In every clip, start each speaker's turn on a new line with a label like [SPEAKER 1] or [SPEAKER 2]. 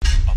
[SPEAKER 1] Pulp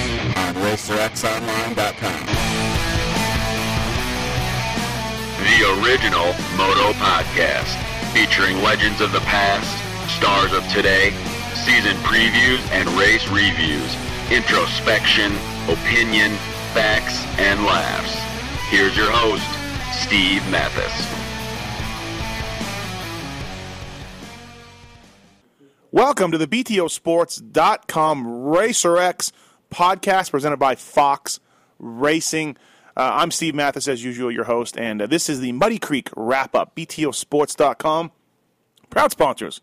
[SPEAKER 2] on RacerXOnline.com.
[SPEAKER 3] The original Moto Podcast, featuring legends of the past, stars of today, season previews and race reviews, introspection, opinion, facts, and laughs. Here's your host, Steve Mathis.
[SPEAKER 4] Welcome to the BTOsports.com RacerX podcast presented by Fox Racing. Uh, I'm Steve Mathis, as usual, your host, and uh, this is the Muddy Creek wrap up. BTOsports.com, proud sponsors.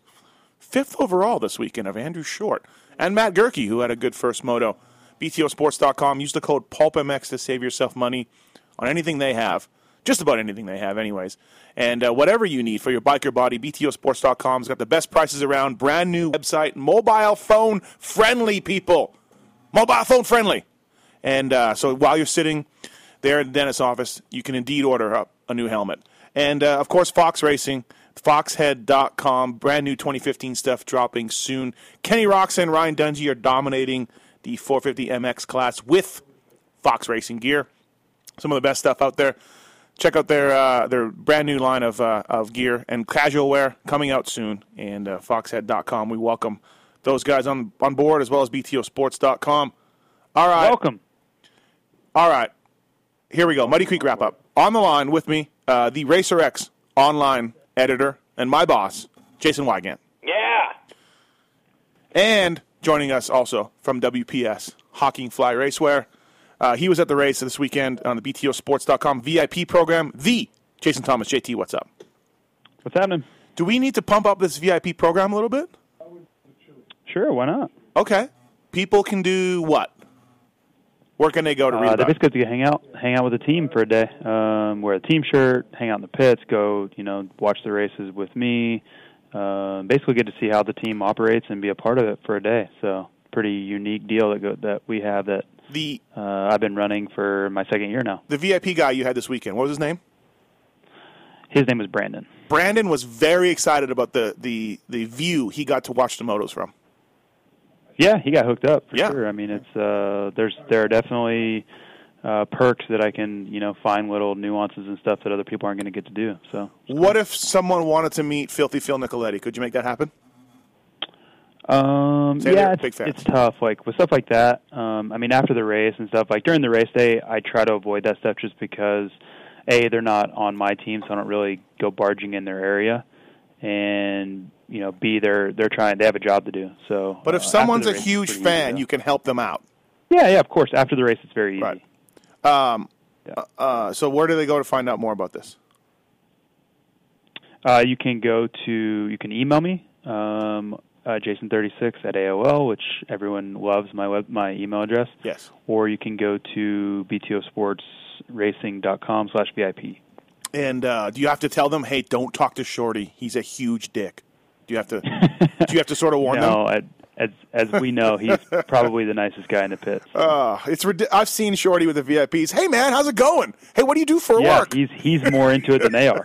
[SPEAKER 4] Fifth overall this weekend of Andrew Short and Matt Gerke, who had a good first moto. BTOsports.com, use the code PULPMX to save yourself money on anything they have. Just about anything they have, anyways. And uh, whatever you need for your bike or body, BTOsports.com's got the best prices around. Brand new website, mobile phone friendly, people. Mobile phone friendly. And uh, so while you're sitting there in the dentist's office, you can indeed order up a new helmet. And uh, of course, Fox Racing, foxhead.com, brand new 2015 stuff dropping soon. Kenny Roxon and Ryan Dungey are dominating the 450 MX class with Fox Racing gear. Some of the best stuff out there. Check out their uh, their brand new line of uh, of gear and casual wear coming out soon. And uh, foxhead.com, we welcome those guys on on board as well as btosports.com. All right.
[SPEAKER 5] Welcome.
[SPEAKER 4] All right. Here we go. Muddy Creek wrap up. On the line with me, uh, the Racer X online editor and my boss, Jason Wygant.
[SPEAKER 6] Yeah.
[SPEAKER 4] And joining us also from WPS, Hawking Fly Racewear. Uh, he was at the race this weekend on the BTOsports.com VIP program. The Jason Thomas, JT, what's up?
[SPEAKER 5] What's happening?
[SPEAKER 4] Do we need to pump up this VIP program a little bit?
[SPEAKER 5] Sure, why not?
[SPEAKER 4] Okay. People can do what? Where can they go to read
[SPEAKER 5] Uh, they
[SPEAKER 4] about it?
[SPEAKER 5] basically get to hang out, hang out with the team for a day. Um, wear a team shirt, hang out in the pits, go, you know, watch the races with me. Um, basically, get to see how the team operates and be a part of it for a day. So, pretty unique deal that go, that we have that
[SPEAKER 4] The,
[SPEAKER 5] uh, I've been running for my second year now.
[SPEAKER 4] the VIP guy you had this weekend, what was his name?
[SPEAKER 5] His name is Brandon.
[SPEAKER 4] Brandon was very excited about the, the, the view he got to watch the motos from.
[SPEAKER 5] Yeah, he got hooked up for
[SPEAKER 4] Yeah.
[SPEAKER 5] sure. I mean, it's uh, there's there are definitely uh, perks that I can you know find little nuances and stuff that other people aren't going to get to do. So
[SPEAKER 4] What if someone wanted to meet Filthy Phil Nicoletti? Could you make that happen?
[SPEAKER 5] Um,
[SPEAKER 4] Say they're
[SPEAKER 5] yeah,
[SPEAKER 4] big
[SPEAKER 5] it's,
[SPEAKER 4] fans.
[SPEAKER 5] it's tough. Like with stuff like that. Um, I mean, after the race and stuff, like during the race day, I try to avoid that stuff just because, a, they're not on my team, so I don't really go barging in their area, and you know, b, they're they're trying, they have a job to do. So,
[SPEAKER 4] But
[SPEAKER 5] uh,
[SPEAKER 4] if
[SPEAKER 5] after
[SPEAKER 4] someone's
[SPEAKER 5] the
[SPEAKER 4] a
[SPEAKER 5] race, it's
[SPEAKER 4] huge
[SPEAKER 5] pretty easy,
[SPEAKER 4] fan,
[SPEAKER 5] though.
[SPEAKER 4] you can help them out.
[SPEAKER 5] yeah, yeah, of course. After the race, it's very easy.
[SPEAKER 4] Right. Uh, so where do they go to find out more about this?
[SPEAKER 5] Uh, you can go to you can email me um, uh, jason36 at AOL, which everyone loves my web my email address.
[SPEAKER 4] Yes.
[SPEAKER 5] Or you can go to btosportsracing.com slash VIP.
[SPEAKER 4] And uh, do you have to tell them, hey, don't talk to Shorty. He's a huge dick. Do you have to? do you have to sort of warn them?
[SPEAKER 5] No, I, as as we know, he's probably the nicest guy in the pits.
[SPEAKER 4] Uh, it's rid- I've seen Shorty with the VIPs. Hey man, how's it going? Hey, what do you do for
[SPEAKER 5] yeah,
[SPEAKER 4] work?
[SPEAKER 5] he's he's more into it than they are.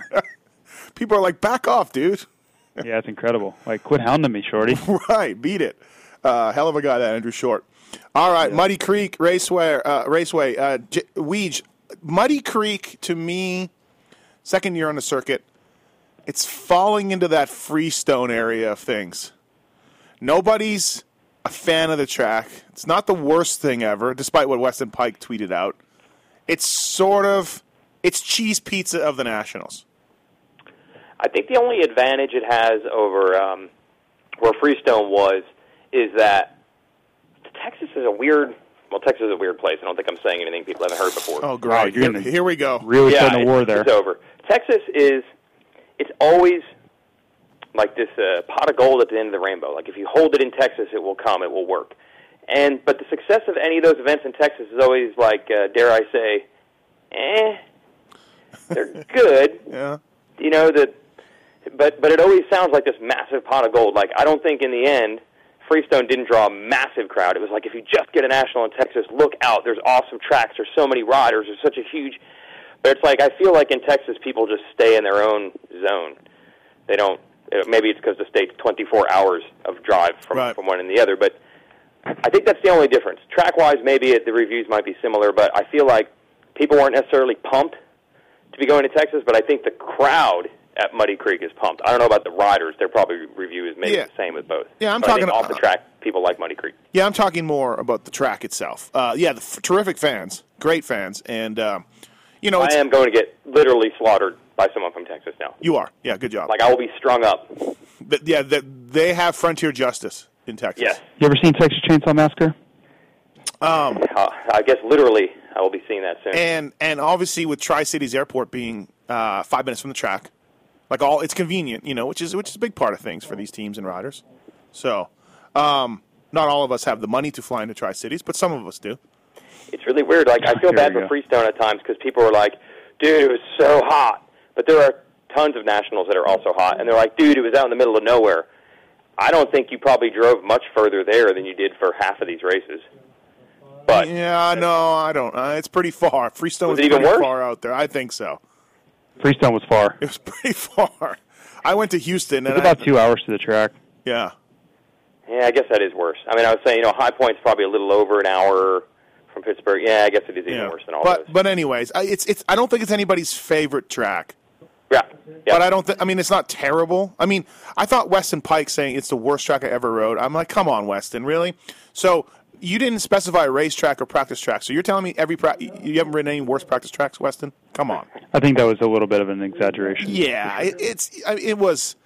[SPEAKER 4] People are like, back off, dude.
[SPEAKER 5] Yeah, it's incredible. Like, quit hounding me, shorty.
[SPEAKER 4] right, beat it. Uh, hell of a guy, that Andrew Short. All right, Muddy Creek Raceway. Uh, Raceway. Uh, J- Weege. Muddy Creek to me, second year on the circuit, it's falling into that freestone area of things. Nobody's a fan of the track. It's not the worst thing ever, despite what Weston Pike tweeted out. It's sort of it's cheese pizza of the Nationals.
[SPEAKER 6] I think the only advantage it has over um, where Freestone was is that Texas is a weird. Well, Texas is a weird place. I don't think I'm saying anything people haven't heard before.
[SPEAKER 4] Oh, great!
[SPEAKER 5] you're
[SPEAKER 4] here,
[SPEAKER 5] gonna-
[SPEAKER 4] here we go.
[SPEAKER 5] Really
[SPEAKER 6] yeah,
[SPEAKER 5] starting a
[SPEAKER 6] it's-
[SPEAKER 5] war there.
[SPEAKER 6] It's over. Texas is. It's always like this uh, pot of gold at the end of the rainbow. Like if you hold it in Texas, it will come. It will work. And but the success of any of those events in Texas is always like, uh, dare I say, eh? They're good,
[SPEAKER 4] Yeah.
[SPEAKER 6] you know. That, but but it always sounds like this massive pot of gold. Like I don't think in the end, Freestone didn't draw a massive crowd. It was like if you just get a national in Texas, look out. There's awesome tracks. There's so many riders. There's such a huge. But it's like I feel like in Texas, people just stay in their own zone. They don't. Maybe it's because the state's 24 hours of drive from
[SPEAKER 4] Right.
[SPEAKER 6] from one and the other, but. I think that's the only difference. Track wise, maybe it, the reviews might be similar, but I feel like people weren't necessarily pumped to be going to Texas, but I think the crowd at Muddy Creek is pumped. I don't know about the riders; their probably review is maybe
[SPEAKER 4] Yeah.
[SPEAKER 6] the same with both.
[SPEAKER 4] Yeah, I'm
[SPEAKER 6] But I think
[SPEAKER 4] talking- uh,
[SPEAKER 6] off the track. People like Muddy Creek.
[SPEAKER 4] Yeah, I'm talking more about the track itself. Uh, yeah, the f- terrific fans, great fans, and um, you know,
[SPEAKER 6] I
[SPEAKER 4] it's,
[SPEAKER 6] am going to get literally slaughtered by someone from Texas now.
[SPEAKER 4] you are. Yeah, good job.
[SPEAKER 6] Like I will be strung up.
[SPEAKER 4] Th- yeah, th- they have frontier justice in Texas.
[SPEAKER 6] Yes,
[SPEAKER 5] You ever seen Texas Chainsaw Massacre?
[SPEAKER 6] uh, I guess literally I will be seeing that soon.
[SPEAKER 4] and and obviously with Tri Cities Airport being uh, five minutes from the track, like all it's convenient, you know, which is which is a big part of things for these teams and riders. So, um, not all of us have the money to fly into Tri Cities, but some of us do.
[SPEAKER 6] It's really weird. Like I
[SPEAKER 5] Here
[SPEAKER 6] feel bad
[SPEAKER 5] we
[SPEAKER 6] for
[SPEAKER 5] go.
[SPEAKER 6] Freestone at times because people are like, "Dude, it was so hot," but there are tons of nationals that are also hot, and they're like, "Dude, it was out in the middle of nowhere." I don't think you probably drove much further there than you did for half of these races. But
[SPEAKER 4] Yeah, no, I don't. Uh, it's pretty far. Freestone
[SPEAKER 6] Was
[SPEAKER 4] was
[SPEAKER 6] it even
[SPEAKER 4] pretty
[SPEAKER 6] worse?
[SPEAKER 4] far out there. I think so.
[SPEAKER 5] Freestone was far.
[SPEAKER 4] It was pretty far. I went to Houston, and
[SPEAKER 5] It's about
[SPEAKER 4] I,
[SPEAKER 5] two hours to the track.
[SPEAKER 4] yeah,
[SPEAKER 6] yeah, I guess that is worse. I mean, I was saying, you know, High Point's probably a little over an hour from Pittsburgh. Yeah, I guess it is even
[SPEAKER 4] yeah.
[SPEAKER 6] worse than all
[SPEAKER 4] but
[SPEAKER 6] those.
[SPEAKER 4] but anyways, I, it's it's. I don't think it's anybody's favorite track.
[SPEAKER 6] yeah, yeah.
[SPEAKER 4] But I don't. Th- I mean, it's not terrible. I mean, I thought Weston Pike saying it's the worst track I ever rode. I'm like, come on, Weston, really? So you didn't specify racetrack or practice track. So you're telling me every pra- you haven't ridden any worse practice tracks, Weston? Come on.
[SPEAKER 5] I think that was a little bit of an exaggeration.
[SPEAKER 4] Yeah, it, it's. I, it was.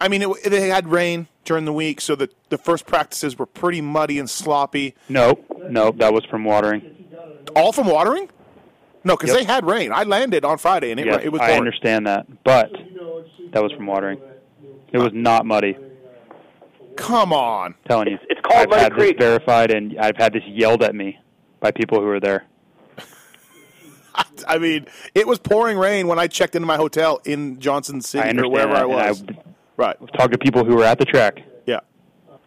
[SPEAKER 4] I mean, it, they had rain during the week, so the the first practices were pretty muddy and sloppy.
[SPEAKER 5] No, no, that was from watering.
[SPEAKER 4] All from watering. No, because
[SPEAKER 5] Yep.
[SPEAKER 4] they had rain. I landed on Friday, and it,
[SPEAKER 5] Yes,
[SPEAKER 4] ra- it was.
[SPEAKER 5] I
[SPEAKER 4] pouring.
[SPEAKER 5] understand that, but that was from watering. It was not muddy.
[SPEAKER 4] Come on.
[SPEAKER 5] telling you,
[SPEAKER 6] it's called
[SPEAKER 5] I've
[SPEAKER 6] Muddy
[SPEAKER 5] had
[SPEAKER 6] Creek.
[SPEAKER 5] this verified, and I've had this yelled at me by people who were there.
[SPEAKER 4] I mean, it was pouring rain when I checked into my hotel in Johnson
[SPEAKER 5] I
[SPEAKER 4] City or
[SPEAKER 5] understand
[SPEAKER 4] wherever
[SPEAKER 5] that,
[SPEAKER 4] I was.
[SPEAKER 5] and
[SPEAKER 4] right.
[SPEAKER 5] I talked to people who were at the track.
[SPEAKER 4] Yeah.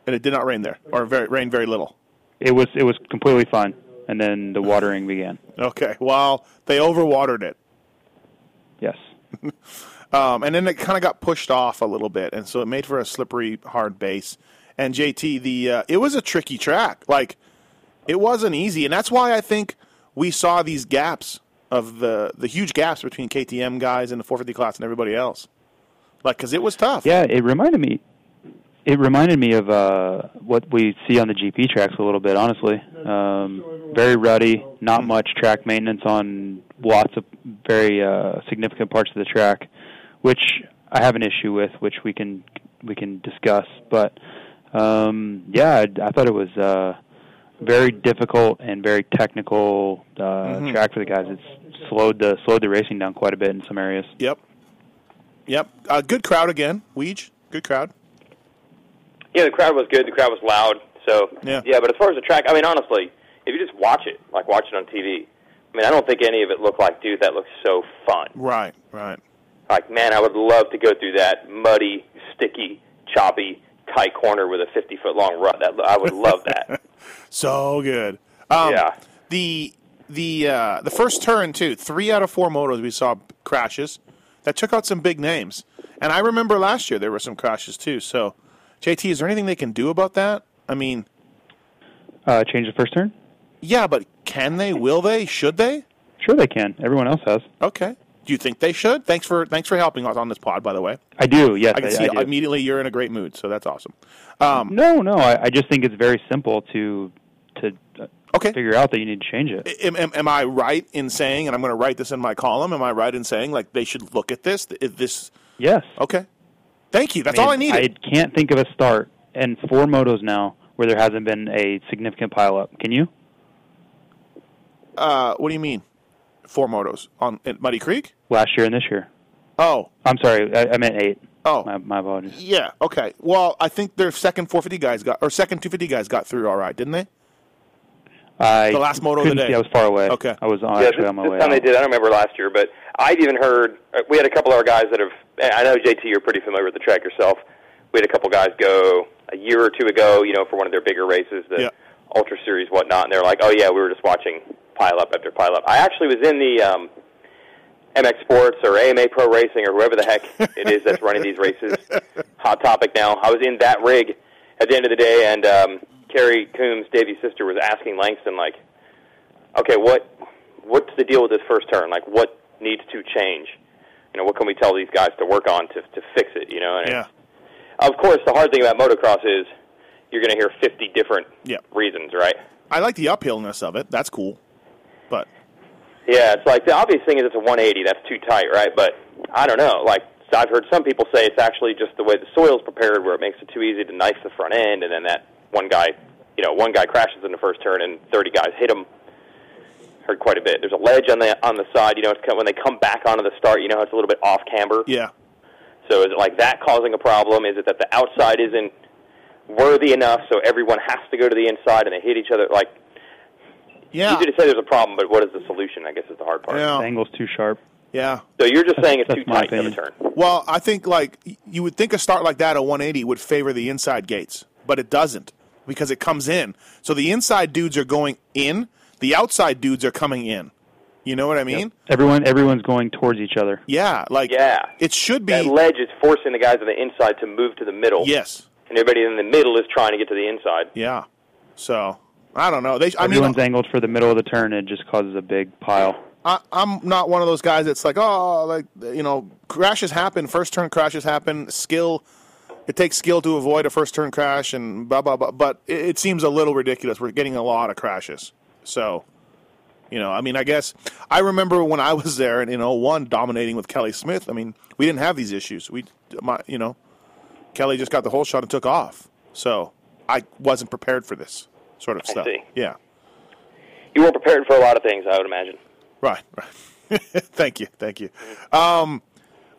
[SPEAKER 4] And it did not rain there, or very rain very little.
[SPEAKER 5] It was it was completely fine, and then the watering began.
[SPEAKER 4] Okay. Well, they overwatered it,
[SPEAKER 5] Yes,
[SPEAKER 4] um, and then it kind of got pushed off a little bit, and so it made for a slippery, hard base. And JT, the uh, it was a tricky track. Like it wasn't easy, and that's why I think we saw these gaps of the the huge gaps between KTM guys and the 450 class and everybody else. Like, because it was tough.
[SPEAKER 5] yeah, it reminded me. It reminded me of uh, what we see on the GP tracks a little bit, honestly. Um, very ruddy, not much track maintenance on lots of very uh, significant parts of the track, which I have an issue with, which we can we can discuss. But um, yeah, I, I thought it was uh, very difficult and very technical uh, track for the guys. It's slowed the slowed the racing down quite a bit in some areas.
[SPEAKER 4] Yep. Yep. Uh, good crowd again. Weege. Good crowd.
[SPEAKER 6] Yeah, the crowd was good. The crowd was loud. So
[SPEAKER 4] Yeah.
[SPEAKER 6] but as far as the track, I mean, honestly, if you just watch it, like watch it on TV, I mean, I don't think any of it looked like, dude, that looks so fun.
[SPEAKER 4] Right. Right.
[SPEAKER 6] Like, man, I would love to go through that muddy, sticky, choppy, tight corner with a fifty foot long rut. That I would love that.
[SPEAKER 4] So good. Um,
[SPEAKER 6] Yeah.
[SPEAKER 4] The the uh, the first turn too. Three out of four motos we saw crashes. That took out some big names. And I remember last year there were some crashes too. So, JT, is there anything they can do about that? I mean,
[SPEAKER 5] Uh, change the first turn.
[SPEAKER 4] yeah, but can they? Will they? Should they?
[SPEAKER 5] Sure, they can. Everyone else has.
[SPEAKER 4] Okay. Do you think they should? Thanks for thanks for helping us on this pod, by the way.
[SPEAKER 5] I do. Yes,
[SPEAKER 4] I can see
[SPEAKER 5] I, do.
[SPEAKER 4] immediately you're in a great mood, so that's awesome.
[SPEAKER 5] no, no. I, I just think it's very simple to to uh,
[SPEAKER 4] Okay.
[SPEAKER 5] figure out that you need to change it.
[SPEAKER 4] am, am, am I right in saying, and I'm going to write this in my column, am I right in saying, like, they should look at this? Th- This,
[SPEAKER 5] yes.
[SPEAKER 4] okay. Thank you. That's all I
[SPEAKER 5] mean,
[SPEAKER 4] needed.
[SPEAKER 5] I can't think of a start and four motos now where there hasn't been a significant pileup. Can you?
[SPEAKER 4] uh, what do you mean? Four motos on at Muddy Creek?
[SPEAKER 5] Last year and this year.
[SPEAKER 4] Oh,
[SPEAKER 5] I'm sorry. I, I meant eight.
[SPEAKER 4] Oh.
[SPEAKER 5] my, my apologies.
[SPEAKER 4] Yeah. Okay. Well, I think their second 450 guys got or second 250 guys got through all right, didn't they?
[SPEAKER 5] I
[SPEAKER 4] The last moto of the
[SPEAKER 5] couldn't
[SPEAKER 4] day.
[SPEAKER 5] see. I was far away.
[SPEAKER 4] Okay.
[SPEAKER 5] I was on
[SPEAKER 6] yeah,
[SPEAKER 5] actually
[SPEAKER 6] this,
[SPEAKER 5] on my
[SPEAKER 6] this
[SPEAKER 5] way.
[SPEAKER 6] time they
[SPEAKER 5] out.
[SPEAKER 6] did. I don't remember last year, but I'd even heard uh, we had a couple of our guys that have. I know JT, you're pretty familiar with the track yourself. We had a couple guys go a year or two ago, you know, for one of their bigger races, the
[SPEAKER 4] Yeah.
[SPEAKER 6] Ultra Series, whatnot, and they're like, "Oh yeah, we were just watching pile up after pile up." I actually was in the um, MX Sports or AMA Pro Racing or whoever the heck it is that's running these races. Hot topic now. I was in that rig at the end of the day, and um, Carrie Coombs, Davey's sister, was asking Langston like, "Okay, what what's the deal with this first turn? Like, what needs to change? You know, what can we tell these guys to work on to to fix it? You know, and
[SPEAKER 4] Yeah.
[SPEAKER 6] of course, the hard thing about motocross is you're going to hear 50 different
[SPEAKER 4] Yeah.
[SPEAKER 6] reasons, right?
[SPEAKER 4] I like the uphillness of it. That's cool. But
[SPEAKER 6] Yeah, it's like the obvious thing is it's a 180. That's too tight, right? But I don't know. Like I've heard some people say it's actually just the way the soil's prepared, where it makes it too easy to knife the front end, and then that one guy, you know, one guy crashes in the first turn, and 30 guys hit him. Heard quite a bit. There's a ledge on the on the side. You know, it's kind when they come back onto the start, you know, it's a little bit off camber.
[SPEAKER 4] yeah.
[SPEAKER 6] So is it like that causing a problem? Is it that the outside isn't worthy enough, so everyone has to go to the inside and they hit each other? Like
[SPEAKER 4] Yeah.
[SPEAKER 6] easy to say there's a problem, but what is the solution? I guess is the hard part.
[SPEAKER 5] The
[SPEAKER 4] Yeah.
[SPEAKER 5] angle's too sharp.
[SPEAKER 4] Yeah.
[SPEAKER 6] So you're just saying it's
[SPEAKER 5] That's
[SPEAKER 6] too
[SPEAKER 5] my
[SPEAKER 6] tight
[SPEAKER 5] opinion.
[SPEAKER 6] of a turn.
[SPEAKER 4] Well, I think like y- you would think a start like that at 180 would favor the inside gates, but it doesn't because it comes in. So the inside dudes are going in, the outside dudes are coming in. You know what I mean?
[SPEAKER 5] Everyone, everyone's going towards each other.
[SPEAKER 4] Yeah, like
[SPEAKER 6] Yeah.
[SPEAKER 4] it should be
[SPEAKER 6] That ledge is forcing the guys on the inside to move to the middle.
[SPEAKER 4] yes.
[SPEAKER 6] And everybody in the middle is trying to get to the inside.
[SPEAKER 4] Yeah. So, I don't know. They I mean
[SPEAKER 5] Everyone's angled for the middle of the turn. and It just causes a big pile.
[SPEAKER 4] I, I'm not one of those guys that's like, oh, like you know, crashes happen. First turn crashes happen. Skill, it takes skill to avoid a first turn crash, and blah blah blah. But it, it seems a little ridiculous. We're getting a lot of crashes, so you know, I mean, I guess I remember when I was there and in 01 dominating with Kelly Smith. I mean, we didn't have these issues. We, my, you know, Kelly just got the whole shot and took off. So I wasn't prepared for this sort of stuff.
[SPEAKER 6] see.
[SPEAKER 4] Yeah.
[SPEAKER 6] You weren't prepared for a lot of things, I would imagine.
[SPEAKER 4] Right, right. thank you, thank you. Um,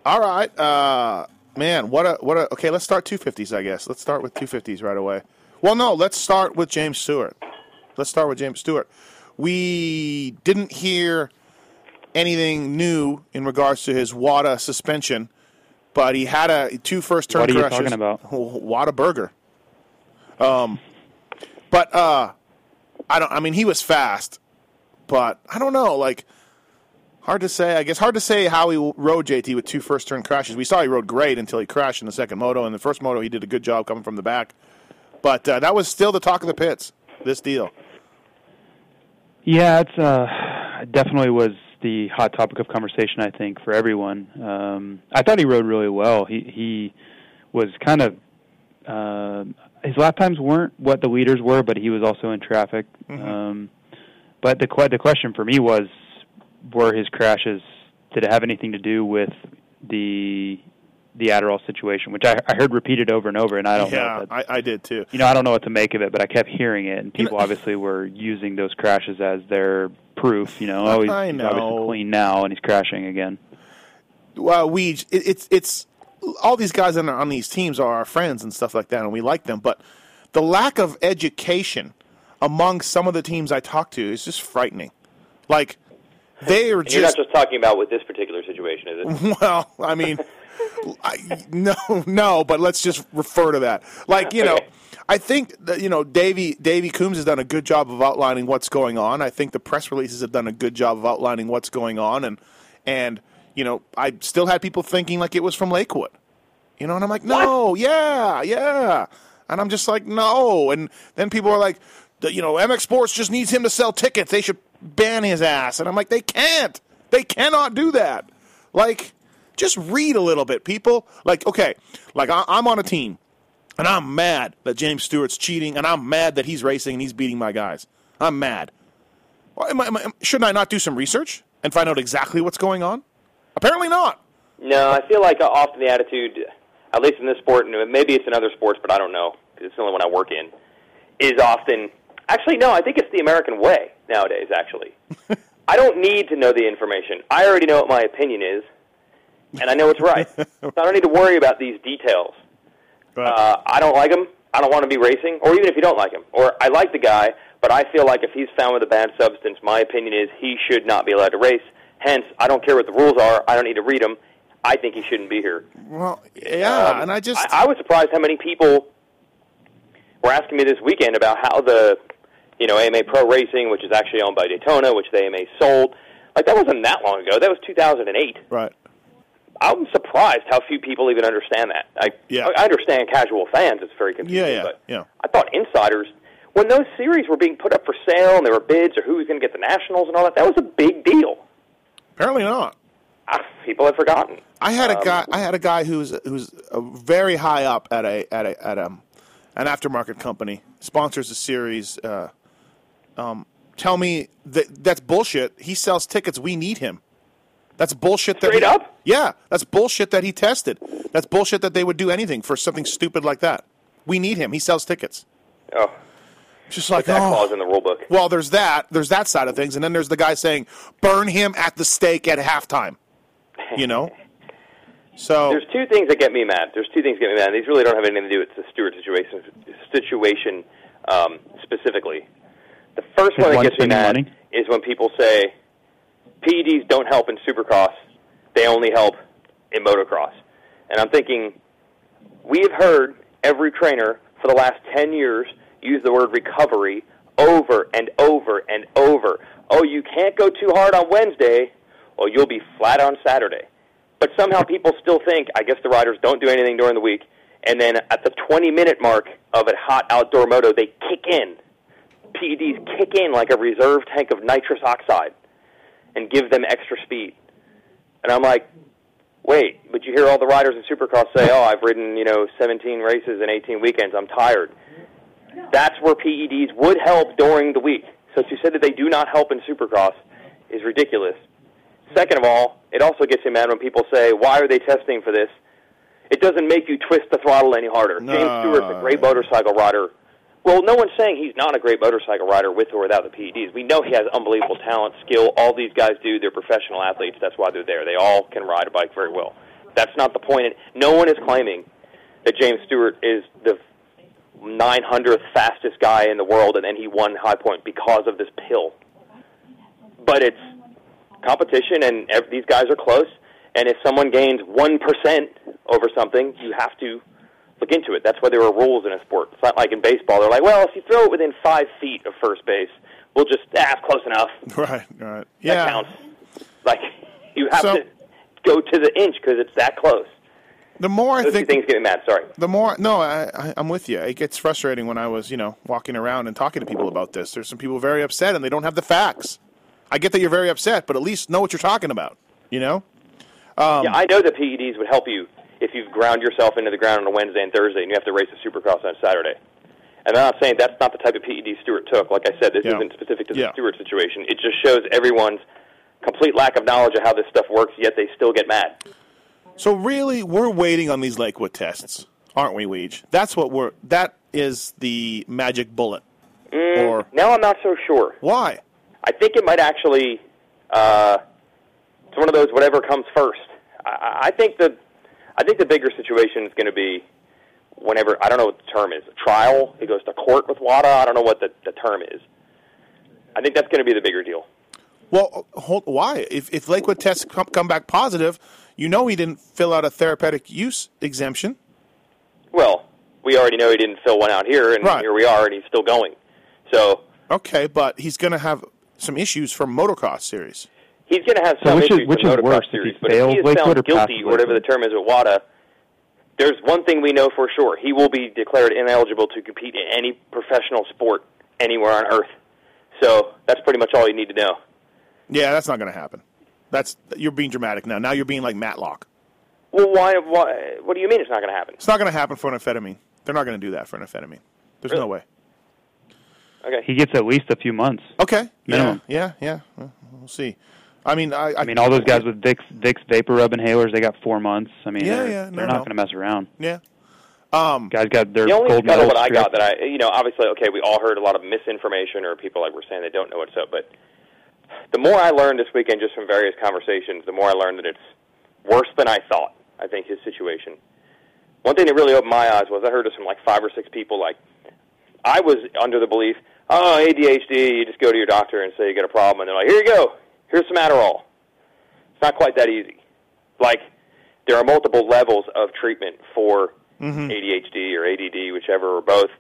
[SPEAKER 4] all right, uh, man. What a what a. Okay, let's start two fifties. I guess let's start with two fifties right away. Well, no, let's start with James Stewart. Let's start with James Stewart. We didn't hear anything new in regards to his WADA suspension, but he had a two first turn.
[SPEAKER 5] What are you
[SPEAKER 4] crashes.
[SPEAKER 5] talking about?
[SPEAKER 4] WADA burger. Um, but uh, I don't. I mean, he was fast, but I don't know. Like, hard to say. I guess hard to say how he rode JT with two first turn crashes. We saw he rode great until he crashed in the second moto. In the first moto, he did a good job coming from the back, but uh, that was still the talk of the pits. This deal,
[SPEAKER 5] Yeah, it's uh, definitely was the hot topic of conversation. I think for everyone. Um, I thought he rode really well. He he was kind of uh, his lap times weren't what the leaders were, but he was also in traffic. Um, but the que- the question for me was, were his crashes? Did it have anything to do with the the Adderall situation, which I, I heard repeated over and over, and I
[SPEAKER 6] Oh,
[SPEAKER 5] don't know.
[SPEAKER 4] yeah,
[SPEAKER 5] If that's,
[SPEAKER 4] I, I did too.
[SPEAKER 5] you know, I don't know what to make of it, but I kept hearing it, and people obviously were using those crashes as their proof. You know, oh, he's,
[SPEAKER 4] I
[SPEAKER 5] he's
[SPEAKER 4] know.
[SPEAKER 5] obviously clean now, and he's crashing again.
[SPEAKER 4] Well, we it, it's it's all these guys on, on these teams are our friends and stuff like that, and we like them. But the lack of education among some of the teams I talk to is just frightening. Like they are
[SPEAKER 6] And you're not
[SPEAKER 4] just
[SPEAKER 6] just talking about with this particular situation, is it?
[SPEAKER 4] well. I mean, I, no, no. But let's just refer to that. Like you know,
[SPEAKER 6] Okay.
[SPEAKER 4] I think that, you know Davy Davy Coombs has done a good job of outlining what's going on. I think the press releases have done a good job of outlining what's going on, and and you know I still had people thinking like it was from Lakewood, you know, and I'm like, no, yeah, yeah, and I'm just like, no, and then people are like, the- you know, MX Sports just needs him to sell tickets. They should ban his ass, and I'm like, they can't, they cannot do that. Like, just read a little bit, people. Like, okay, like I, I'm on a team. And I'm mad that James Stewart's cheating, and I'm mad that he's racing and he's beating my guys. I'm mad. Why am I- am I- shouldn't I not do some research and find out exactly what's going on? Apparently not.
[SPEAKER 6] No, I feel like uh, often the attitude, at least in this sport, and maybe it's in other sports, but I don't know. 'cause It's the only one I work in. Is often actually no. I think it's the American way nowadays. Actually, I don't need to know the information. I already know what my opinion is, and I know it's right. so I don't need to worry about these details.
[SPEAKER 4] But
[SPEAKER 6] Uh, I don't like him. I don't want to be racing, or even if you don't like him, or I like the guy, but I feel like if he's found with a bad substance, my opinion is he should not be allowed to race. Hence, I don't care what the rules are. I don't need to read them. I think he shouldn't be here.
[SPEAKER 4] well, yeah,
[SPEAKER 6] Um,
[SPEAKER 4] Uh, and I just
[SPEAKER 6] I, I was surprised how many people were asking me this weekend about how the you know AMA Pro Racing, which is actually owned by Daytona, which the AMA sold. Like that wasn't that long ago. That was 2008.
[SPEAKER 4] right.
[SPEAKER 6] I'm surprised how few people even understand that. I
[SPEAKER 4] Yeah.
[SPEAKER 6] I understand casual fans; it's very confusing.
[SPEAKER 4] Yeah, yeah,
[SPEAKER 6] but
[SPEAKER 4] yeah.
[SPEAKER 6] I thought insiders, when those series were being put up for sale and there were bids or who was going to get the nationals and all that, that was a big deal.
[SPEAKER 4] Apparently not.
[SPEAKER 6] Ah, people had forgotten.
[SPEAKER 4] I had a
[SPEAKER 6] Um,
[SPEAKER 4] guy. I had a guy who's who's a very high up at a at a at um an aftermarket company sponsors a series. Uh, um, tell me that that's bullshit. He sells tickets. We need him. That's bullshit. That
[SPEAKER 6] Straight
[SPEAKER 4] he-
[SPEAKER 6] up?
[SPEAKER 4] Yeah, that's bullshit that he tested. That's bullshit that they would do anything for something stupid like that. We need him. He sells tickets.
[SPEAKER 6] Oh,
[SPEAKER 4] Just like
[SPEAKER 6] that
[SPEAKER 4] oh.
[SPEAKER 6] clause in the rule book.
[SPEAKER 4] Well, there's that. There's that side of things, and then there's the guy saying, "Burn him at the stake at halftime." You know. So
[SPEAKER 6] There's two things that get me mad. There's two things that get me mad. and These really don't have anything to do with the Stewart situation situation um, specifically. The first
[SPEAKER 5] Is
[SPEAKER 6] one that
[SPEAKER 5] one
[SPEAKER 6] gets me
[SPEAKER 5] spending
[SPEAKER 6] mad
[SPEAKER 5] money?
[SPEAKER 6] is when people say PEDs don't help in Supercross; they only help in motocross. And I'm thinking, we've heard every trainer for the last 10 years use the word recovery over and over and over. Oh, you can't go too hard on Wednesday, or you'll be flat on Saturday. But somehow people still think, I guess the riders don't do anything during the week, and then at the 20 minute mark of a hot outdoor moto, they kick in. PEDs kick in like a reserve tank of nitrous oxide and give them extra speed. And I'm like, wait, but you hear all the riders in Supercross say, "Oh, I've ridden you know 17 races in 18 weekends. I'm tired." That's where PEDs would help during the week. So to say that they do not help in Supercross is ridiculous. Second of all, it also gets you mad when people say, "Why are they testing for this?" It doesn't make you twist the throttle any harder. James Stewart's a great motorcycle rider. Well, no one's saying he's not a great motorcycle rider with or without the PEDs. We know he has unbelievable talent, skill. All these guys do. They're professional athletes. That's why they're there. They all can ride a bike very well. That's not the point. No one is claiming that James Stewart is the 900th fastest guy in the world and then he won High Point because of this pill. But it's competition and ev- these guys are close. And if someone gains 1% over something, you have to look into it. That's why there are rules in a sport. It's not like in baseball. They're like, well, if you throw it within five feet of first base, we'll just, ah, it's close enough.
[SPEAKER 4] right, right,
[SPEAKER 6] That
[SPEAKER 4] yeah.
[SPEAKER 6] counts. Like, you have
[SPEAKER 4] So-
[SPEAKER 6] to go to the inch because it's that close.
[SPEAKER 4] The more I
[SPEAKER 6] Those two
[SPEAKER 4] think,
[SPEAKER 6] things get me mad. Sorry.
[SPEAKER 4] the more no, I, I, I'm with you. It gets frustrating when I was, you know, walking around and talking to people about this. There's some people very upset and they don't have the facts. I get that you're very upset, but at least know what you're talking about. You know.
[SPEAKER 6] Yeah, I know that PEDs would help you if you ground yourself into the ground on a Wednesday and Thursday, and you have to race a Supercross on Saturday. And I'm not saying that's not the type of PED Stewart took. Like I said, this
[SPEAKER 4] Yeah.
[SPEAKER 6] isn't specific to the
[SPEAKER 4] Yeah.
[SPEAKER 6] Stewart situation. It just shows everyone's complete lack of knowledge of how this stuff works, yet they still get mad.
[SPEAKER 4] So really, we're waiting on these Lakewood tests, aren't we, Weege? That's what we're. That is the magic bullet.
[SPEAKER 6] Mm.
[SPEAKER 4] or
[SPEAKER 6] Now I'm not so sure.
[SPEAKER 4] why?
[SPEAKER 6] I think it might actually. Uh, it's one of those whatever comes first. I- I, I think the, I think the bigger situation is going to be, whenever I don't know what the term is, a trial. It goes to court with WADA. I don't know what the, the term is. I think that's going to be the bigger deal.
[SPEAKER 4] Well, hold, why? If, if Lakewood tests come, come back positive, you know he didn't fill out a therapeutic use exemption.
[SPEAKER 6] Well, we already know he didn't fill one out here, and
[SPEAKER 4] Right.
[SPEAKER 6] here we are, and he's still going. So
[SPEAKER 4] Okay, but he's going to have some issues from motocross series.
[SPEAKER 6] he's going to have
[SPEAKER 5] So
[SPEAKER 6] some
[SPEAKER 5] which is-
[SPEAKER 6] issues
[SPEAKER 5] which
[SPEAKER 6] with
[SPEAKER 5] is
[SPEAKER 6] motocross
[SPEAKER 5] worse, if
[SPEAKER 6] series,
[SPEAKER 5] he
[SPEAKER 6] but if
[SPEAKER 5] fails
[SPEAKER 6] he is
[SPEAKER 5] Lakewood
[SPEAKER 6] found
[SPEAKER 5] or
[SPEAKER 6] guilty
[SPEAKER 5] passes
[SPEAKER 6] or whatever the
[SPEAKER 5] Lakewood?
[SPEAKER 6] term is at WADA, there's one thing we know for sure: he will be declared ineligible to compete in any professional sport anywhere on earth. So that's pretty much all you need to know.
[SPEAKER 4] Yeah, that's not going to happen. That's you're being dramatic now. Now you're being like Matlock.
[SPEAKER 6] Well, why? Why? What do you mean it's not going to happen?
[SPEAKER 4] It's not going to happen for amphetamine. They're not going to do that for amphetamine. There's no
[SPEAKER 5] Uh,
[SPEAKER 6] Really?
[SPEAKER 4] way.
[SPEAKER 5] He
[SPEAKER 6] Okay.
[SPEAKER 5] gets at least a few months.
[SPEAKER 4] Okay. Yeah.
[SPEAKER 5] Minimum.
[SPEAKER 4] Yeah. Yeah. Well, We'll see. I mean, I.
[SPEAKER 5] I mean, all those guys with Vicks, Vicks vapor rub inhalers, they got four months. I mean,
[SPEAKER 4] Yeah,
[SPEAKER 5] they're,
[SPEAKER 4] yeah, no,
[SPEAKER 5] they're
[SPEAKER 4] no.
[SPEAKER 5] not going to mess around.
[SPEAKER 4] Yeah. Um,
[SPEAKER 5] Guys got their
[SPEAKER 6] The only
[SPEAKER 5] gold medal.
[SPEAKER 6] scuttlebutt I got
[SPEAKER 5] stripped.
[SPEAKER 6] that I, you know, obviously, okay, we all heard a lot of misinformation or people like were saying they don't know what's up. But the more I learned this weekend, just from various conversations, the more I learned that it's worse than I thought. I think his situation. One thing that really opened my eyes was I heard this from like five or six people. Like I was under the belief, oh, ADHD, you just go to your doctor and say you got a problem, and they're like, here you go, here's some Adderall. It's not quite that easy. Like there are multiple levels of treatment for ADHD or ADD, whichever or both,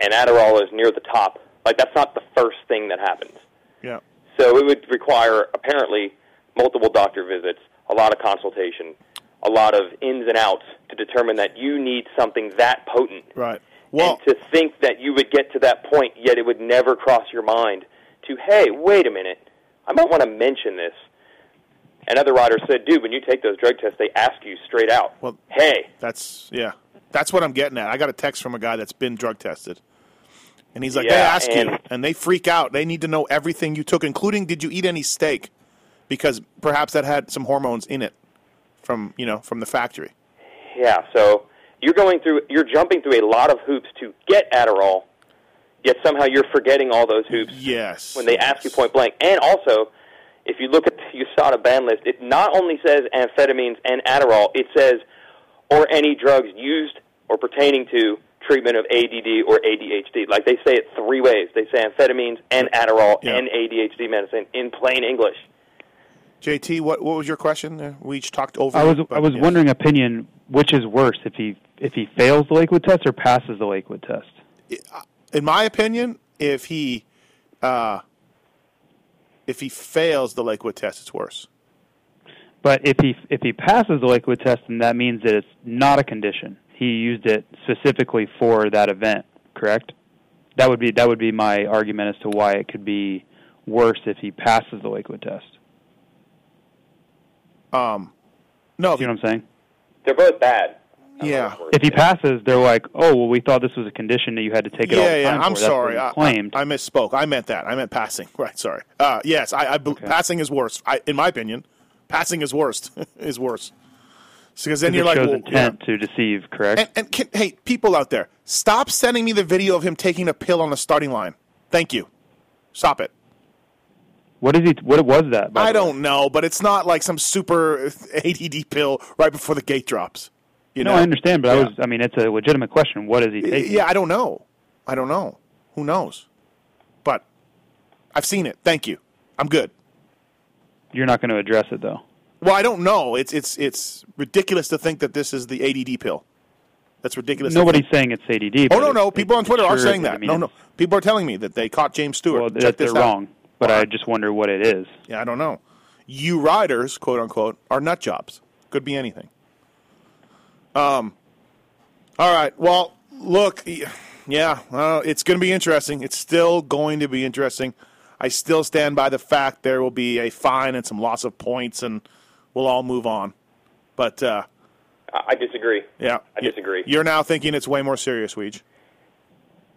[SPEAKER 6] and Adderall is near the top. Like that's not the first thing that happens.
[SPEAKER 4] Yeah.
[SPEAKER 6] So it would require apparently multiple doctor visits, a lot of consultation, a lot of ins and outs to determine that you need something that potent.
[SPEAKER 4] Right. Well,
[SPEAKER 6] and to think that you would get to that point, yet it would never cross your mind to, hey, wait a minute, I might want to mention this. Another writer said, dude, when you take those drug tests, they ask you straight out,
[SPEAKER 4] Well-
[SPEAKER 6] hey,
[SPEAKER 4] That's yeah. That's what I'm getting at. I got a text from a guy that's been drug tested. And he's like, they
[SPEAKER 6] Yeah,
[SPEAKER 4] ask you,
[SPEAKER 6] and-
[SPEAKER 4] and they freak out. They need to know everything you took, including did you eat any steak, because perhaps that had some hormones in it from you know from the factory.
[SPEAKER 6] Yeah, so you're going through, you're jumping through a lot of hoops to get Adderall, yet somehow you're forgetting all those hoops
[SPEAKER 4] Yes.
[SPEAKER 6] when they ask you point blank. And also, if you look at the USADA ban list, it not only says amphetamines and Adderall, it says or any drugs used or pertaining to treatment of ADD or ADHD. Like they say it three ways. They say amphetamines and Adderall
[SPEAKER 4] Yeah.
[SPEAKER 6] and ADHD medicine in plain English.
[SPEAKER 4] JT, what what was your question? there? We each talked over.
[SPEAKER 5] I
[SPEAKER 4] it,
[SPEAKER 5] was
[SPEAKER 4] but
[SPEAKER 5] I was
[SPEAKER 4] yes.
[SPEAKER 5] wondering opinion which is worse if he if he fails the Lakewood test or passes the Lakewood test.
[SPEAKER 4] in my opinion, if he, uh, if he fails the Lakewood test, it's worse.
[SPEAKER 5] But if he if he passes the Lakewood test, then that means that it's not a condition. He used it specifically for that event, correct? That would be that would be my argument as to why it could be worse if he passes the Lakewood test.
[SPEAKER 4] No,
[SPEAKER 5] You know what I'm saying?
[SPEAKER 6] They're both bad.
[SPEAKER 4] yeah,
[SPEAKER 5] If he passes, they're like, "Oh, well, we thought this was a condition that you had to take it all
[SPEAKER 4] yeah,
[SPEAKER 5] the
[SPEAKER 4] yeah.
[SPEAKER 5] time
[SPEAKER 4] I'm
[SPEAKER 5] for. That's what
[SPEAKER 4] sorry.
[SPEAKER 5] he
[SPEAKER 4] I, I-
[SPEAKER 5] claimed.
[SPEAKER 4] I, misspoke. I meant that. I meant passing. Right. Sorry. Uh, yes, I, I bel- passing is worse. I, in my opinion, passing is worst. is worse. Because then
[SPEAKER 5] Because
[SPEAKER 4] you're
[SPEAKER 5] it
[SPEAKER 4] like,
[SPEAKER 5] shows
[SPEAKER 4] well, yeah.
[SPEAKER 5] intent to deceive, correct?
[SPEAKER 4] and, and can, hey, people out there, stop sending me the video of him taking a pill on the starting line. Thank you. Stop it.
[SPEAKER 5] what is he? What was that? by
[SPEAKER 4] I
[SPEAKER 5] the way?
[SPEAKER 4] don't know, but it's not like some super ADD pill right before the gate drops. You
[SPEAKER 5] No,
[SPEAKER 4] know?
[SPEAKER 5] I understand, but I
[SPEAKER 4] Yeah.
[SPEAKER 5] was. I mean, it's a legitimate question. What is he taking?
[SPEAKER 4] Yeah, I don't know. I don't know. Who knows? But I've seen it. Thank you. I'm good.
[SPEAKER 5] You're not going to address it though.
[SPEAKER 4] Well, I don't know. It's it's it's ridiculous to think that this is the ADD pill. That's ridiculous. to
[SPEAKER 5] Nobody's
[SPEAKER 4] think.
[SPEAKER 5] saying it's ADD.
[SPEAKER 4] Oh
[SPEAKER 5] but
[SPEAKER 4] no,
[SPEAKER 5] it-
[SPEAKER 4] no. People
[SPEAKER 5] it
[SPEAKER 4] on Twitter
[SPEAKER 5] sure
[SPEAKER 4] are saying
[SPEAKER 5] is- I
[SPEAKER 4] that.
[SPEAKER 5] mean,
[SPEAKER 4] No, no.
[SPEAKER 5] it's-
[SPEAKER 4] People are telling me that they caught James Stewart.
[SPEAKER 5] Well,
[SPEAKER 4] Check
[SPEAKER 5] that
[SPEAKER 4] this
[SPEAKER 5] they're
[SPEAKER 4] out.
[SPEAKER 5] wrong, but I just wonder what it is.
[SPEAKER 4] Yeah, I don't know. You riders, quote unquote, are nut jobs. Could be anything. Um, all right. Well, look, y- yeah, uh, it's going to be interesting. It's still going to be interesting. I still stand by the fact there will be a fine and some loss of points, and we'll all move on. But uh,
[SPEAKER 6] I I disagree.
[SPEAKER 4] yeah,
[SPEAKER 6] I disagree.
[SPEAKER 4] You're now thinking it's way more serious, Weege.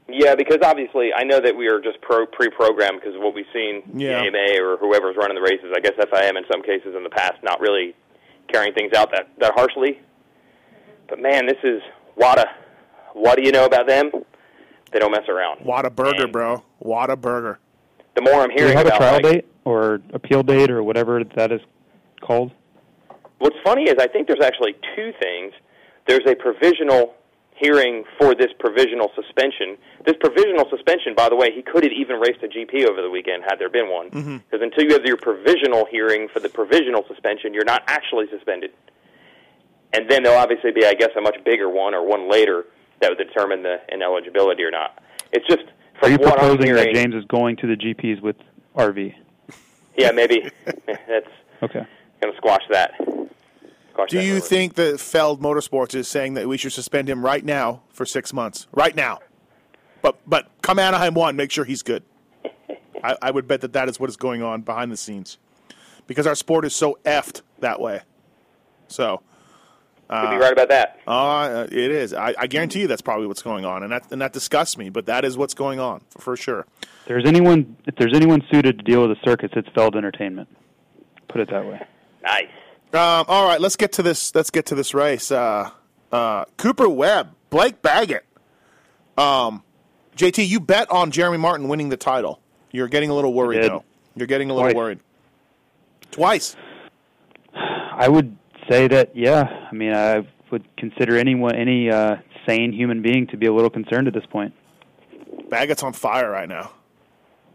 [SPEAKER 6] Yeah, because obviously I know that we are just pro, pre-programmed because of what we've seen
[SPEAKER 4] Yeah.
[SPEAKER 6] the AMA or whoever's running the races. I guess FIM in some cases in the past not really carrying things out that that harshly. But man, this is WADA. What do you know about them? They don't mess around.
[SPEAKER 4] What a burger,
[SPEAKER 6] And
[SPEAKER 4] bro. What a burger.
[SPEAKER 6] The more I'm
[SPEAKER 5] Do we
[SPEAKER 6] hearing
[SPEAKER 5] have a
[SPEAKER 6] about,
[SPEAKER 5] trial
[SPEAKER 6] like,
[SPEAKER 5] date or appeal date or whatever that is called?
[SPEAKER 6] what's funny is I think there's actually two things. There's a provisional hearing for this provisional suspension. This provisional suspension, by the way, he could have even raced a GP over the weekend had there been one. Because
[SPEAKER 5] Mm-hmm.
[SPEAKER 6] until you have your provisional hearing for the provisional suspension, you're not actually suspended. And then there'll obviously be, I guess, a much bigger one or one later that would determine the ineligibility or not. It's just
[SPEAKER 5] Are
[SPEAKER 6] from
[SPEAKER 5] you
[SPEAKER 6] what I'm
[SPEAKER 5] proposing that
[SPEAKER 6] hearing.
[SPEAKER 5] James is going to the GPs with RV?
[SPEAKER 6] yeah, maybe that's
[SPEAKER 5] Okay.
[SPEAKER 6] going to squash that. Squash
[SPEAKER 4] Do
[SPEAKER 6] that
[SPEAKER 4] you
[SPEAKER 6] rumor.
[SPEAKER 4] think that Feld Motorsports is saying that we should suspend him right now for six months? Right now. But but come Anaheim one, make sure he's good. I, I would bet that that is what is going on behind the scenes, because our sport is so effed that way. So
[SPEAKER 6] Could be right about that.
[SPEAKER 4] uh, it is. I, I guarantee you that's probably what's going on, and that and that disgusts me. But that is what's going on for, for sure.
[SPEAKER 5] If there's anyone, if there's anyone suited to deal with the circuits, it's Feld Entertainment. Put it that way.
[SPEAKER 6] Nice.
[SPEAKER 4] Um, all right, let's get to this. Let's get to this race. Uh, uh, Cooper Webb, Blake Baggett, um, JT. You bet on Jeremy Martin winning the title. You're getting a little worried
[SPEAKER 5] did.
[SPEAKER 4] though. You're getting a little
[SPEAKER 5] Twice.
[SPEAKER 4] worried. Twice.
[SPEAKER 5] I would say that yeah, I mean I would consider anyone any uh, sane human being to be a little concerned at this point.
[SPEAKER 4] Baggett's on fire right now.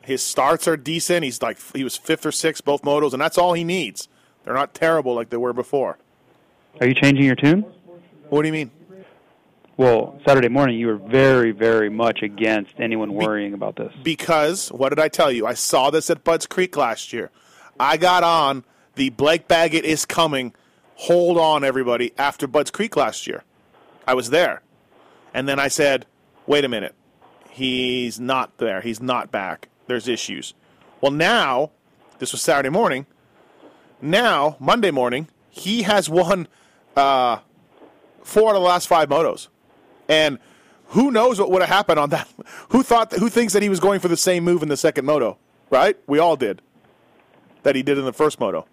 [SPEAKER 4] His starts are decent. He's like he was fifth or sixth both motos, and that's all he needs. They're not terrible like they were before.
[SPEAKER 5] Are you changing your tune?
[SPEAKER 4] What do you mean?
[SPEAKER 5] Well, Saturday morning you were very, very much against anyone worrying about this.
[SPEAKER 4] Because what did I tell you? I saw this at Bud's Creek last year. I got on the Blake Baggett is coming. Hold on, everybody. After Bud's Creek last year, I was there, and then I said, "Wait a minute, he's not there. He's not back. There's issues." Well, now this was Saturday morning. Now Monday morning, he has won uh, four out of the last five motos, and who knows what would have happened on that? Who thought? Who thinks that he was going for the same move in the second moto? Right? We all did that he did in the first moto.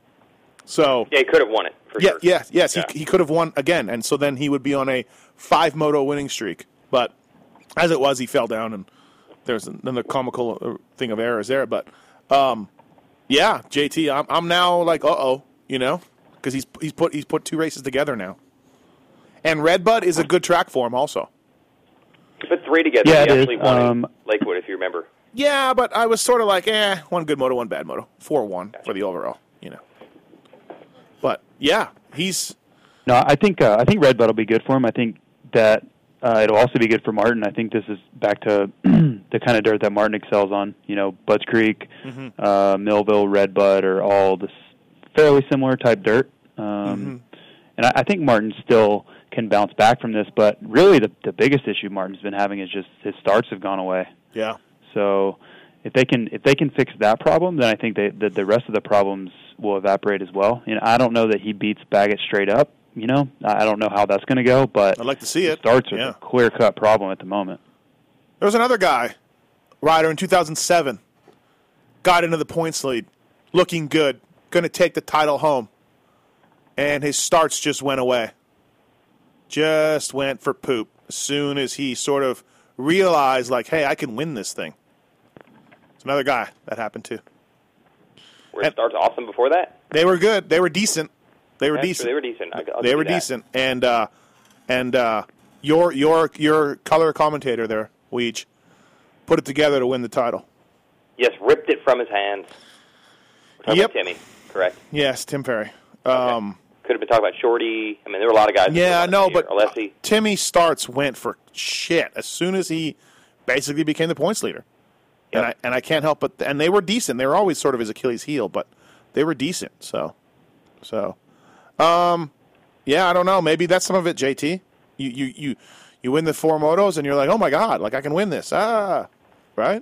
[SPEAKER 4] So
[SPEAKER 6] Yeah, he could have won it for
[SPEAKER 4] yeah,
[SPEAKER 6] sure.
[SPEAKER 4] yes, yes,
[SPEAKER 6] Yeah.
[SPEAKER 4] he, he could have won again, and so then he would be on a five moto winning streak. But as it was, he fell down, and there's another comical uh, thing of errors there. But um, yeah, JT, I'm, I'm now like, uh oh, you know, because he's he's put he's put two races together now, and Redbud is a good track for him also.
[SPEAKER 6] He put three together.
[SPEAKER 5] Yeah,
[SPEAKER 6] he
[SPEAKER 5] it is.
[SPEAKER 6] actually won in
[SPEAKER 5] Um,
[SPEAKER 6] Lakewood, if you remember.
[SPEAKER 4] Yeah, but I was sort of like, eh, one good moto, one bad moto, four one for the overall, you know. But yeah, he's
[SPEAKER 5] No, I think uh, I think Red Bud will be good for him. I think that uh, it'll also be good for Martin. I think this is back to the kind of dirt that Martin excels on. You know, Butts Creek, uh, Millville, Red Bud are all this fairly similar type dirt. Um, And I, I think Martin still can bounce back from this. But really, the the biggest issue Martin's been having is just his starts have gone away.
[SPEAKER 4] yeah.
[SPEAKER 5] So if they can if they can fix that problem, then I think they, that the rest of the problems will evaporate as well. And I don't know that he beats Baggett straight up. You know, I I don't know how that's going to go, but
[SPEAKER 4] I'd like to see
[SPEAKER 5] the
[SPEAKER 4] it.
[SPEAKER 5] starts are
[SPEAKER 4] Yeah.
[SPEAKER 5] a clear cut problem at the moment.
[SPEAKER 4] There was another guy, rider in 2007, got into the points lead, looking good, going to take the title home, and his starts just went away. Just went for poop as soon as he sort of realized, like, hey, I can win this thing. It's another guy that happened to.
[SPEAKER 6] Where it
[SPEAKER 4] And-
[SPEAKER 6] starts awesome before that.
[SPEAKER 4] They were good. They were decent. They were
[SPEAKER 6] Yeah, sure,
[SPEAKER 4] decent.
[SPEAKER 6] They were decent. I- I'll
[SPEAKER 4] they
[SPEAKER 6] give
[SPEAKER 4] were
[SPEAKER 6] you that.
[SPEAKER 4] decent, and uh, and uh, your your your color commentator there, Weege, put it together to win the title.
[SPEAKER 6] Yes, ripped it from his hands. We're talking
[SPEAKER 4] Yep.
[SPEAKER 6] about Timmy, correct?
[SPEAKER 4] Yes, Tim Perry. Um,
[SPEAKER 6] Could have been talking about Shorty. I mean, there were a lot of guys. that
[SPEAKER 4] Yeah, I
[SPEAKER 6] were
[SPEAKER 4] know,
[SPEAKER 6] on
[SPEAKER 4] but
[SPEAKER 6] that year. Alessi.
[SPEAKER 4] Timmy Starts went for shit as soon as he basically became the points leader, and I
[SPEAKER 6] Yep.
[SPEAKER 4] and I can't help but and they were decent. They were always sort of his Achilles heel, but they were decent. So, so, um, yeah, I don't know. Maybe that's some of it, JT. You you you you win the four motos, and you're like, oh my god, like I can win this. Ah, right.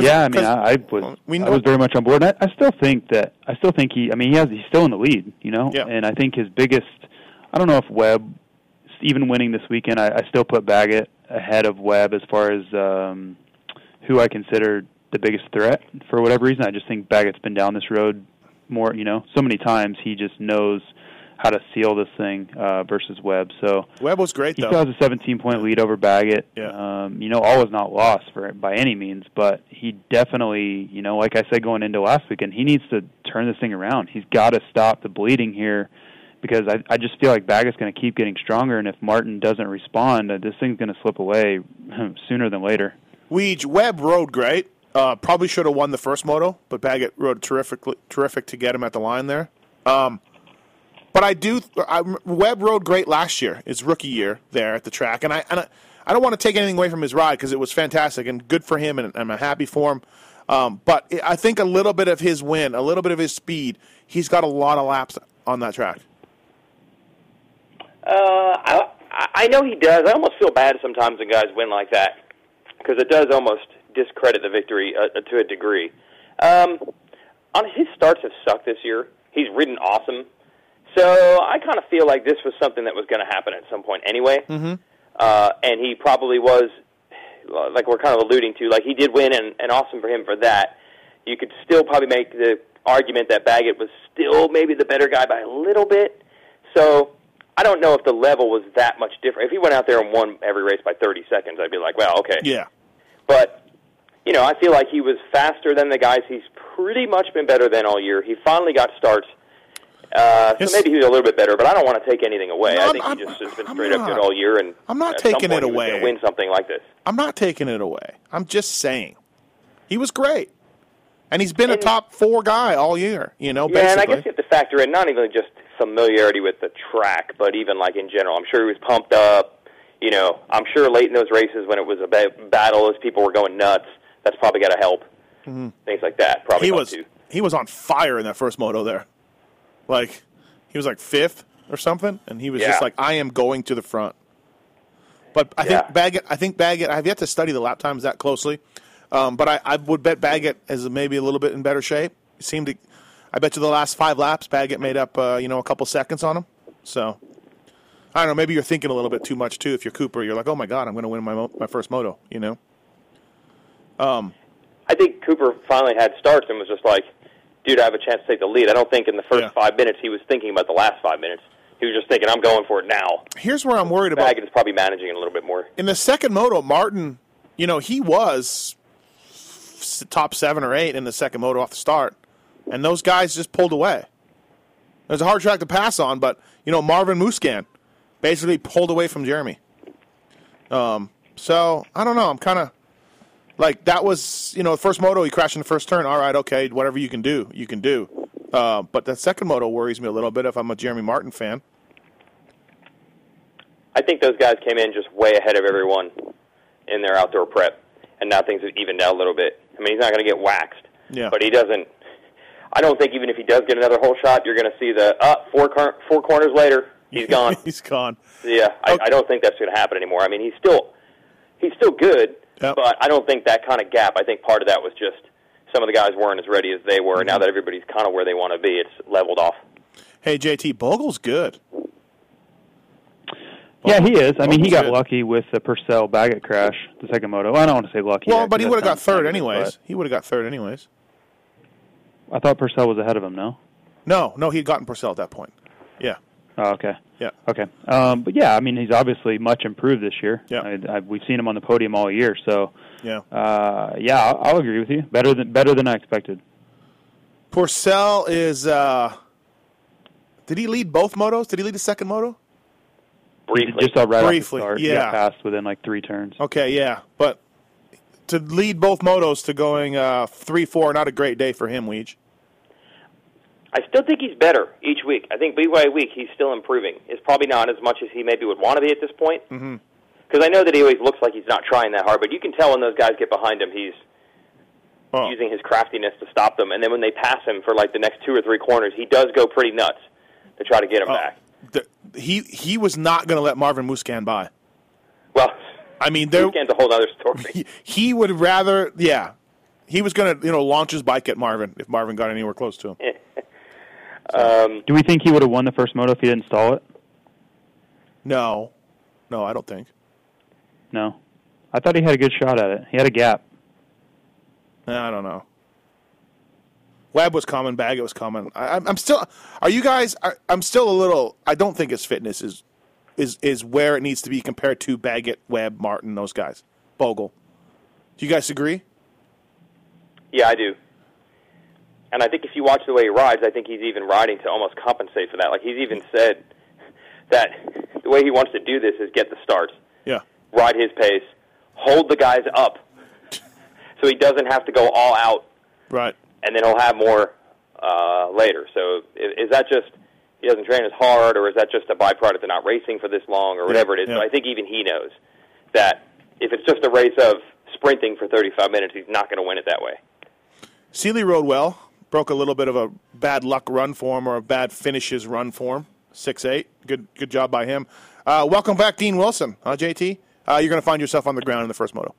[SPEAKER 5] Yeah, I mean,
[SPEAKER 4] 'cause-
[SPEAKER 5] I, I was
[SPEAKER 4] we
[SPEAKER 5] I
[SPEAKER 4] know-
[SPEAKER 5] was very much on board. And I, I still think that I still think he. I mean, he has he's still in the lead, you know.
[SPEAKER 4] Yeah.
[SPEAKER 5] And I think his biggest. I don't know if Webb, even winning this weekend, I, I still put Baggett ahead of Webb as far as um, who I consider the biggest threat. For whatever reason, I just think Baggett's been down this road more. You know, so many times he just knows how to seal this thing uh, versus Webb. So
[SPEAKER 4] Webb was great
[SPEAKER 5] he
[SPEAKER 4] though.
[SPEAKER 5] still has a 17 point lead over Baggett.
[SPEAKER 4] Yeah.
[SPEAKER 5] Um, you know, all is not lost for by any means, but he definitely, you know, like I said going into last weekend, he needs to turn this thing around. He's got to stop the bleeding here because I, I just feel like Baggett's going to keep getting stronger, and if Martin doesn't respond, uh, this thing's going to slip away hmm, sooner than later.
[SPEAKER 4] Weege, Webb rode great. Uh, probably should have won the first moto, but Baggett rode terrifically, terrific to get him at the line there. Um, but I do. I, Webb rode great last year, his rookie year there at the track, and I and I, I don't want to take anything away from his ride because it was fantastic and good for him, and, I'm happy for him. Um, but I- I think a little bit of his win, a little bit of his speed, he's got a lot of laps on that track.
[SPEAKER 6] Uh, I I- I know he does. I almost feel bad sometimes when guys win like that because it does almost discredit the victory uh, to a degree. Um, on his starts have sucked this year. He's ridden awesome, so I kind of feel like this was something that was going to happen at some point anyway. Mm-hmm. Uh, and he probably was, like we're kind of alluding to, like he did win, and, and awesome for him for that. You could still probably make the argument that Baggett was still maybe the better guy by a little bit. So I don't know if the level was that much different. If he went out there and won every race by 30 seconds, I'd be like, well, okay.
[SPEAKER 4] Yeah,
[SPEAKER 6] But you know, I feel like he was faster than the guys. He's pretty much been better than all year. He finally got starts, Uh,
[SPEAKER 4] Yes.
[SPEAKER 6] so maybe he was a little bit better, but I don't want to take anything away.
[SPEAKER 4] No,
[SPEAKER 6] I
[SPEAKER 4] I'm-
[SPEAKER 6] think
[SPEAKER 4] I'm-
[SPEAKER 6] he just has been
[SPEAKER 4] I'm
[SPEAKER 6] straight up
[SPEAKER 4] not.
[SPEAKER 6] good all year, and
[SPEAKER 4] I'm not
[SPEAKER 6] at some
[SPEAKER 4] taking
[SPEAKER 6] point
[SPEAKER 4] it
[SPEAKER 6] he was gonna
[SPEAKER 4] away.
[SPEAKER 6] Win something like this.
[SPEAKER 4] I'm not taking it away. I'm just saying. He was great. And he's been a
[SPEAKER 6] And-
[SPEAKER 4] top four guy all year, you know,
[SPEAKER 6] Yeah, and I
[SPEAKER 4] basically.
[SPEAKER 6] guess you have to factor in not even just familiarity with the track, but even like in general. I'm sure he was pumped up. You know, I'm sure late in those races when it was a ba- battle, those people were going nuts. That's probably got to help. Things like that probably
[SPEAKER 4] Mm-hmm. he
[SPEAKER 6] helped
[SPEAKER 4] was
[SPEAKER 6] too.
[SPEAKER 4] he was on fire in that first moto there. Like he was like fifth or something, and he was just
[SPEAKER 6] Yeah.
[SPEAKER 4] like, I am going to the front. But I
[SPEAKER 6] Yeah.
[SPEAKER 4] think Baggett I think Baggett I've yet to study the lap times that closely. Um, but I, I would bet Baggett is maybe a little bit in better shape. He seemed to I bet you the last five laps Baggett made up uh, you know, a couple seconds on him. So I don't know, maybe you're thinking a little bit too much too if you're Cooper, you're like, Oh my god, I'm gonna win my mo- my first moto, you know?
[SPEAKER 6] I think Cooper finally had starts and was just like, dude, I have a chance to take the lead. I don't think in the first
[SPEAKER 4] Yeah.
[SPEAKER 6] five minutes he was thinking about the last five minutes. He was just thinking, I'm going for it now.
[SPEAKER 4] Here's where I'm worried about
[SPEAKER 6] Baggett is probably managing it a little bit more.
[SPEAKER 4] in the second moto, Martin, you know, he was s- top seven or eight in the second moto off the start, and those guys just pulled away. It was a hard track to pass on, but you know, Marvin Muscan basically pulled away from Jeremy. Um, so I don't know. I'm kind of like that was you know the first moto he crashed in the first turn. All right, okay, whatever you can do, you can do. Uh, but that second moto worries me a little bit if I'm a Jeremy Martin fan.
[SPEAKER 6] I think those guys came in just way ahead of everyone in their outdoor prep, and now things have evened out a little bit. I mean, he's not going to get waxed,
[SPEAKER 4] Yeah.
[SPEAKER 6] but he doesn't. I don't think even if he does get another whole shot, you're going to see the uh, four cor- four corners later. He's gone.
[SPEAKER 4] he's gone.
[SPEAKER 6] Yeah, I,
[SPEAKER 4] Okay.
[SPEAKER 6] I don't think that's going to happen anymore. I mean, he's still he's still good,
[SPEAKER 4] Yep.
[SPEAKER 6] but I don't think that kind of gap. I think part of that was just some of the guys weren't as ready as they were. Now
[SPEAKER 4] Mm-hmm.
[SPEAKER 6] that everybody's kind of where they want to be, it's leveled off.
[SPEAKER 4] Hey, JT Bogle's good.
[SPEAKER 5] yeah, he is. I mean, he
[SPEAKER 4] Bogle's
[SPEAKER 5] got
[SPEAKER 4] good.
[SPEAKER 5] lucky with the Purcell Baggett crash, the second moto. I don't want to say lucky.
[SPEAKER 4] Well,
[SPEAKER 5] yeah,
[SPEAKER 4] but
[SPEAKER 5] 'cause
[SPEAKER 4] he
[SPEAKER 5] that
[SPEAKER 4] would have got
[SPEAKER 5] sounds
[SPEAKER 4] third
[SPEAKER 5] negative,
[SPEAKER 4] anyways. He would have got third anyways.
[SPEAKER 5] but I thought Purcell was ahead of him. No.
[SPEAKER 4] No, no, he'd gotten Purcell at that point. Yeah,
[SPEAKER 5] Oh, okay.
[SPEAKER 4] yeah.
[SPEAKER 5] Okay. Um, but yeah, I mean, he's obviously much improved this year.
[SPEAKER 4] Yeah.
[SPEAKER 5] I, I, we've seen him on the podium all year, so
[SPEAKER 4] Yeah.
[SPEAKER 5] uh, yeah, I'll, I'll agree with you. Better than better than I expected.
[SPEAKER 4] Purcell is. uh Did he lead both motos? Did he lead the second moto?
[SPEAKER 6] Briefly,
[SPEAKER 5] Just all right
[SPEAKER 4] Briefly,
[SPEAKER 5] off the start. He
[SPEAKER 4] yeah.
[SPEAKER 5] got passed within like three turns.
[SPEAKER 4] Okay, yeah, but to lead both motos to going uh three four, not a great day for him, Weege.
[SPEAKER 6] I still think he's better each week. I think week by week he's still improving. It's probably not as much as he maybe would want to be at this point. Because
[SPEAKER 4] Mm-hmm.
[SPEAKER 6] I know that he always looks like he's not trying that hard, but you can tell when those guys get behind him, he's
[SPEAKER 4] Oh,
[SPEAKER 6] using his craftiness to stop them. And then when they pass him for like the next two or three corners, he does go pretty nuts to try to get him
[SPEAKER 4] oh.
[SPEAKER 6] back.
[SPEAKER 4] The- he he was not going to let Marvin Muscan by.
[SPEAKER 6] Well,
[SPEAKER 4] I mean, there
[SPEAKER 6] weekend's a whole other story.
[SPEAKER 4] he, he would rather. Yeah, he was going to you know launch his bike at Marvin if Marvin got anywhere close to him.
[SPEAKER 6] um,
[SPEAKER 5] Do we think he would have won the first moto if he didn't stall it?
[SPEAKER 4] No, no, I don't think.
[SPEAKER 5] No. I thought he had a good shot at it. He had a gap.
[SPEAKER 4] Eh, I don't know. Webb was coming, Baggett was coming. I, I'm, I'm still. Are you guys? I, I'm still a little. I don't think his fitness is is is where it needs to be compared to Baggett, Webb, Martin, those guys, Bogle. Do you guys agree?
[SPEAKER 6] yeah, I do. And I think if you watch the way he rides, I think he's even riding to almost compensate for that. Like he's even said that the way he wants to do this is get the starts.
[SPEAKER 4] Yeah.
[SPEAKER 6] ride his pace, hold the guys up, so he doesn't have to go all out,
[SPEAKER 4] Right.
[SPEAKER 6] and then he'll have more uh, later. So is, is that just he doesn't train as hard, or is that just a byproduct of not racing for this long, or whatever it is?
[SPEAKER 4] yeah.
[SPEAKER 6] But I think even he knows that if it's just a race of sprinting for 35 minutes, he's not going to win it that way.
[SPEAKER 4] Sealy rode well. Broke a little bit of a bad luck run for him or a bad finishes run for him. Six eight. Good good job by him. Uh, welcome back, Dean Wilson. Huh, JT, uh, you're going to find yourself on the ground in the first moto.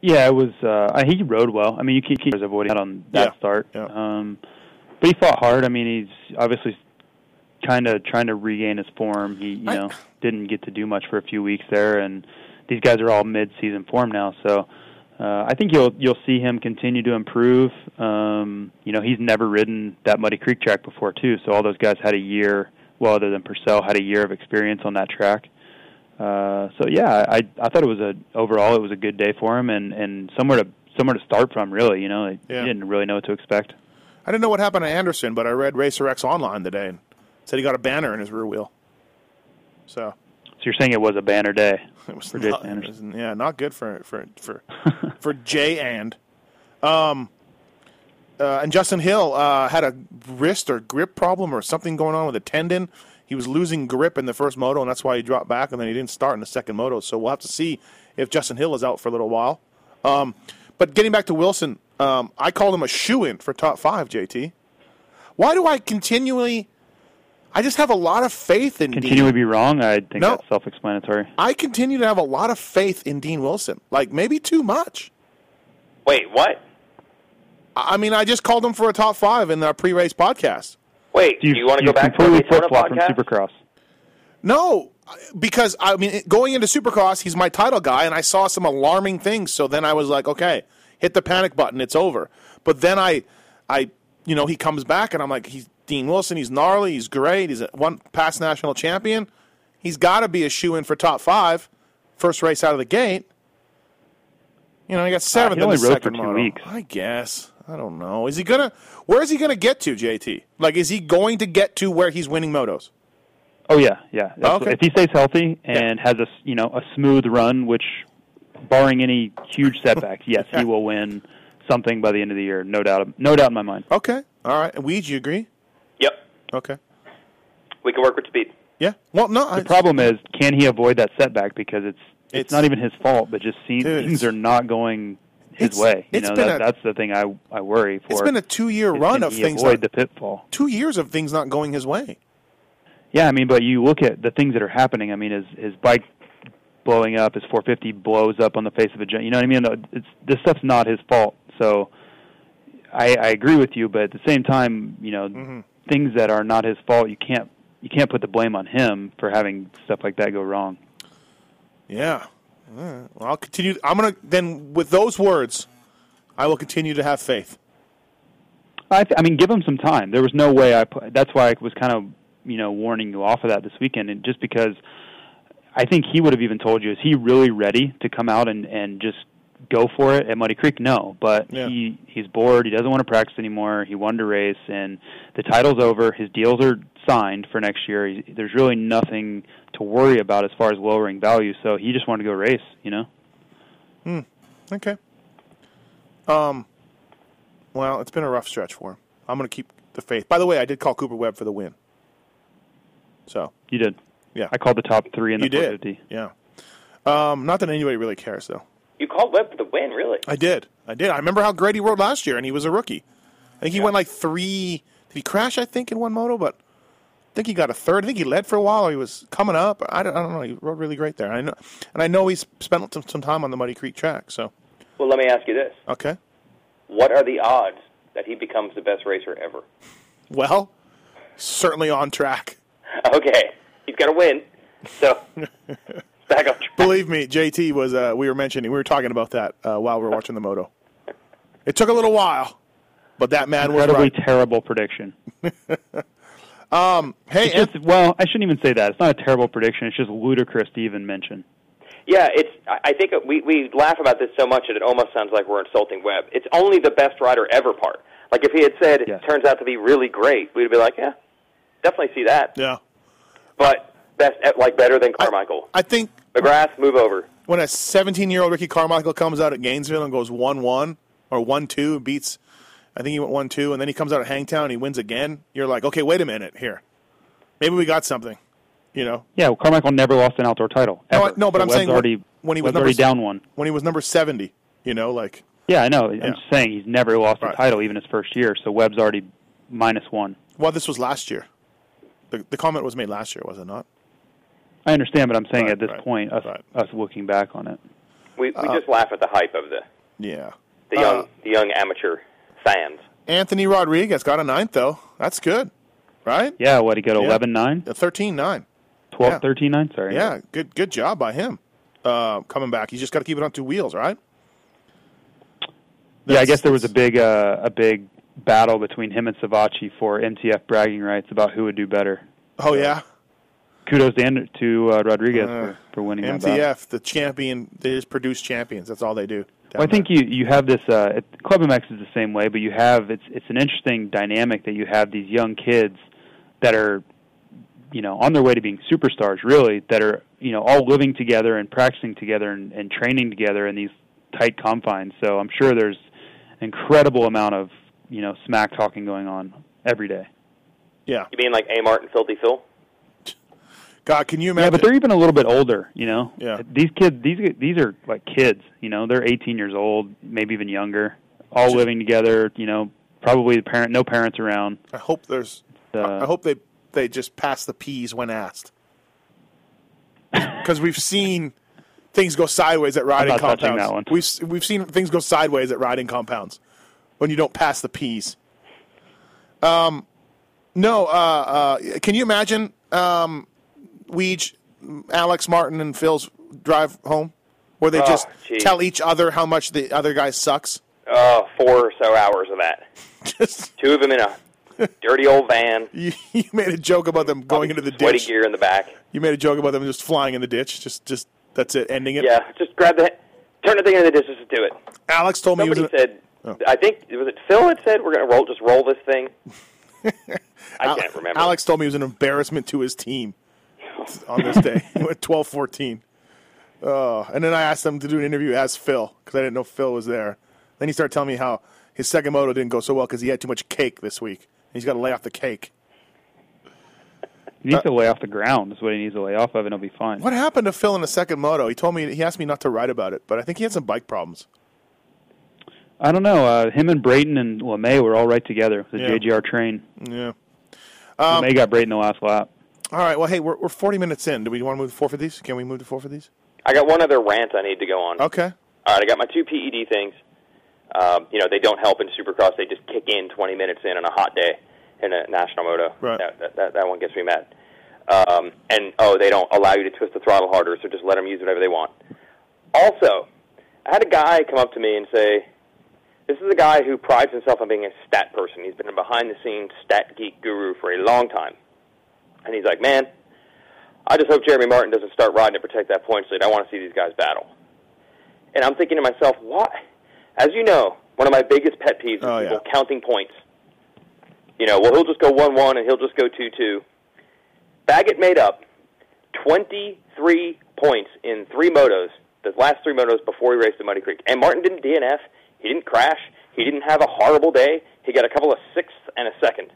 [SPEAKER 5] Yeah, it was. Uh, he rode well. I mean, you can't keep avoiding that on that
[SPEAKER 4] Yeah,
[SPEAKER 5] start.
[SPEAKER 4] yeah.
[SPEAKER 5] Um, but he fought hard. I mean, he's obviously kind of trying to regain his form. He, you
[SPEAKER 4] I-
[SPEAKER 5] know, didn't get to do much for a few weeks there, and these guys are all mid-season form now. So uh, I think you'll you'll see him continue to improve. Um, you know, he's never ridden that Muddy Creek track before too. So all those guys had a year. Well, other than Purcell, had a year of experience on that track. Uh, so yeah, I I thought it was a overall it was a good day for him and and somewhere to somewhere to start from really. You know,
[SPEAKER 4] Yeah.
[SPEAKER 5] he didn't really know what to expect.
[SPEAKER 4] I didn't know what happened to Anderson, but I read Racer X online today and said he got a banner in his rear wheel. So
[SPEAKER 5] So you're saying it was a banner day
[SPEAKER 4] it was
[SPEAKER 5] for
[SPEAKER 4] not,
[SPEAKER 5] Jason Anderson?
[SPEAKER 4] it was- yeah, not good for for for for Jay and um uh, and Justin Hill uh, had a wrist or grip problem or something going on with a tendon. He was losing grip in the first moto, and that's why he dropped back, and then he didn't start in the second moto. So we'll have to see if Justin Hill is out for a little while. Um, but getting back to Wilson, um, I called him a shoe in for top five. JT, why do I continually? I just have a lot of faith in Dean.
[SPEAKER 5] Continue to be wrong. I think
[SPEAKER 4] No.
[SPEAKER 5] that's self-explanatory.
[SPEAKER 4] I continue to have a lot of faith in Dean Wilson. Like maybe too much.
[SPEAKER 6] Wait, what?
[SPEAKER 4] I I mean, I just called him for a top five in our pre-race podcast.
[SPEAKER 6] Wait, do you, want to go back to the
[SPEAKER 5] completely
[SPEAKER 6] Daytona
[SPEAKER 5] flip-flop from
[SPEAKER 6] podcast?
[SPEAKER 5] Supercross?
[SPEAKER 4] No, because I mean, it- going into Supercross, he's my title guy, and I saw some alarming things. So then I was like, okay, hit the panic button. It's over. But then I, I, you know, he comes back, and I'm like, he's Dean Wilson. He's gnarly. He's great. He's a one past national champion. He's got to be a shoe in for top five, first race out of the gate. You know, he got seventh
[SPEAKER 5] Uh, only
[SPEAKER 4] in the
[SPEAKER 5] rode for
[SPEAKER 4] second
[SPEAKER 5] two
[SPEAKER 4] moto.
[SPEAKER 5] weeks.
[SPEAKER 4] I guess. I don't know. Is he gonna? Where is he gonna get to, JT? Like, is he going to get to where he's winning motos?
[SPEAKER 5] Oh yeah, yeah. That's-
[SPEAKER 4] Okay.
[SPEAKER 5] If he stays healthy and has a s- you know a smooth run, which barring any huge setbacks, yes, he will win something by the end of the year. No doubt, no doubt in my mind.
[SPEAKER 4] Okay. All right. And Weed, you agree?
[SPEAKER 6] Yep,
[SPEAKER 4] Okay.
[SPEAKER 6] we can work with speed.
[SPEAKER 4] Yeah. Well, no. I,
[SPEAKER 5] The problem is, can he avoid that setback? Because it's it's,
[SPEAKER 4] It's-
[SPEAKER 5] not even his fault, but just seems
[SPEAKER 4] Dude,
[SPEAKER 5] things
[SPEAKER 4] it's-
[SPEAKER 5] are not going
[SPEAKER 4] it's-
[SPEAKER 5] his way. You
[SPEAKER 4] it's
[SPEAKER 5] know,
[SPEAKER 4] been
[SPEAKER 5] that,
[SPEAKER 4] a-
[SPEAKER 5] that's the thing I I worry for.
[SPEAKER 4] it's been a two-year
[SPEAKER 5] is
[SPEAKER 4] run
[SPEAKER 5] can
[SPEAKER 4] of
[SPEAKER 5] he
[SPEAKER 4] things. Not,
[SPEAKER 5] Avoid the pitfall.
[SPEAKER 4] two years of things not going his way.
[SPEAKER 5] Yeah, I mean, but you look at the things that are happening. I mean, his his bike blowing up, his 450 blows up on the face of a jet. You know what I mean? It's this stuff's not his fault. So I, I agree with you, but at the same time, you know, things that are not his fault, you can't you can't put the blame on him for having stuff like that go wrong.
[SPEAKER 4] Yeah. All right. Well, I'll continue. I'm gonna then with those words, I will continue to have faith.
[SPEAKER 5] I, th- I mean, give him some time. There was no way I. Put, that's why I was kind of you know warning you off of that this weekend, and just because I think he would have even told you, is he really ready to come out and and just go for it at Muddy Creek? No, but
[SPEAKER 4] Yeah.
[SPEAKER 5] he he's bored. He doesn't want to practice anymore. He wanted to race, and the title's over. His deals are signed for next year. He, there's really nothing to worry about as far as lowering value. So he just wanted to go race. You know.
[SPEAKER 4] Okay. Um. Well, it's been a rough stretch for him. I'm gonna keep the faith. By the way, I did call Cooper Webb for the win. So
[SPEAKER 5] You did.
[SPEAKER 4] Yeah.
[SPEAKER 5] I called the top three in the
[SPEAKER 4] you did.
[SPEAKER 5] 450.
[SPEAKER 4] Yeah. Um. Not that anybody really cares though.
[SPEAKER 6] You called Webb for the win, really?
[SPEAKER 4] I did. I did. I remember how great he rode last year, and he was a rookie. I think he went like three. Did he crash? I think in one moto, but I think he got a third. I think he led for a while. Or he was coming up. I don't, I don't know. He rode really great there. I know, and I know he's spent some, some time on the Muddy Creek track. So
[SPEAKER 6] Well, let me ask you this:
[SPEAKER 4] okay,
[SPEAKER 6] What are the odds that he becomes the best racer ever?
[SPEAKER 4] well, certainly on track.
[SPEAKER 6] Okay, he's got to win, so back on track.
[SPEAKER 4] Believe me, JT was. Uh, we were mentioning. We were talking about that uh, while we were watching the moto. It took a little while, but that man was
[SPEAKER 5] Incredibly
[SPEAKER 4] right.
[SPEAKER 5] terrible prediction.
[SPEAKER 4] Hey,
[SPEAKER 5] It's just well, I shouldn't even say that. It's not a terrible prediction. It's just ludicrous to even mention.
[SPEAKER 6] Yeah, it's. I I think we we laugh about this so much that it almost sounds like we're insulting Webb. It's only the best rider ever part. Like if he had said
[SPEAKER 5] Yes.
[SPEAKER 6] it turns out to be really great, we'd be like, yeah, definitely see that.
[SPEAKER 4] yeah,
[SPEAKER 6] But best eh, like better than Carmichael.
[SPEAKER 4] I think
[SPEAKER 6] McGrath, move over.
[SPEAKER 4] when a 17 year old Ricky Carmichael comes out at Gainesville and goes 1 1 or 1 2, beats, I think he went 1 2, and then he comes out at Hangtown and he wins again, you're like, okay, wait a minute here. Maybe we got something. You know,
[SPEAKER 5] Yeah, well, Carmichael never lost an outdoor title.
[SPEAKER 4] No,
[SPEAKER 5] ever.
[SPEAKER 4] I- no, but
[SPEAKER 5] So
[SPEAKER 4] I'm
[SPEAKER 5] Webb's
[SPEAKER 4] saying when-
[SPEAKER 5] already
[SPEAKER 4] when he was
[SPEAKER 5] Webb's already
[SPEAKER 4] number-
[SPEAKER 5] down one.
[SPEAKER 4] when he was number 70, you know, like,
[SPEAKER 5] Yeah, I know.
[SPEAKER 4] Yeah.
[SPEAKER 5] I'm just saying he's never lost
[SPEAKER 4] Right.
[SPEAKER 5] a title even his first year. So Webb's already minus one.
[SPEAKER 4] well, this was last year. The, the comment was made last year, was it not?
[SPEAKER 5] I understand, but I'm saying
[SPEAKER 4] Right,
[SPEAKER 5] at this
[SPEAKER 4] right,
[SPEAKER 5] point, us
[SPEAKER 4] right.
[SPEAKER 5] us looking back on it,
[SPEAKER 6] We we
[SPEAKER 4] Uh-huh.
[SPEAKER 6] just laugh at the hype of the
[SPEAKER 4] Yeah.
[SPEAKER 6] the young
[SPEAKER 4] Uh,
[SPEAKER 6] the young amateur fans.
[SPEAKER 4] Anthony Rodriguez got a ninth, though. That's good, right?
[SPEAKER 5] yeah, what he go to
[SPEAKER 4] Yeah.
[SPEAKER 5] 11 9,
[SPEAKER 4] A 13 9.
[SPEAKER 5] 12
[SPEAKER 4] Yeah.
[SPEAKER 5] 13 9? Sorry,
[SPEAKER 4] Yeah, good good job by him uh, coming back. He's just got to keep it on two wheels, right?
[SPEAKER 5] yeah. I
[SPEAKER 4] That's-
[SPEAKER 5] guess there was a big uh, a big battle between him and Savachi for MTF bragging rights about who would do better.
[SPEAKER 4] Oh, yeah.
[SPEAKER 5] Kudos to, Ander- to uh, Rodriguez
[SPEAKER 4] Uh,
[SPEAKER 5] for, for winning that battle.
[SPEAKER 4] MTF, the champion, they just produce champions. That's all they do.
[SPEAKER 5] Well, I think you you have this uh, it- Club MX is the same way, but you have it's it's an interesting dynamic that you have these young kids that are you know on their way to being superstars really that are you know all living together and practicing together and, and training together in these tight confines. So I'm sure there's incredible amount of you know smack talking going on every day.
[SPEAKER 4] Yeah.
[SPEAKER 6] You mean like Amart and Filthy Phil?
[SPEAKER 4] God, can you
[SPEAKER 5] Yeah,
[SPEAKER 4] imagine?
[SPEAKER 5] but they're even a little bit older, you know.
[SPEAKER 4] Yeah.
[SPEAKER 5] These kids, these these are like kids, you know. They're 18 years old, maybe even younger, all living together, you know. Probably the parent, no parents around.
[SPEAKER 4] I hope there's.
[SPEAKER 5] Uh,
[SPEAKER 4] I hope they they just pass the P's when asked. Because we've seen things go sideways at riding
[SPEAKER 5] not touching
[SPEAKER 4] compounds.
[SPEAKER 5] that one.
[SPEAKER 4] We've s- we've seen things go sideways at riding compounds when you don't pass the P's. Um, no. Uh, uh, can you imagine? Um, Weege, Alex Martin, and Phil's drive home, where they
[SPEAKER 6] Oh,
[SPEAKER 4] just
[SPEAKER 6] geez.
[SPEAKER 4] tell each other how much the other guy sucks.
[SPEAKER 6] Oh, four or so hours of that.
[SPEAKER 4] Just
[SPEAKER 6] Two of them in a dirty old van,
[SPEAKER 4] you, you made a joke about them going into the
[SPEAKER 6] sweaty
[SPEAKER 4] ditch.
[SPEAKER 6] gear in the back.
[SPEAKER 4] You made a joke about them just flying in the ditch. Just, just that's it. Ending it.
[SPEAKER 6] Yeah, just grab the turn the thing into the distance and do it.
[SPEAKER 4] Alex told me he was.
[SPEAKER 6] Somebody
[SPEAKER 4] in-
[SPEAKER 6] said,
[SPEAKER 4] Oh.
[SPEAKER 6] I think was it Phil had said we're gonna roll, just roll this thing. I can't remember.
[SPEAKER 4] Alex told me it was an embarrassment to his team on this day. he went 12 14. Uh, and then I asked him to do an interview as Phil because I didn't know Phil was there. Then he started telling me how his second moto didn't go so well because he had too much cake this week. And he's got to lay off the cake.
[SPEAKER 5] He needs to lay off the ground. Is what he needs to lay off of, and he'll be fine.
[SPEAKER 4] Uh, What happened to Phil in the second moto? He told me, he asked me not to write about it, but I think he had some bike problems.
[SPEAKER 5] I don't know. Uh, him and Brayton and Lemay were all right together. The
[SPEAKER 4] Yeah. Um,
[SPEAKER 5] JGR train.
[SPEAKER 4] Yeah.
[SPEAKER 5] Lemay got Brayton the last lap.
[SPEAKER 4] All right. Well, hey, we're, we're 40 minutes in. Do we want to move to four for these? Can we move to four for these?
[SPEAKER 6] I got one other rant I need to go on.
[SPEAKER 4] Okay.
[SPEAKER 6] All right, I got my two PED things. Um, you know, they don't help in Supercross. They just kick in 20 minutes in on a hot day in a national moto.
[SPEAKER 4] Right.
[SPEAKER 6] That, that, that, that one gets me mad. Um, and, oh, they don't allow you to twist the throttle harder, so just let them use whatever they want. Also, I had a guy come up to me and say, this is a guy who prides himself on being a stat person. He's been a behind-the-scenes stat geek guru for a long time. And he's like, man, I just hope Jeremy Martin doesn't start riding to protect that points lead. I want to see these guys battle. And I'm thinking to myself, why? As you know, one of my biggest pet peeves is
[SPEAKER 4] Oh, yeah.
[SPEAKER 6] people counting points. You know, well, he'll just go 1 1 and he'll just go 2 2. Baggett made up 23 points in three motos, the last three motos before he raced at Muddy Creek. And Martin didn't DNF. He didn't crash. He didn't have a horrible day. He got a couple of sixths and a second.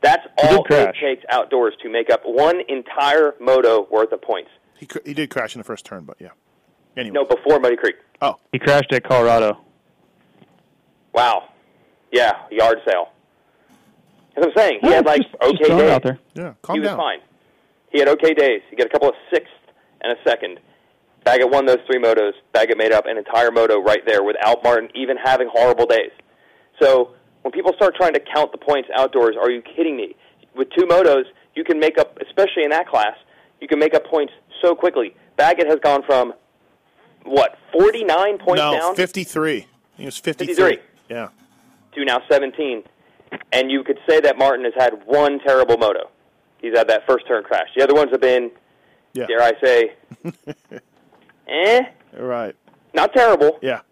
[SPEAKER 6] That's
[SPEAKER 5] did
[SPEAKER 6] all it
[SPEAKER 5] crash.
[SPEAKER 6] takes outdoors to make up one entire moto worth of points.
[SPEAKER 4] He, cr- he did crash in the first turn, but yeah. Anyway.
[SPEAKER 6] No, before Muddy Creek.
[SPEAKER 4] Oh,
[SPEAKER 5] He crashed at Colorado.
[SPEAKER 6] Wow. Yeah, yard sale. As I'm saying, he
[SPEAKER 5] Yeah,
[SPEAKER 6] had like
[SPEAKER 5] just, just
[SPEAKER 6] okay
[SPEAKER 5] throwing it
[SPEAKER 6] days.
[SPEAKER 5] out there.
[SPEAKER 4] yeah.
[SPEAKER 6] He
[SPEAKER 4] Calm
[SPEAKER 6] was
[SPEAKER 4] down.
[SPEAKER 6] fine. He had okay days. He got a couple of sixth and a second. Baggett won those three motos. Baggett made up an entire moto right there without Martin even having horrible days. So when people start trying to count the points outdoors, are you kidding me? With two motos, you can make up, especially in that class, you can make up points so quickly. Baggett has gone from what 49 points
[SPEAKER 4] no,
[SPEAKER 6] down
[SPEAKER 4] 53. He was 53.
[SPEAKER 6] 53.
[SPEAKER 4] Yeah.
[SPEAKER 6] to now 17, and you could say that Martin has had one terrible moto. He's had that first turn crash. The other ones have been,
[SPEAKER 4] Yeah.
[SPEAKER 6] dare I say, eh,
[SPEAKER 4] Right.
[SPEAKER 6] not terrible.
[SPEAKER 4] Yeah.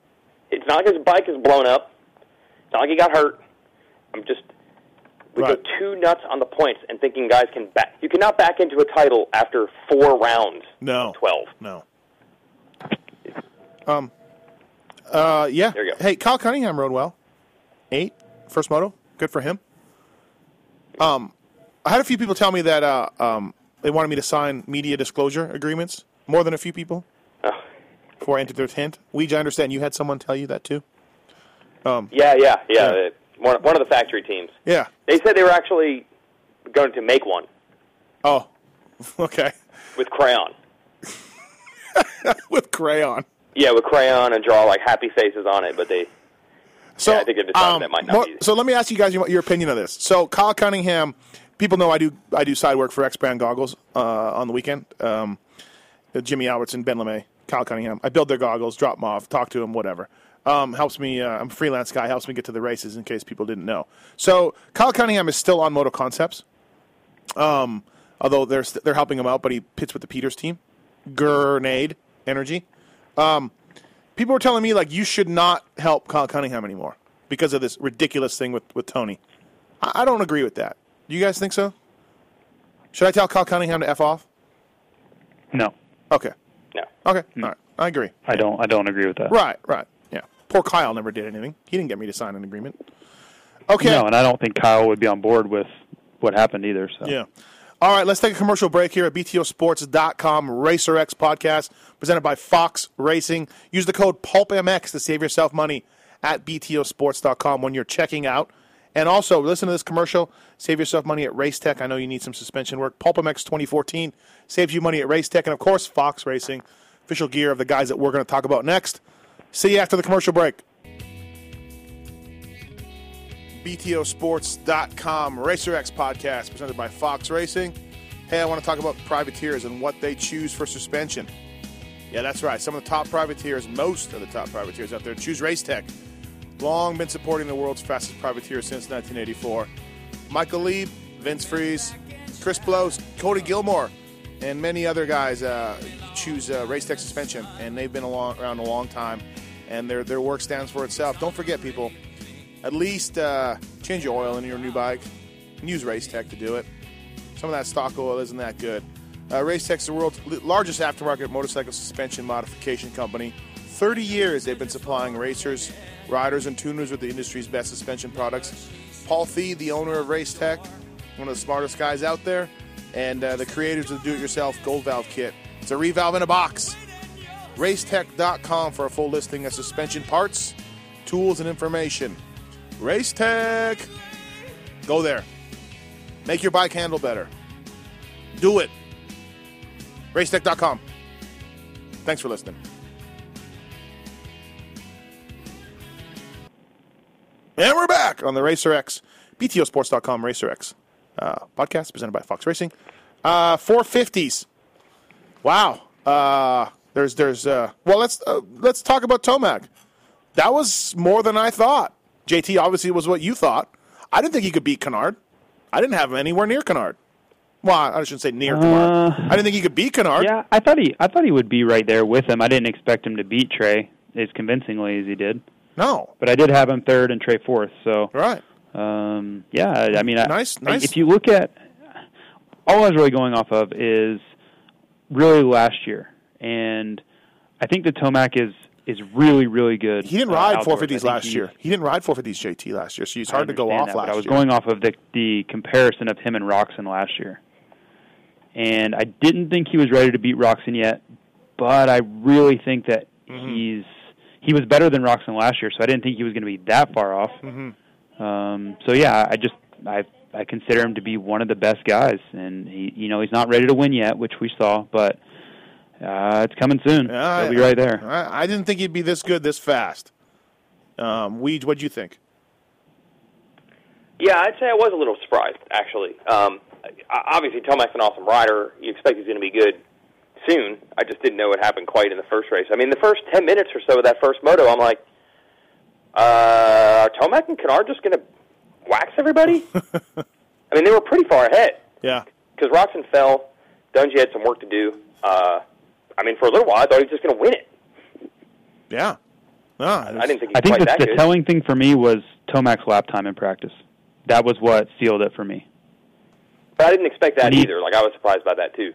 [SPEAKER 6] It's not like his bike is blown up. It's not like he got hurt. I'm just we
[SPEAKER 4] Right.
[SPEAKER 6] go too nuts on the points and thinking guys can back. You cannot back into a title after four rounds.
[SPEAKER 4] No.
[SPEAKER 6] Twelve.
[SPEAKER 4] No. Um. Uh. Yeah.
[SPEAKER 6] There you go.
[SPEAKER 4] Hey, Kyle Cunningham rode well. Eight. First moto. Good for him. Um. I had a few people tell me that uh, um, they wanted me to sign media disclosure agreements. More than a few people.
[SPEAKER 6] Oh.
[SPEAKER 4] Before I entered their tent. Ouija, I understand you had someone tell you that too.
[SPEAKER 6] Yeah, yeah, yeah.
[SPEAKER 4] Yeah.
[SPEAKER 6] One one of the factory teams.
[SPEAKER 4] Yeah.
[SPEAKER 6] They said they were actually going to make one
[SPEAKER 4] Oh. Okay.
[SPEAKER 6] with crayon.
[SPEAKER 4] With crayon.
[SPEAKER 6] Yeah, with crayon and draw like happy faces on it, but they
[SPEAKER 4] So um,
[SPEAKER 6] Yeah, I think it decided that might not be-
[SPEAKER 4] So let me ask you guys your, your opinion of this. So Kyle Cunningham, people know I do I do side work for X Brand Goggles uh, on the weekend. Um, Jimmy Albertson, Ben LeMay, Kyle Cunningham. I build their goggles, drop them off, talk to them, whatever. Um, helps me. Uh, I'm a freelance guy. Helps me get to the races in case people didn't know. So Kyle Cunningham is still on Moto Concepts, um, although they're st- they're helping him out. But he pits with the Peters team, Grenade Energy. Um, people were telling me like you should not help Kyle Cunningham anymore because of this ridiculous thing with with Tony. I, I don't agree with that. You guys think so? Should I tell Kyle Cunningham to f off?
[SPEAKER 5] No,
[SPEAKER 4] Okay,
[SPEAKER 6] No.
[SPEAKER 4] okay,
[SPEAKER 5] Hmm.
[SPEAKER 4] all right. I agree.
[SPEAKER 5] I don't. I don't agree with that.
[SPEAKER 4] Right, right. Yeah. Poor Kyle never did anything. He didn't get me to sign an agreement. Okay.
[SPEAKER 5] No, and I don't think Kyle would be on board with what happened either. So
[SPEAKER 4] Yeah. All right, let's take a commercial break here at BTOsports.com RacerX podcast presented by Fox Racing. Use the code PULPMX to save yourself money at BTOsports.com when you're checking out. And also, listen to this commercial. Save yourself money at Racetech. I know you need some suspension work. PulpMX 2014 saves you money at Racetech. And of course, Fox Racing, official gear of the guys that we're going to talk about next. See you after the commercial break. BTOsports.com RacerX podcast presented by Fox Racing. Hey, I want to talk about privateers and what they choose for suspension. Yeah, that's right. Some of the top privateers, most of the top privateers out there, choose Racetech. Long been supporting the world's fastest privateer since 1984. Michael Lieb, Vince Freeze, Chris Blows, Cody Gilmore, and many other guys uh, choose uh, Race Tech Suspension, and they've been along, around a long time, and their, their work stands for itself. Don't forget, people, at least uh, change your oil in your new bike and use Race Tech to do it. Some of that stock oil isn't that good. Uh, Race Tech's the world's l- largest aftermarket motorcycle suspension modification company. 30 years they've been supplying racers, riders, and tuners with the industry's best suspension products. Paul Thee, the owner of Race Tech, one of the smartest guys out there, and uh, the creators of the do it yourself Gold Valve Kit. It's a revalve in a box. Racetech.com for a full listing of suspension parts, tools, and information. Racetech! Go there. Make your bike handle better. Do it. Racetech.com. Thanks for listening. And we're back on the RacerX, BTOsports.com RacerX uh, podcast presented by Fox Racing. Uh, 450s. Wow. Uh, there's, there's, uh, well, let's, uh, let's talk about Tomac. That was more than I thought. JT obviously was what you thought. I didn't think he could beat Kennard. I didn't have him anywhere near Kennard. Well, I shouldn't say near Kennard. I didn't think he could beat Kennard.
[SPEAKER 5] Yeah, I thought he. I thought he would be right there with him. I didn't expect him to beat Trey as convincingly as he did,
[SPEAKER 4] No.
[SPEAKER 5] but I did have him third and Trey fourth. So
[SPEAKER 4] Right.
[SPEAKER 5] Um, yeah, I- I mean, I-
[SPEAKER 4] Nice-
[SPEAKER 5] I,
[SPEAKER 4] nice.
[SPEAKER 5] If you look at all I was really going off of is really last year, and I think the Tomac is is really really good.
[SPEAKER 4] He didn't
[SPEAKER 5] uh,
[SPEAKER 4] ride
[SPEAKER 5] outdoors. I
[SPEAKER 4] 450s
[SPEAKER 5] think
[SPEAKER 4] last
[SPEAKER 5] he's-
[SPEAKER 4] year. He didn't ride 450s JT last year, so it's
[SPEAKER 5] I
[SPEAKER 4] hard to go off
[SPEAKER 5] understand that,
[SPEAKER 4] last
[SPEAKER 5] but I was
[SPEAKER 4] year.
[SPEAKER 5] going off of the the comparison of him and Roxon last year, and I didn't think he was ready to beat Roxon yet, but I really think that
[SPEAKER 4] Mm-hmm.
[SPEAKER 5] he's he was better than Roxon last year, so I didn't think he was going to be that far off.
[SPEAKER 4] Mm-hmm.
[SPEAKER 5] Um, so yeah, I just I I consider him to be one of the best guys, and he you know he's not ready to win yet, which we saw, but uh, it's coming soon.
[SPEAKER 4] Yeah,
[SPEAKER 5] He'll be
[SPEAKER 4] I-
[SPEAKER 5] right there.
[SPEAKER 4] I, I didn't think he'd be this good this fast. Um, Weege, what'd you think?
[SPEAKER 6] Yeah, I'd say I was a little surprised actually. Um, I- obviously, Tomac's an awesome rider. You expect he's going to be good soon. I just didn't know it happened quite in the first race. I mean, the first ten minutes or so of that first moto, I'm like, uh, are Tomac and Canard just going to wax everybody? I mean, they were pretty far ahead
[SPEAKER 4] Yeah.
[SPEAKER 6] because Roxon fell. Dungy had some work to do. Uh, I mean, for a little while, I thought he was just going to win it.
[SPEAKER 4] Yeah. No,
[SPEAKER 6] I didn't think he
[SPEAKER 5] I
[SPEAKER 6] was
[SPEAKER 5] think
[SPEAKER 6] quite
[SPEAKER 5] the,
[SPEAKER 6] that
[SPEAKER 5] the
[SPEAKER 6] good.
[SPEAKER 5] telling thing for me was Tomac's lap time in practice. That was what sealed it for me.
[SPEAKER 6] But I didn't expect that
[SPEAKER 5] He-
[SPEAKER 6] either. Like I was surprised by that too.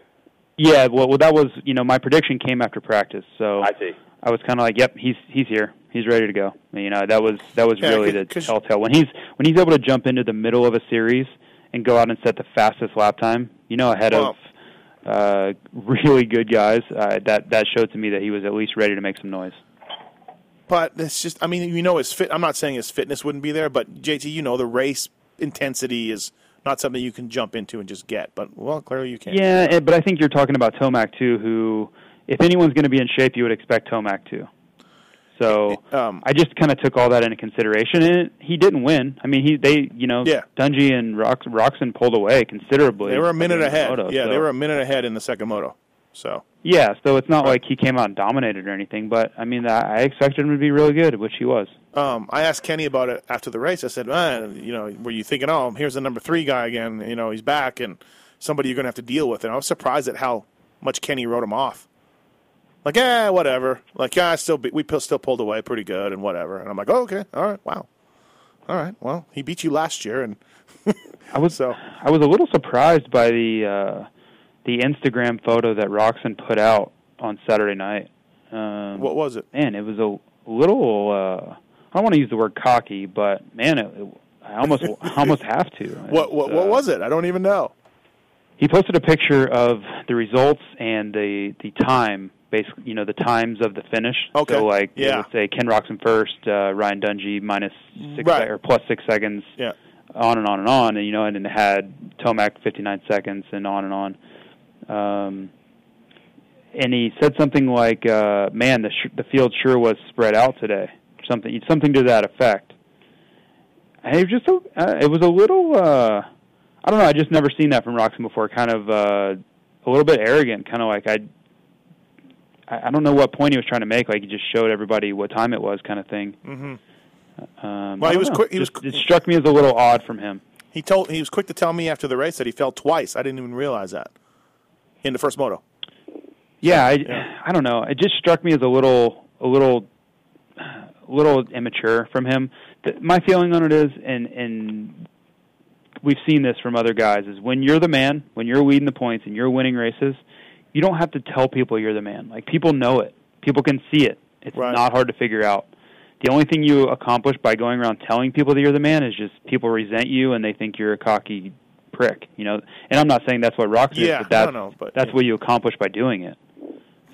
[SPEAKER 5] Yeah, well, well, that was you know my prediction came after practice, so
[SPEAKER 6] I see.
[SPEAKER 5] I was kind of like, yep, he's he's here, he's ready to go. You know, that was that was
[SPEAKER 4] Yeah,
[SPEAKER 5] really
[SPEAKER 4] c-
[SPEAKER 5] the
[SPEAKER 4] 'cause-
[SPEAKER 5] telltale when he's when he's able to jump into the middle of a series and go out and set the fastest lap time. You know, ahead
[SPEAKER 4] Wow.
[SPEAKER 5] of uh, really good guys. Uh, that that showed to me that he was at least ready to make some noise.
[SPEAKER 4] But it's just, I mean, you know, his fit. I'm not saying his fitness wouldn't be there, but JT, you know, the race intensity is not something you can jump into and just get. But well, clearly you can.
[SPEAKER 5] Yeah, eh, but I think you're talking about Tomac too, who, if anyone's going to be in shape, you would expect Tomac to. So
[SPEAKER 4] Um,
[SPEAKER 5] I just kind of took all that into consideration, and he didn't win. I mean, he they you know
[SPEAKER 4] Yeah.
[SPEAKER 5] Dungy and Rox, Roxon pulled away considerably.
[SPEAKER 4] They were a
[SPEAKER 5] at the
[SPEAKER 4] minute
[SPEAKER 5] end of the
[SPEAKER 4] ahead.
[SPEAKER 5] moto,
[SPEAKER 4] yeah,
[SPEAKER 5] so-
[SPEAKER 4] they were a minute ahead in the second moto. So
[SPEAKER 5] yeah, so it's not like he came out and dominated or anything, but I mean, I I expected him to be really good, which he was.
[SPEAKER 4] um, I asked Kenny about it after the race. I said, "Man, you know, were you thinking, oh, here's the number three guy again? You know, he's back and somebody you're going to have to deal with." And I was surprised at how much Kenny wrote him off. like, eh, whatever. Like, yeah, I still be- we pu- still pulled away pretty good and whatever. And I'm like, oh, okay, all right, wow, all right. Well, he beat you last year, and
[SPEAKER 5] I was
[SPEAKER 4] So-
[SPEAKER 5] I was a little surprised by the uh, the Instagram photo that Roxon put out on Saturday night. Um,
[SPEAKER 4] what was it?
[SPEAKER 5] man, it was a little. Uh, I don't want to use the word cocky, but man, it, it- I almost I almost have to.
[SPEAKER 4] What what, what
[SPEAKER 5] Uh,
[SPEAKER 4] was it? I don't even know.
[SPEAKER 5] He posted a picture of the results and the the time, basically, you know, the times of the finish.
[SPEAKER 4] Okay.
[SPEAKER 5] So like, it
[SPEAKER 4] Yeah.
[SPEAKER 5] would say Ken Roxon first, uh, Ryan Dungey minus six
[SPEAKER 4] Right.
[SPEAKER 5] sec- or plus six seconds
[SPEAKER 4] Yeah,
[SPEAKER 5] on and on and on, and you know, and it had Tomac 59 seconds and on and on. Um, and he said something like, uh, "Man, the sh- the field sure was spread out today," something something to that effect. And it was just a, uh, it was a little uh, I don't know. I just never seen that from Roxon before. Kind of uh, a little bit arrogant, kind of like I. I I don't know what point he was trying to make. Like he just showed everybody what time it was, kind of thing. Mm-hmm. Um,
[SPEAKER 4] Well, he
[SPEAKER 5] I don't
[SPEAKER 4] was
[SPEAKER 5] know.
[SPEAKER 4] quick- he was
[SPEAKER 5] Just-
[SPEAKER 4] qu-
[SPEAKER 5] It struck me as a little odd from him.
[SPEAKER 4] he told he was quick to tell me after the race that he fell twice. I didn't even realize that in the first moto.
[SPEAKER 5] Yeah, I,
[SPEAKER 4] Yeah.
[SPEAKER 5] I don't know. It just struck me as a little, a little, a little immature from him. Th- my feeling on it is, and and we've seen this from other guys, is when you're the man, when you're leading the points and you're winning races, you don't have to tell people you're the man. Like people know it. People can see it. It's
[SPEAKER 4] Right.
[SPEAKER 5] not hard to figure out. The only thing you accomplish by going around telling people that you're the man is just people resent you and they think you're a cocky prick. You know, and I'm not saying that's what Rock
[SPEAKER 4] Yeah,
[SPEAKER 5] is, but that's
[SPEAKER 4] no, no, but-
[SPEAKER 5] that's what you accomplish by doing it.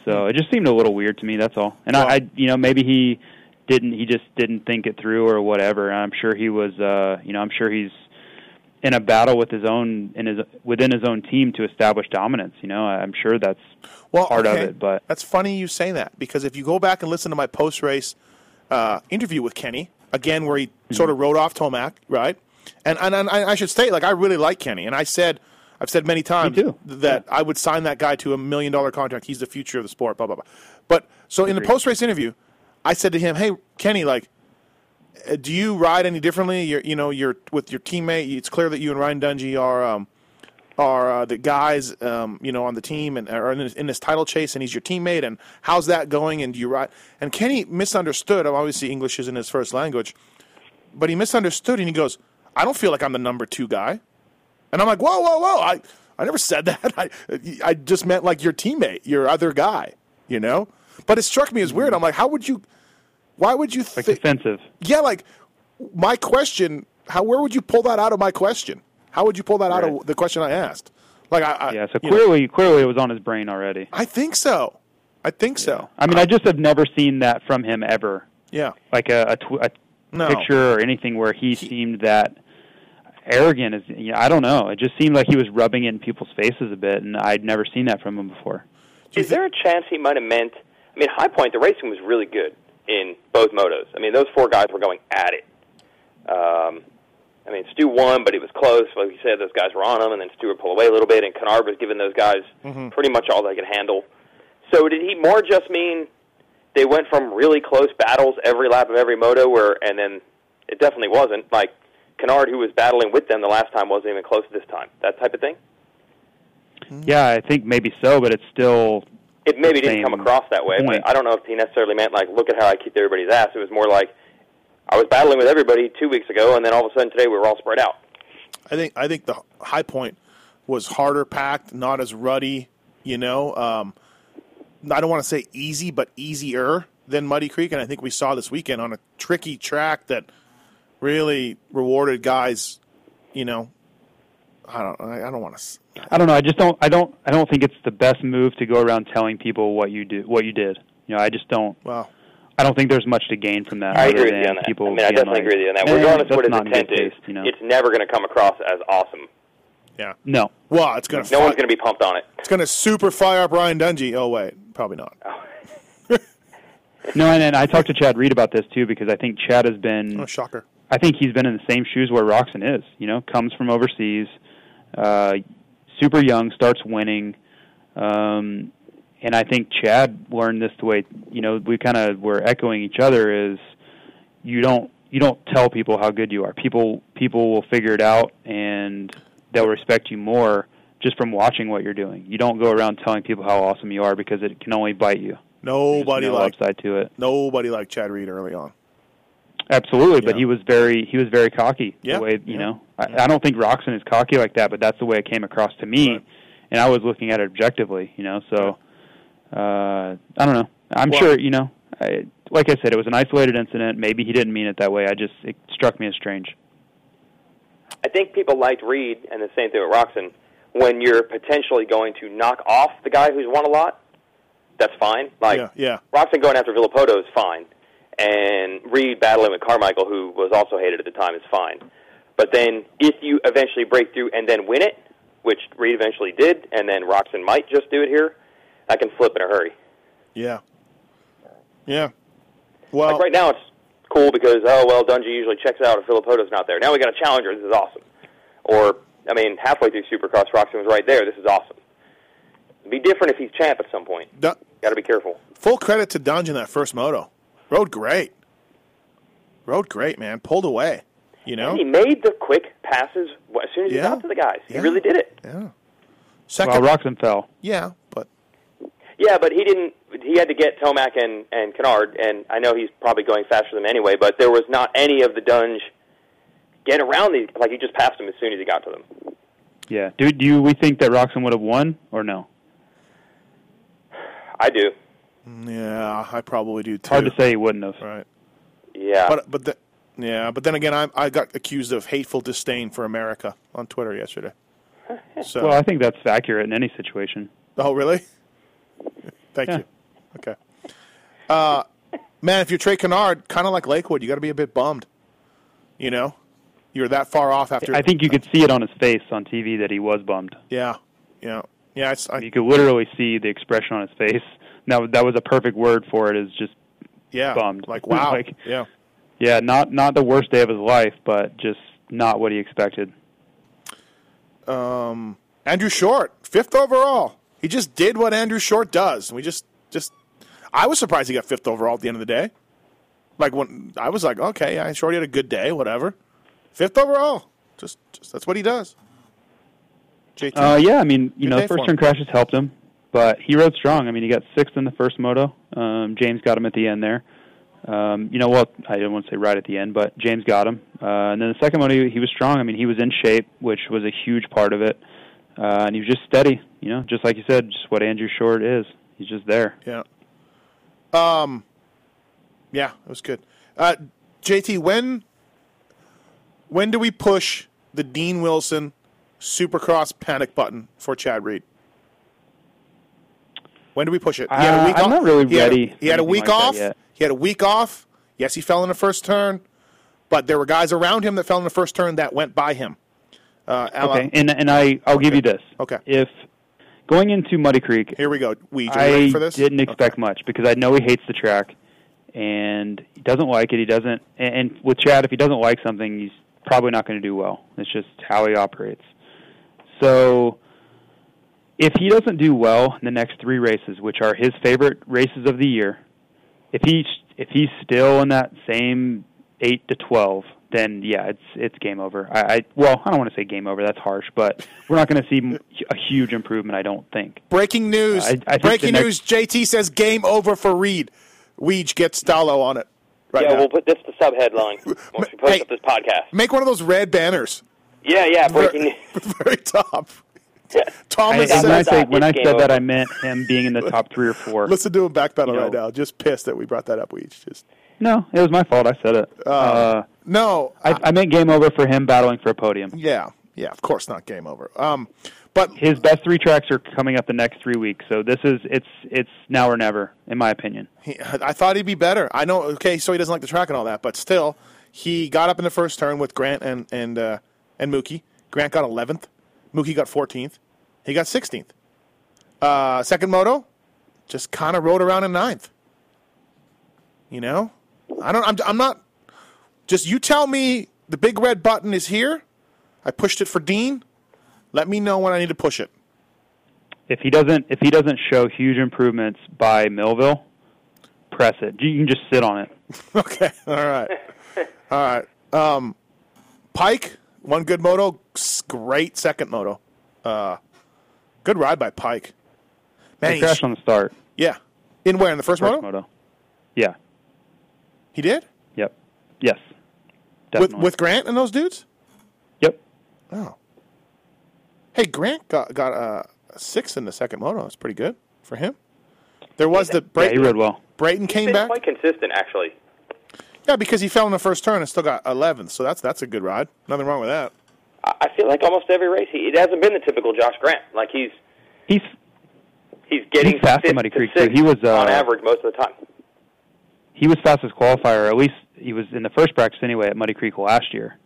[SPEAKER 5] So it just seemed a little weird to me. That's all. And I, I, you know, maybe he didn't. He just didn't think it through or whatever. And I'm sure he was. uh You know, I'm sure he's in a battle with his own in his within his own team to establish dominance. You know, I- I'm sure that's
[SPEAKER 4] well,
[SPEAKER 5] part of
[SPEAKER 4] okay.
[SPEAKER 5] it, but-
[SPEAKER 4] that's funny you say that because if you go back and listen to my post race uh, interview with Kenny again, where he
[SPEAKER 5] Mm-hmm.
[SPEAKER 4] sort of rode off Tomac, right? And and, and I I should state like I really like Kenny, and I said I've said many times
[SPEAKER 5] too.
[SPEAKER 4] that I would sign that guy to a million dollar contract. He's the future of the sport. Blah blah blah. But so in the post race interview, I said to him, "Hey Kenny, like." uh, Do you ride any differently? You're, you know, you're with your teammate. It's clear that you and Ryan Dungey are um, are uh, the guys um, you know on the team and are in this, in this title chase, and he's your teammate. And how's that going? And do you ride? And Kenny misunderstood. Obviously, English isn't his first language, but he misunderstood, and he goes, "I don't feel like I'm the number two guy." And I'm like, "Whoa, whoa, whoa! I I never said that. I I just meant like your teammate, your other guy, you know." But it struck me as weird. I'm like, "How would you? Why would you
[SPEAKER 5] like
[SPEAKER 4] think?"
[SPEAKER 5] defensive.
[SPEAKER 4] yeah, like my question, how where would you pull that out of my question? How would you pull that out of
[SPEAKER 5] Right.
[SPEAKER 4] the question I asked? Like I, I
[SPEAKER 5] Yeah. So
[SPEAKER 4] you know,
[SPEAKER 5] clearly, clearly, it was on his brain already.
[SPEAKER 4] I think so. I think so.
[SPEAKER 5] I mean, I just have never seen that from him ever.
[SPEAKER 4] Yeah.
[SPEAKER 5] like a, a, tw- a
[SPEAKER 4] No.
[SPEAKER 5] picture or anything where he, seemed that arrogant. As you know, I don't know, it just seemed like he was rubbing it in people's faces a bit, and I'd never seen that from him before.
[SPEAKER 6] Is there a chance he might have meant? I mean, High Point, the racing was really good in both motos. I mean, those four guys were going at it. Um, I mean, Stu won, but it was close. Like you said, those guys were on him, and then Stewart pulled away a little bit, and Canard was giving those guys pretty much all they could handle. So did he more just mean they went from really close battles every lap of every moto, where and then it definitely wasn't like Canard, who was battling with them the last time, wasn't even close this time. That type of thing.
[SPEAKER 4] Mm-hmm.
[SPEAKER 5] Yeah, I think maybe so, but it's still
[SPEAKER 6] It maybe didn't
[SPEAKER 5] same
[SPEAKER 6] come across that way,
[SPEAKER 5] point.
[SPEAKER 6] but I don't know if he necessarily meant like, look at how I kicked everybody's ass. It was more like, I was battling with everybody two weeks ago, and then all of a sudden today we were all spread out.
[SPEAKER 4] I think I think the high point was harder packed, not as ruddy, you know. Um, I don't want to say easy, but easier than Muddy Creek, and I think we saw this weekend on a tricky track that really rewarded guys. You know, I don't. I I don't want to.
[SPEAKER 5] I don't know. I just don't. I don't. I don't think it's the best move to go around telling people what you do, what you did. You know, I just don't.
[SPEAKER 4] Well,
[SPEAKER 5] I don't think there's much to gain from that.
[SPEAKER 6] I
[SPEAKER 5] other
[SPEAKER 6] agree with
[SPEAKER 5] than
[SPEAKER 6] you on that.
[SPEAKER 5] People
[SPEAKER 6] I mean, I
[SPEAKER 5] being
[SPEAKER 6] definitely
[SPEAKER 5] like,
[SPEAKER 6] agree with you on that.
[SPEAKER 5] "Eh,
[SPEAKER 6] Regardless of
[SPEAKER 5] that's
[SPEAKER 6] what his
[SPEAKER 5] not in good
[SPEAKER 6] intent is,
[SPEAKER 5] taste," you know?
[SPEAKER 6] it's never going to come across as awesome.
[SPEAKER 4] yeah.
[SPEAKER 5] no.
[SPEAKER 4] Well, it's gonna.
[SPEAKER 6] No
[SPEAKER 4] fi-
[SPEAKER 6] one's going to be pumped on it.
[SPEAKER 4] It's gonna super fire up Ryan Dungey. Oh wait, probably not.
[SPEAKER 5] No, and, and I talked to Chad Reed about this too because I think Chad has been
[SPEAKER 4] Oh, shocker.
[SPEAKER 5] I think he's been in the same shoes where Roxon is. You know, comes from overseas, uh, super young, starts winning, um, and I think Chad learned this the way you know we kind of were echoing each other is you don't you don't tell people how good you are. People people will figure it out and they'll respect you more just from watching what you're doing. You don't go around telling people how awesome you are because it can only bite you.
[SPEAKER 4] Nobody
[SPEAKER 5] no
[SPEAKER 4] liked
[SPEAKER 5] upside to it.
[SPEAKER 4] nobody liked Chad Reed early on.
[SPEAKER 5] Absolutely, but
[SPEAKER 4] Yeah.
[SPEAKER 5] he was very he was very cocky.
[SPEAKER 4] Yeah,
[SPEAKER 5] The way you
[SPEAKER 4] yeah,
[SPEAKER 5] know, I, I don't think Roxon is cocky like that, but that's the way it came across to me,
[SPEAKER 4] Right.
[SPEAKER 5] and I was looking at it objectively. You know, so uh, I don't know. I'm
[SPEAKER 4] Well-
[SPEAKER 5] sure you know. I, like I said, it was an isolated incident. Maybe he didn't mean it that way. I just it struck me as strange.
[SPEAKER 6] I think people liked Reed, and the same thing with Roxon. When you're potentially going to knock off the guy who's won a lot, that's fine. Like
[SPEAKER 4] yeah, yeah.
[SPEAKER 6] Roxon going after Villapoto is fine, and Reed battling with Carmichael, who was also hated at the time, is fine. But then if you eventually break through and then win it, which Reed eventually did, and then Roxon might just do it here, I can flip in a hurry.
[SPEAKER 4] Yeah. Yeah. Well,
[SPEAKER 6] Like right now, it's cool because oh well, Dungy usually checks out if Filippoto's not there. Now we got a challenger. This is awesome. Or I mean, halfway through Supercross, Roxon was right there. This is awesome. It'd be different if he's champ at some point.
[SPEAKER 4] Du-
[SPEAKER 6] Got to be careful.
[SPEAKER 4] full credit to Dunge in that first moto. Rode great. Rode great, man. Pulled away. You know?
[SPEAKER 6] And he made the quick passes as soon as he
[SPEAKER 4] Yeah.
[SPEAKER 6] got to the guys. He
[SPEAKER 4] Yeah.
[SPEAKER 6] really did it.
[SPEAKER 4] Yeah. Second.
[SPEAKER 5] Well, Roxon fell.
[SPEAKER 4] yeah, but
[SPEAKER 6] Yeah, but he didn't. He had to get Tomac and and Kennard, and I know he's probably going faster than anyway. But there was not any of the Dunge get around these. Like he just passed them as soon as he got to them.
[SPEAKER 5] Yeah, do do you, we think that Roxon would have won or no?
[SPEAKER 6] I do.
[SPEAKER 4] yeah, I probably do too.
[SPEAKER 5] Hard to say he wouldn't have.
[SPEAKER 4] Right.
[SPEAKER 6] Yeah.
[SPEAKER 4] But uh, but the, yeah, but then again, I I got accused of hateful disdain for America on Twitter yesterday. So
[SPEAKER 5] Well, I think that's accurate in any situation.
[SPEAKER 4] oh really? Thank
[SPEAKER 5] Yeah.
[SPEAKER 4] you. Okay. Uh, man, if you're Trey Kennard, kind of like Lakewood, you got to be a bit bummed. You know, you're that far off after.
[SPEAKER 5] I think you could see it on his face on TV that he was bummed.
[SPEAKER 4] Yeah. Yeah. Yeah. It's, I,
[SPEAKER 5] You could literally see the expression on his face. Now that was a perfect word for it. Is just
[SPEAKER 4] yeah.
[SPEAKER 5] bummed.
[SPEAKER 4] Like wow.
[SPEAKER 5] Like-
[SPEAKER 4] yeah.
[SPEAKER 5] yeah, not not the worst day of his life, but just not what he expected.
[SPEAKER 4] Andrew Short, fifth overall. He just did what Andrew Short does. We just, just, I was surprised he got fifth overall at the end of the day. Like when I was like, okay, yeah, Short had a good day, whatever. Fifth overall, just, just that's what he does. JT,
[SPEAKER 5] Uh, yeah, I mean,
[SPEAKER 4] Hmm. Good
[SPEAKER 5] you know,
[SPEAKER 4] day
[SPEAKER 5] the
[SPEAKER 4] for
[SPEAKER 5] first
[SPEAKER 4] him.
[SPEAKER 5] turn crashes helped him, but he rode strong. I mean, he got sixth in the first moto. Um, James got him at the end there. Um, you know, well, I didn't want to say right at the end, but James got him. Uh, and then the second moto, he, he was strong. I mean, he was in shape, which was a huge part of it. Uh, and he was just steady, you know, just like you said, just what Andrew Short is. He's just there.
[SPEAKER 4] yeah, um, yeah, it was good. Uh, JT, when, when do we push the Dean Wilson Supercross panic button for Chad Reed? When do we push it? He had a
[SPEAKER 5] Uh,
[SPEAKER 4] week
[SPEAKER 5] I'm
[SPEAKER 4] off-
[SPEAKER 5] not really
[SPEAKER 4] he had a-
[SPEAKER 5] ready for
[SPEAKER 4] he had a
[SPEAKER 5] anything
[SPEAKER 4] week
[SPEAKER 5] like that
[SPEAKER 4] off.
[SPEAKER 5] yet.
[SPEAKER 4] He had a week off. Yes, he fell in the first turn, but there were guys around him that fell in the first turn that went by him. Uh, a la-
[SPEAKER 5] Okay. And, and I, I'll give you this.
[SPEAKER 4] Okay.
[SPEAKER 5] If going into Muddy Creek,
[SPEAKER 4] Here we go. We are you
[SPEAKER 5] I
[SPEAKER 4] ready for this?
[SPEAKER 5] didn't expect much because I know he hates the track and he doesn't like it. He doesn't, and, and with Chad, if he doesn't like something, he's probably not going to do well. It's just how he operates. So if he doesn't do well in the next three races, which are his favorite races of the year, if he's if he's still in that same eight to twelve, then yeah, it's it's game over. I, I well, I don't want to say game over. That's harsh, but we're not going to see m- a huge improvement. I don't think.
[SPEAKER 4] Breaking news.
[SPEAKER 5] I- I think
[SPEAKER 4] Breaking
[SPEAKER 5] the
[SPEAKER 4] news.
[SPEAKER 5] next-
[SPEAKER 4] JT says game over for Reed. Weege gets Stallo on it. Right
[SPEAKER 6] yeah,
[SPEAKER 4] now.
[SPEAKER 6] we'll put this the sub headline once we post
[SPEAKER 4] Hey.
[SPEAKER 6] up this podcast.
[SPEAKER 4] Make one of those red banners.
[SPEAKER 6] Yeah, yeah, breaking news.
[SPEAKER 4] Very top.
[SPEAKER 5] I,
[SPEAKER 4] Thomas
[SPEAKER 5] and when I,
[SPEAKER 4] says,
[SPEAKER 6] that's-
[SPEAKER 5] say, when I
[SPEAKER 6] it's game
[SPEAKER 5] said that,
[SPEAKER 6] over.
[SPEAKER 5] I meant him being in the top three or four.
[SPEAKER 4] listen to him backpedal
[SPEAKER 5] You
[SPEAKER 4] right
[SPEAKER 5] know.
[SPEAKER 4] now. Just pissed that we brought that up, Weege. Just
[SPEAKER 5] No, it was my fault. I said it.
[SPEAKER 4] Oh.
[SPEAKER 5] Uh,
[SPEAKER 4] No.
[SPEAKER 5] I, I meant game over for him battling for a podium.
[SPEAKER 4] yeah. Yeah, of course not game over. Um but
[SPEAKER 5] His best three tracks are coming up the next three weeks, so this is it's it's now or never, in my opinion.
[SPEAKER 4] He, I thought he'd be better. I know, okay, so he doesn't like the track and all that, but still, he got up in the first turn with Grant and and uh, and Mookie. Grant got 11th, Mookie got 14th, he got 16th. Uh, second moto, just kind of rode around in ninth. You know, I don't. I'm, I'm not. Just you tell me the big red button is here. I pushed it for Dean. Let me know when I need to push it.
[SPEAKER 5] If he doesn't if he doesn't show huge improvements by Millville, press it. You can just sit on it.
[SPEAKER 4] Okay. All right. All right. Um, Pike, one good moto, s- great second moto. Uh, good ride by Pike. Man,
[SPEAKER 5] He
[SPEAKER 4] he
[SPEAKER 5] crashed
[SPEAKER 4] sh-
[SPEAKER 5] on the start.
[SPEAKER 4] yeah, In where? In the first, moto?
[SPEAKER 5] First moto. Yeah.
[SPEAKER 4] He did?
[SPEAKER 5] Yep. Yes.
[SPEAKER 4] With,
[SPEAKER 5] Definitely.
[SPEAKER 4] with Grant and those dudes?
[SPEAKER 5] yep.
[SPEAKER 4] Oh. Hey, Grant got, got uh, a six in the second moto. That's pretty good for him. There was the
[SPEAKER 5] Yeah, he
[SPEAKER 4] Brayton,
[SPEAKER 5] rode well.
[SPEAKER 4] Brayton came
[SPEAKER 6] Been
[SPEAKER 4] back.
[SPEAKER 6] quite consistent, actually.
[SPEAKER 4] Yeah, because he fell in the first turn and still got 11th. So that's that's a good ride. Nothing wrong with that.
[SPEAKER 6] I I feel like almost every race, he, it hasn't been the typical Josh Grant. Like he's
[SPEAKER 5] He's
[SPEAKER 6] he's getting
[SPEAKER 5] He's fast
[SPEAKER 6] fifth
[SPEAKER 5] at Muddy
[SPEAKER 6] to
[SPEAKER 5] Creek,
[SPEAKER 6] sixth
[SPEAKER 5] too. He was, uh,
[SPEAKER 6] on average most of the time.
[SPEAKER 5] he was fastest qualifier. At least he was in the first practice anyway at Muddy Creek last year.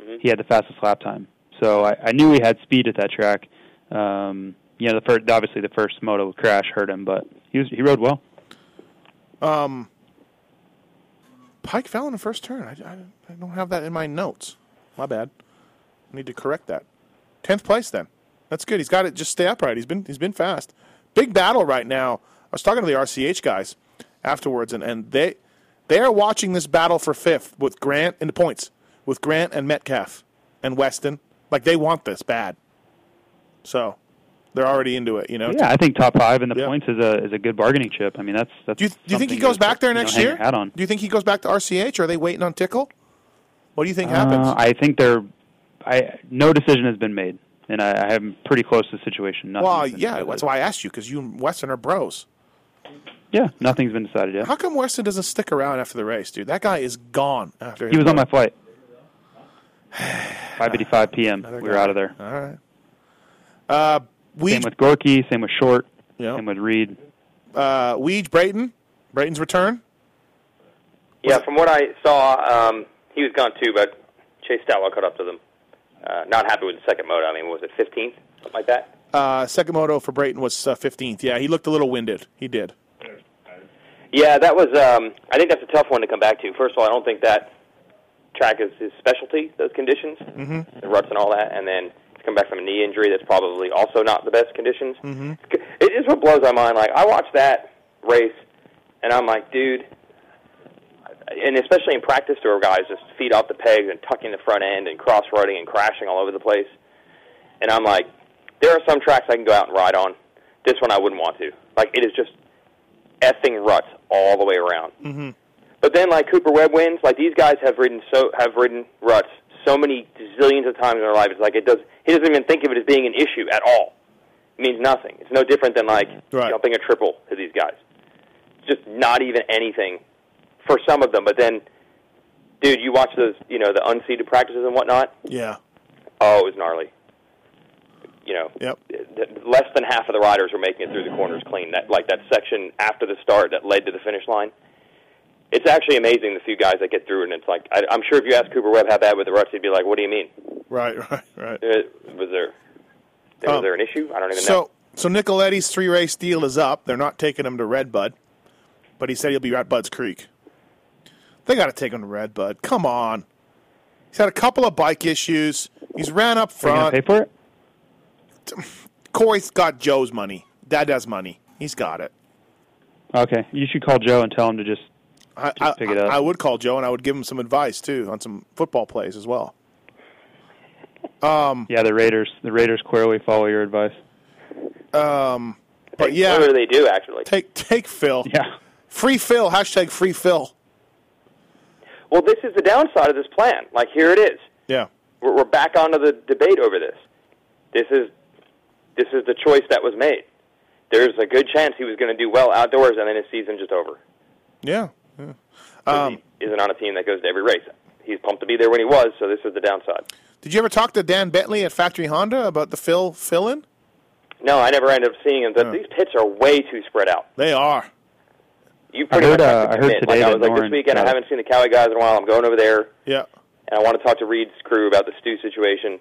[SPEAKER 4] Mm-hmm.
[SPEAKER 5] He had the fastest lap time. So I, I knew he had speed at that track. Um, you know, the first obviously the first moto crash hurt him, but he was he rode well.
[SPEAKER 4] Pike fell in the first turn. I, I, I don't have that in my notes. My bad. I need to correct that. Tenth place then. That's good. He's got it. Just stay upright. He's been he's been fast. Big battle right now. I was talking to the RCH guys afterwards, and, and they they are watching this battle for fifth with Grant in the points with Grant and Metcalf and Weston. Like they want this bad. So they're already into it. You know.
[SPEAKER 5] Yeah, I think top five in the
[SPEAKER 4] Yeah.
[SPEAKER 5] points is a is a good bargaining chip. I mean, that's that's.
[SPEAKER 4] Do you, do you think he
[SPEAKER 5] something
[SPEAKER 4] goes
[SPEAKER 5] to,
[SPEAKER 4] back there
[SPEAKER 5] you know,
[SPEAKER 4] next
[SPEAKER 5] hang your
[SPEAKER 4] year?
[SPEAKER 5] Hat on.
[SPEAKER 4] Do you think he goes back to RCH? Or are they waiting on Tickle? What do you think happens?
[SPEAKER 5] Uh, I think they're. I no decision has been made, and I, I am pretty close to the situation. Nothing's
[SPEAKER 4] Well,
[SPEAKER 5] been
[SPEAKER 4] yeah,
[SPEAKER 5] decided.
[SPEAKER 4] that's why I asked you because you and Weston are bros.
[SPEAKER 5] Yeah, nothing's been decided yet.
[SPEAKER 4] How come Weston doesn't stick around after the race, dude? That guy is gone after
[SPEAKER 5] He was on my flight. 5:55 p.m. We were
[SPEAKER 4] guy.
[SPEAKER 5] out of there.
[SPEAKER 4] All right. Uh, Weege,
[SPEAKER 5] Same with Gorky. Same with Short.
[SPEAKER 4] Yeah.
[SPEAKER 5] Same with Reed.
[SPEAKER 4] uh, Weege Brayton, Brayton's return.
[SPEAKER 6] Yeah, from what I saw, um, he was gone too, but Chase Stalwell caught up to them. Uh, not happy with the second moto. I mean, what was it 15th, something like that?
[SPEAKER 4] Uh, second moto for Brayton was uh, 15th. Yeah, he looked a little winded. He did.
[SPEAKER 6] Yeah, that was. Um, I think that's a tough one to come back to. First of all, I don't think that track is his specialty. Those conditions, mm-hmm. the ruts and all that, and then to come back from a knee injury, that's probably also not the best conditions. Mm-hmm. It is what blows my mind. Like I watched that race, and I'm like, dude. And especially in practice, there were guys just feet off the pegs and tucking the front end and cross running and crashing all over the place. And I'm like, there are some tracks I can go out and ride on. This one I wouldn't want to. Like it is just effing ruts all the way around. Mm-hmm. But then, like Cooper Webb wins. Like these guys have ridden so have ridden ruts so many zillions of times in their life. It's like it does. He doesn't even think of it as being an issue at all. It means nothing. It's no different than like
[SPEAKER 4] Right.
[SPEAKER 6] jumping a triple to these guys. It's just not even anything for some of them. But then, dude, you watch those you know the unseeded practices and whatnot.
[SPEAKER 4] Yeah.
[SPEAKER 6] Oh, it was gnarly. You know,
[SPEAKER 4] Yep.
[SPEAKER 6] th- th- less than half of the riders were making it through the corners clean. That like that section after the start that led to the finish line. It's actually amazing the few guys that get through it. And it's like I, I'm sure if you asked Cooper Webb how bad with the ruts, he'd be like, "What do you mean?
[SPEAKER 4] Right. Right. Right.
[SPEAKER 6] Uh, was there was
[SPEAKER 4] Um,
[SPEAKER 6] there an issue? I don't even
[SPEAKER 4] So,
[SPEAKER 6] know."
[SPEAKER 4] so Nicoletti's three race deal is up. They're not taking him to Red Bud, but he said he'll be at Bud's Creek. They got to take him to Red Bud. Come on. He's had a couple of bike issues. He's ran up
[SPEAKER 5] Are you gonna
[SPEAKER 4] front.
[SPEAKER 5] pay for it?
[SPEAKER 4] Corey's got Joe's money. Dad has money. He's got it.
[SPEAKER 5] Okay, you should call Joe and tell him to just.
[SPEAKER 4] I,
[SPEAKER 5] Just pick it up.
[SPEAKER 4] I, I would call Joe and I would give him some advice too on some football plays as well.
[SPEAKER 5] Yeah, the Raiders. The Raiders clearly follow your advice.
[SPEAKER 4] But
[SPEAKER 6] what
[SPEAKER 4] yeah,
[SPEAKER 6] do they do actually?
[SPEAKER 4] take take Phil.
[SPEAKER 5] Yeah.
[SPEAKER 4] Free Phil. Hashtag free Phil.
[SPEAKER 6] Well, this is the downside of this plan. Like here it is.
[SPEAKER 4] Yeah.
[SPEAKER 6] We're, we're back onto the debate over this. This is this is the choice that was made. There's a good chance he was going to do well outdoors, and then his season just over.
[SPEAKER 4] Yeah. Um,
[SPEAKER 6] 'Cause he isn't on a team that goes to every race. He's pumped to be there when he was, so this is the downside.
[SPEAKER 4] Did you ever talk to Dan Bentley at Factory Honda about the Phil fill in?
[SPEAKER 6] No, I never ended up seeing him. But These pits are way too spread out.
[SPEAKER 4] They are.
[SPEAKER 6] You pretty
[SPEAKER 5] heard,
[SPEAKER 6] much
[SPEAKER 5] uh, I
[SPEAKER 6] have to
[SPEAKER 5] heard
[SPEAKER 6] commit.
[SPEAKER 5] today
[SPEAKER 6] like, I
[SPEAKER 5] that
[SPEAKER 6] was like
[SPEAKER 5] Lauren-
[SPEAKER 6] this weekend.
[SPEAKER 5] uh,
[SPEAKER 6] I haven't seen the Cali guys in a while. I'm going over there,
[SPEAKER 4] Yeah.
[SPEAKER 6] and I want to talk to Reed's crew about the Stu situation.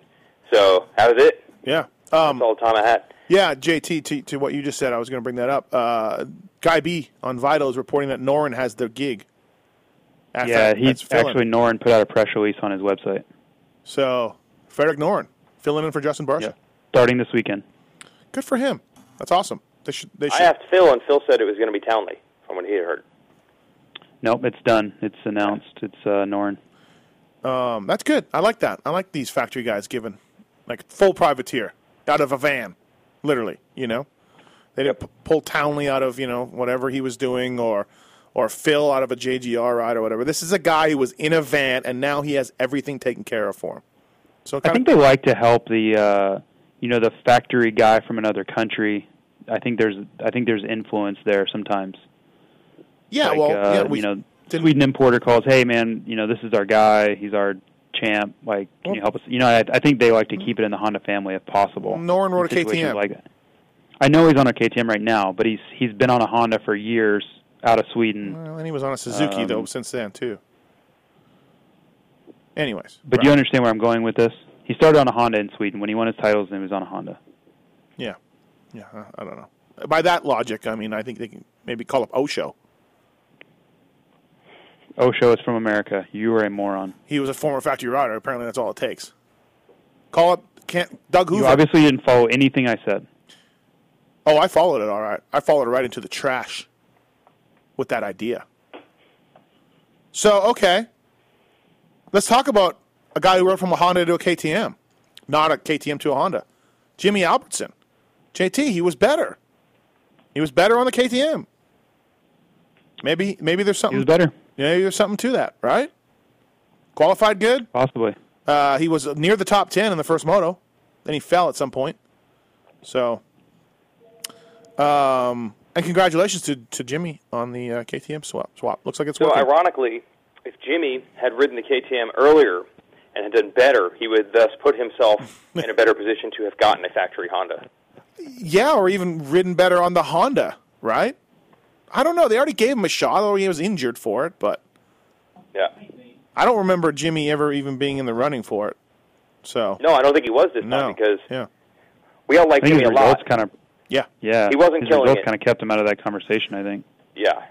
[SPEAKER 6] So that was it.
[SPEAKER 4] Yeah.
[SPEAKER 6] That's
[SPEAKER 4] Um,
[SPEAKER 6] all the time I had.
[SPEAKER 4] yeah, JT, to, to what you just said, I was going to bring that up. Uh, Guy B on Vital is reporting that Norin has the gig. At
[SPEAKER 5] Yeah,
[SPEAKER 4] Fac-
[SPEAKER 5] he
[SPEAKER 4] that's fill-in.
[SPEAKER 5] actually Norin put out a press release on his website.
[SPEAKER 4] So, Frederick Norin filling in for Justin Barsha.
[SPEAKER 5] Yeah. Starting this weekend.
[SPEAKER 4] Good for him. That's awesome. They should. They should.
[SPEAKER 6] I asked Phil, and Phil said it was going to be Townley from what he had heard.
[SPEAKER 5] Nope, it's done. It's announced. It's uh, Norin.
[SPEAKER 4] um, that's good. I like that. I like these factory guys giving like full privateer out of a van, literally. You know, They didn't p- pull Townley out of you know whatever he was doing, or or Phil out of a JGR ride or whatever. This is a guy who was in a van, and now he has everything taken care of for him. So
[SPEAKER 5] I
[SPEAKER 4] kind
[SPEAKER 5] think they like to help the uh, you know the factory guy from another country. I think there's I think there's influence there sometimes.
[SPEAKER 4] yeah,
[SPEAKER 5] like,
[SPEAKER 4] well,
[SPEAKER 5] uh,
[SPEAKER 4] yeah, we
[SPEAKER 5] you know,
[SPEAKER 4] didn't-
[SPEAKER 5] Sweden importer calls, hey man, you know this is our guy, he's our champ. Like, can you help us? You know, I, I think they like to keep it in the Honda family if possible.
[SPEAKER 4] Norin rode
[SPEAKER 5] in
[SPEAKER 4] a
[SPEAKER 5] situations
[SPEAKER 4] KTM.
[SPEAKER 5] Like that. I know he's on a KTM right now, but he's he's been on a Honda for years out of Sweden.
[SPEAKER 4] Well, and he was on a Suzuki
[SPEAKER 5] Um,
[SPEAKER 4] though since then too. Anyways,
[SPEAKER 5] But do you understand where I'm going with this? He started on a Honda in Sweden when he won his titles, and he was on a Honda.
[SPEAKER 4] yeah, yeah, I- I don't know. By that logic, I mean I think they can maybe call up Osho.
[SPEAKER 5] Osho is Oh, from America. You are a moron.
[SPEAKER 4] He was a former factory rider. Apparently, that's all it takes. Call up can't, Doug
[SPEAKER 5] You
[SPEAKER 4] Hoover.
[SPEAKER 5] obviously didn't follow anything I said.
[SPEAKER 4] oh, I followed it all right. I followed it right into the trash with that idea. So okay, let's talk about a guy who rode from a Honda to a KTM, not a KTM to a Honda. Jimmy Albertson, JT. He was better. He was better on the KTM. Maybe maybe there's
[SPEAKER 5] He
[SPEAKER 4] something.
[SPEAKER 5] was better,
[SPEAKER 4] Maybe there's something to that, right? Qualified good.
[SPEAKER 5] possibly.
[SPEAKER 4] Uh, he was near the top 10 in the first moto. Then he fell at some point. So, um, and congratulations to, to Jimmy on the uh, KTM swap. swap. Looks like it's
[SPEAKER 6] So
[SPEAKER 4] working.
[SPEAKER 6] ironically, if Jimmy had ridden the KTM earlier and had done better, he would thus put himself in a better position to have gotten a factory Honda.
[SPEAKER 4] yeah, or even ridden better on the Honda, right? I don't know. They already gave him a shot, although he was injured for it. But
[SPEAKER 6] Yeah.
[SPEAKER 4] I don't remember Jimmy ever even being in the running for it. So,
[SPEAKER 6] No, I don't think he was this
[SPEAKER 4] no.
[SPEAKER 6] time because
[SPEAKER 4] yeah.
[SPEAKER 6] we all like
[SPEAKER 5] I think his
[SPEAKER 6] Jimmy a lot.
[SPEAKER 5] results kind of
[SPEAKER 4] Yeah.
[SPEAKER 5] yeah.
[SPEAKER 6] He wasn't
[SPEAKER 5] his
[SPEAKER 6] killing
[SPEAKER 5] results
[SPEAKER 6] it.
[SPEAKER 5] kind of kept him out of that conversation. I think.
[SPEAKER 6] yeah.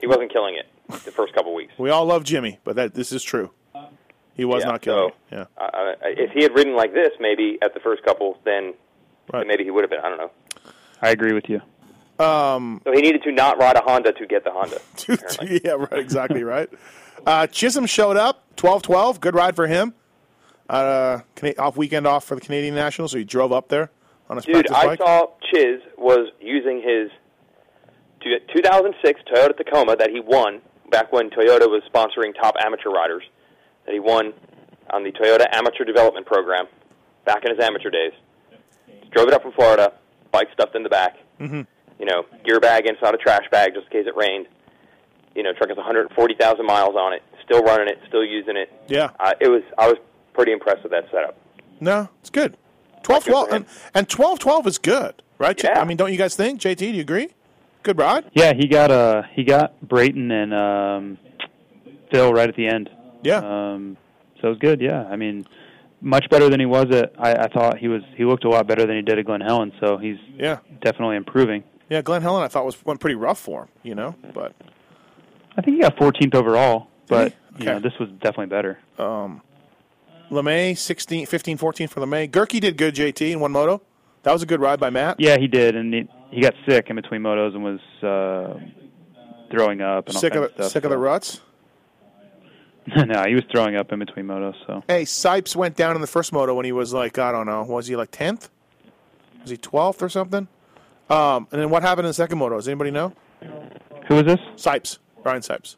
[SPEAKER 6] He wasn't killing it the first couple weeks.
[SPEAKER 4] We all love Jimmy, but that this is true. He was
[SPEAKER 6] Yeah,
[SPEAKER 4] not killing
[SPEAKER 6] so-
[SPEAKER 4] it. Yeah.
[SPEAKER 6] Uh, uh, if he had ridden like this, maybe at the first couple, then
[SPEAKER 4] Right.
[SPEAKER 6] maybe he would have been. I don't know.
[SPEAKER 5] I agree with you.
[SPEAKER 6] So he needed to not ride a Honda to get the Honda. apparently.
[SPEAKER 4] yeah, right, exactly right. Uh, Chisholm showed up, 12-12, good ride for him. Uh, Cana- off weekend off for the Canadian Nationals, so he drove up there on his
[SPEAKER 6] Dude,
[SPEAKER 4] practice
[SPEAKER 6] I
[SPEAKER 4] bike.
[SPEAKER 6] saw Chiz was using his two- 2006 Toyota Tacoma that he won back when Toyota was sponsoring top amateur riders, that he won on the Toyota Amateur Development Program back in his amateur days. Drove it up from Florida, bike stuffed in the back,
[SPEAKER 4] Mm-hmm.
[SPEAKER 6] you know, gear bag inside a trash bag just in case it rained. You know, truck has 140,000 miles on it, still running it, still using it.
[SPEAKER 4] Yeah,
[SPEAKER 6] Uh, it was I was pretty impressed with that setup.
[SPEAKER 4] no, it's good. 12-12,
[SPEAKER 6] for
[SPEAKER 4] and,
[SPEAKER 6] him.
[SPEAKER 4] and 12-12 is good, right? Ch-
[SPEAKER 6] Yeah.
[SPEAKER 4] I mean, don't you guys think? JT, do you agree? Good ride?
[SPEAKER 5] Yeah, he got uh he got Brayton and um, Phil right at the end.
[SPEAKER 4] Yeah.
[SPEAKER 6] Uh,
[SPEAKER 5] Um, so it was good. Yeah, I mean, much better than he was at. I, I thought he was. He looked a lot better than he did at Glen Helen. So he's
[SPEAKER 4] yeah.
[SPEAKER 5] definitely improving.
[SPEAKER 4] Yeah, Glenn Helen I thought was went pretty rough for him, you know, but
[SPEAKER 5] I think he got 14th overall, but
[SPEAKER 4] he?
[SPEAKER 5] you know
[SPEAKER 4] Okay.
[SPEAKER 5] this was definitely better.
[SPEAKER 4] LeMay 16 15 14 for LeMay. Gurkey did good JT in one moto. That was a good ride by Matt.
[SPEAKER 5] Yeah, he did, and he, he got sick in between motos and was uh, throwing up and all
[SPEAKER 4] sick
[SPEAKER 5] kinds
[SPEAKER 4] of the,
[SPEAKER 5] stuff.
[SPEAKER 4] sick of the
[SPEAKER 5] so-
[SPEAKER 4] ruts.
[SPEAKER 5] no, he was throwing up in between motos. So
[SPEAKER 4] Hey, Sipes went down in the first moto when he was like, I don't know, was he like tenth? Was he twelfth or something? Um, and then what happened in the second moto? Does anybody know?
[SPEAKER 5] who was this?
[SPEAKER 4] Sipes, Ryan Sipes.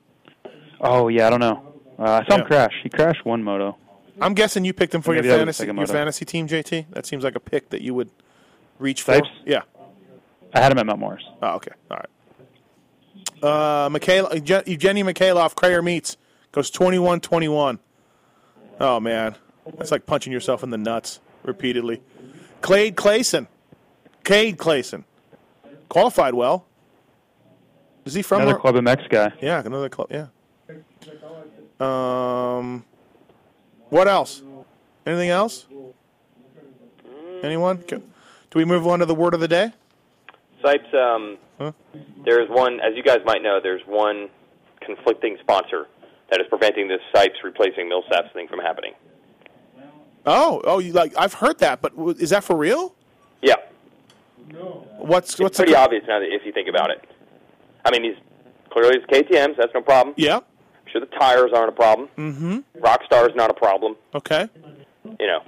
[SPEAKER 5] Oh yeah, I don't know. Uh, I saw
[SPEAKER 4] Yeah.
[SPEAKER 5] him crash. He crashed one moto.
[SPEAKER 4] I'm guessing you picked him for
[SPEAKER 5] Maybe
[SPEAKER 4] your
[SPEAKER 5] that
[SPEAKER 4] fantasy
[SPEAKER 5] was the second
[SPEAKER 4] your
[SPEAKER 5] moto.
[SPEAKER 4] fantasy team, JT. That seems like a pick that you would reach for.
[SPEAKER 5] Sipes?
[SPEAKER 4] Yeah.
[SPEAKER 5] I had him at Mount Morris.
[SPEAKER 4] Oh, okay. All right. Uh, Mikhail, Je- Evgeny Mikhailov, Crayer meets goes 21-21. Oh man, that's like punching yourself in the nuts repeatedly. Cade Clayson, Cade Clayson, qualified well. Is he from?
[SPEAKER 5] Another
[SPEAKER 4] Mar-
[SPEAKER 5] Club MX guy.
[SPEAKER 4] yeah, another club. Yeah. Um, what else? Anything else? Anyone? Can- Do we move on to the word of the day?
[SPEAKER 6] Sipes, um,
[SPEAKER 4] Huh?
[SPEAKER 6] there's one, as you guys might know, there's one conflicting sponsor that is preventing this Sipes replacing Millsaps thing from happening.
[SPEAKER 4] Oh, oh, you like I've heard that, but w- is that for real?
[SPEAKER 6] Yeah,
[SPEAKER 4] What's what's
[SPEAKER 6] it's pretty
[SPEAKER 4] the,
[SPEAKER 6] obvious now that if you think about it. I mean, he's clearly his KTM's, that's no problem.
[SPEAKER 4] Yeah.
[SPEAKER 6] I'm sure the tires aren't a problem. Mm-hmm. Rockstar's not a problem.
[SPEAKER 4] Okay.
[SPEAKER 6] You know,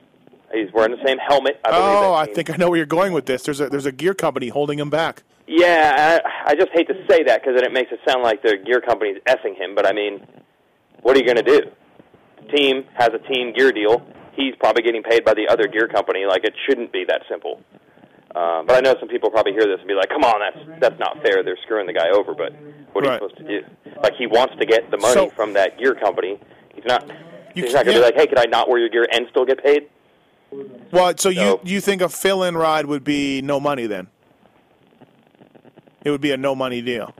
[SPEAKER 6] He's wearing the same helmet. I believe
[SPEAKER 4] Oh,
[SPEAKER 6] that
[SPEAKER 4] I
[SPEAKER 6] means-
[SPEAKER 4] think I know where you're going with this. There's a there's a gear company holding him back.
[SPEAKER 6] Yeah, I, I just hate to say that because then it makes it sound like the gear company's effing him. But I mean, what are you going to do? The team has a team gear deal. He's probably getting paid by the other gear company. Like it shouldn't be that simple. Uh, but I know some people probably hear this and be like, "Come on, that's that's not fair. They're screwing the guy over." But what are
[SPEAKER 4] Right.
[SPEAKER 6] you supposed to do? Like he wants to get the money
[SPEAKER 4] So-
[SPEAKER 6] from that gear company. He's not.
[SPEAKER 4] You
[SPEAKER 6] he's not going to
[SPEAKER 4] can't-
[SPEAKER 6] be like, "Hey, could I not wear your gear and still get paid?"
[SPEAKER 4] Well, so you
[SPEAKER 6] No.
[SPEAKER 4] you think a fill-in ride would be no money then? It would be a no money deal.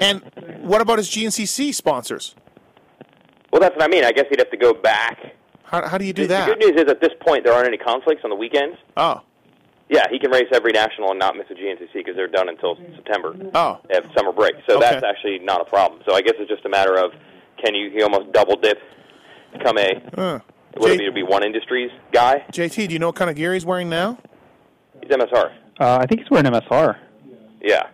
[SPEAKER 4] And what about his GNCC sponsors?
[SPEAKER 6] Well, that's what I mean. I guess he'd have to go back.
[SPEAKER 4] How, how do you do
[SPEAKER 6] The
[SPEAKER 4] that?
[SPEAKER 6] good news is at this point there aren't any conflicts on the weekends.
[SPEAKER 4] Oh,
[SPEAKER 6] Yeah, he can race every national and not miss a GNCC because they're done until September.
[SPEAKER 4] Oh.
[SPEAKER 6] They have summer break, so
[SPEAKER 4] Okay.
[SPEAKER 6] that's actually not a problem. So I guess it's just a matter of can you? He almost double dip, become a
[SPEAKER 4] huh.
[SPEAKER 6] what
[SPEAKER 4] Jay-
[SPEAKER 6] it be to be one industries guy.
[SPEAKER 4] JT, do you know what kind of gear he's wearing now?
[SPEAKER 6] He's MSR.
[SPEAKER 5] Uh, I think he's wearing MSR.
[SPEAKER 6] Yeah.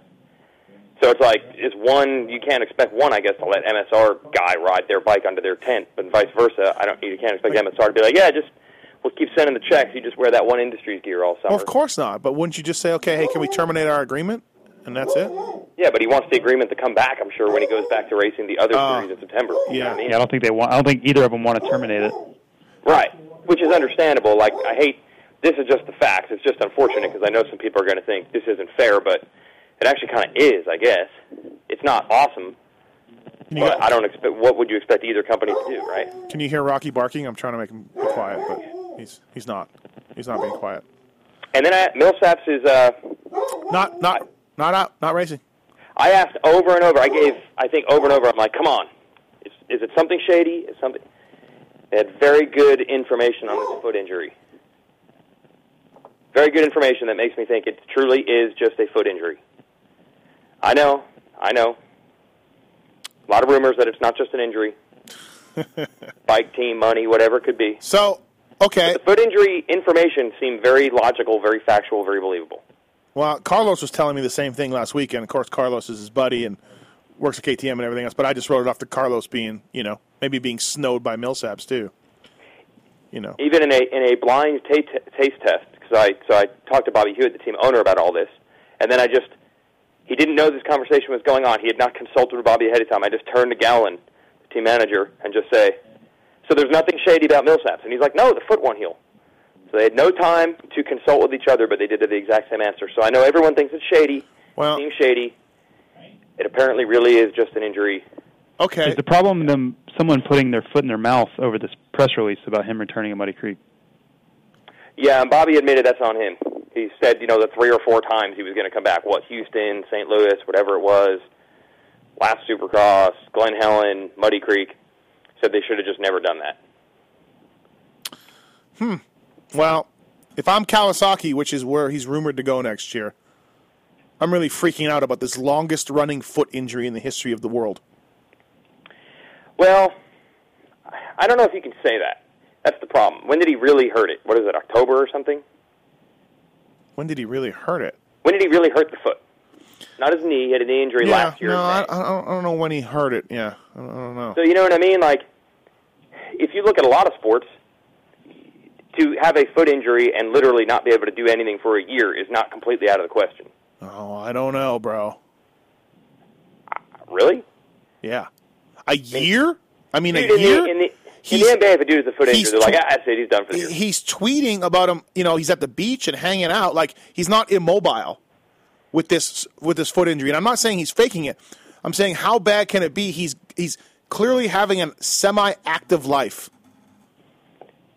[SPEAKER 6] So it's like it's one. You can't expect one, I guess, to let MSR guy ride their bike under their tent, but vice versa. I don't. You can't expect MSR to be like, yeah, just we'll keep sending the checks. You just wear that one industries gear all summer.
[SPEAKER 4] Well, of course not. But wouldn't you just say, okay, hey, can we terminate our agreement? And that's it.
[SPEAKER 6] Yeah, but he wants the agreement to come back. I'm sure when he goes back to racing the other
[SPEAKER 4] Oh.
[SPEAKER 6] series in September. You know
[SPEAKER 4] Yeah.
[SPEAKER 6] what I mean?
[SPEAKER 5] Yeah, I don't think they want. I don't think either of them want to terminate it.
[SPEAKER 6] Right, which is understandable. Like I hate this is just the facts. It's just unfortunate because I know some people are going to think this isn't fair, but it actually kind of is. I guess it's not awesome,
[SPEAKER 4] Can you,
[SPEAKER 6] but I don't expect. What would you expect either company to do, right?
[SPEAKER 4] can you hear Rocky barking? I'm trying to make him quiet, but he's he's not. He's not being quiet.
[SPEAKER 6] And then I, Millsaps is. Uh,
[SPEAKER 4] Not not not out. Not racing.
[SPEAKER 6] I asked over and over. I gave. I think over and over. I'm like, come on, is, is it something shady? Is something? They had very good information on this foot injury. Very good information that makes me think it truly is just a foot injury. I know, I know. A lot of rumors that it's not just an injury. Bike team, money, whatever it could be.
[SPEAKER 4] So okay.
[SPEAKER 6] The foot injury information seemed very logical, very factual, very believable.
[SPEAKER 4] Well, Carlos was telling me the same thing last weekend. Of course, Carlos is his buddy and works at KTM and everything else. But I just wrote it off to Carlos being, you know, maybe being snowed by Millsaps too. You know,
[SPEAKER 6] even in a in a blind ta taste test because I so I talked to Bobby Hewitt, the team owner, about all this, and then I just he didn't know this conversation was going on. He had not consulted with Bobby ahead of time. I just turned to Gallon, the team manager, and just say, "So there's nothing shady about Millsaps," and he's like, "No, the foot won't heal." So they had no time to consult with each other, but they did the exact same answer. So I know everyone thinks it's shady.
[SPEAKER 4] Well-
[SPEAKER 6] Seems shady. It apparently really is just an injury.
[SPEAKER 4] okay.
[SPEAKER 5] Is the problem them someone putting their foot in their mouth over this press release about him returning to Muddy Creek?
[SPEAKER 6] Yeah, and Bobby admitted that's on him. He said, you know, the three or four times he was going to come back. What Houston, St. Louis, whatever it was, last Supercross, Glen Helen, Muddy Creek. Said they should have just never done that.
[SPEAKER 4] Well, if I'm Kawasaki, which is where he's rumored to go next year, I'm really freaking out about this longest running foot injury in the history of the world.
[SPEAKER 6] Well, I don't know if you can say that. That's the problem. When did he really hurt it? What is it, October or something?
[SPEAKER 4] When did he really hurt it?
[SPEAKER 6] When did he really hurt the foot? Not his knee. He had a knee injury
[SPEAKER 4] Yeah,
[SPEAKER 6] last year. in
[SPEAKER 4] no, I,
[SPEAKER 6] May.
[SPEAKER 4] I, don't, I don't know when he hurt it. Yeah, I don't, I don't know.
[SPEAKER 6] So you know what I mean? Like, if you look at a lot of sports, to have a foot injury and literally not be able to do anything for a year is not completely out of the question.
[SPEAKER 4] Oh, I don't know, bro.
[SPEAKER 6] Really?
[SPEAKER 4] Yeah, a year? I mean, a
[SPEAKER 6] Dude, in
[SPEAKER 4] year?
[SPEAKER 6] the in the, in
[SPEAKER 4] He's-
[SPEAKER 6] the NBA, if a dude has a foot
[SPEAKER 4] he's
[SPEAKER 6] injury, they're like,
[SPEAKER 4] tw-
[SPEAKER 6] ah, that's it, he's done for the year.
[SPEAKER 4] he's tweeting about him. You know, he's at the beach and hanging out. Like he's not immobile with this with this foot injury. And I'm not saying he's faking it. I'm saying how bad can it be? He's he's clearly having a semi-active life.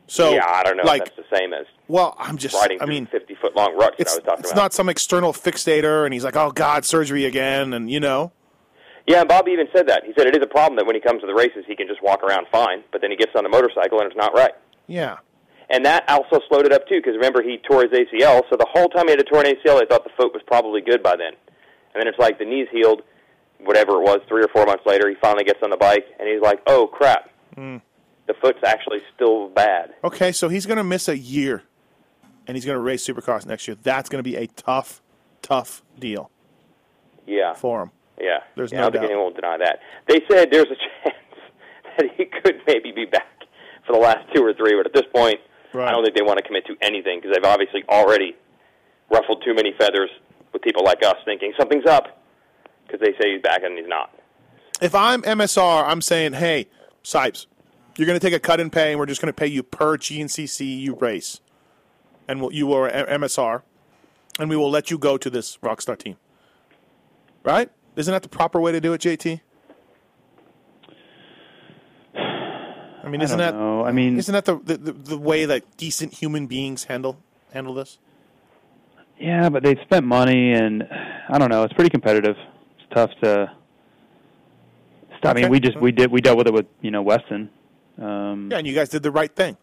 [SPEAKER 4] So
[SPEAKER 6] yeah, I don't know. if
[SPEAKER 4] Like,
[SPEAKER 6] that's the same as
[SPEAKER 4] well, I'm just.
[SPEAKER 6] riding
[SPEAKER 4] I mean,
[SPEAKER 6] fifty foot long rucks that I
[SPEAKER 4] it's
[SPEAKER 6] was talking
[SPEAKER 4] it's
[SPEAKER 6] about.
[SPEAKER 4] not some external fixator, and he's like, oh God, surgery again, and you know.
[SPEAKER 6] Yeah, and Bobby even said that. He said it is a problem that when he comes to the races, he can just walk around fine, but then he gets on a motorcycle and it's not right.
[SPEAKER 4] Yeah.
[SPEAKER 6] And that also slowed it up too, because remember he tore his ACL. So the whole time he had to tore an ACL, they thought the foot was probably good by then. And then it's like the knees healed, whatever it was, three or four months later. He finally gets on the bike, and he's like, "Oh crap, the foot's actually still bad."
[SPEAKER 4] Okay, so he's going to miss a year, and he's going to race Supercross next year. That's going to be a tough, tough deal
[SPEAKER 6] Yeah,
[SPEAKER 4] for him.
[SPEAKER 6] yeah.
[SPEAKER 4] There's
[SPEAKER 6] yeah,
[SPEAKER 4] no
[SPEAKER 6] I don't think
[SPEAKER 4] doubt.
[SPEAKER 6] anyone will deny that. They said there's a chance that he could maybe be back for the last two or three, but at this point, I don't think they want to commit to anything because they've obviously already ruffled too many feathers with people like us thinking something's up because they say he's back and he's not.
[SPEAKER 4] If I'm MSR, I'm saying, hey, Sipes, you're going to take a cut in pay, and we're just going to pay you per GNCC you race, and we'll, you are a- MSR, and we will let you go to this Rockstar team. Right? Isn't that the proper way to do it, JT? I mean, isn't
[SPEAKER 5] I
[SPEAKER 4] that
[SPEAKER 5] don't know. I mean,
[SPEAKER 4] isn't that the, the, the, the way that decent human beings handle handle this?
[SPEAKER 5] yeah, but they spent money, and I don't know. It's pretty competitive. It's tough to. I
[SPEAKER 4] Okay.
[SPEAKER 5] mean, we just we did we dealt with it with you know Weston. Um,
[SPEAKER 4] Yeah, and you guys did the right thing.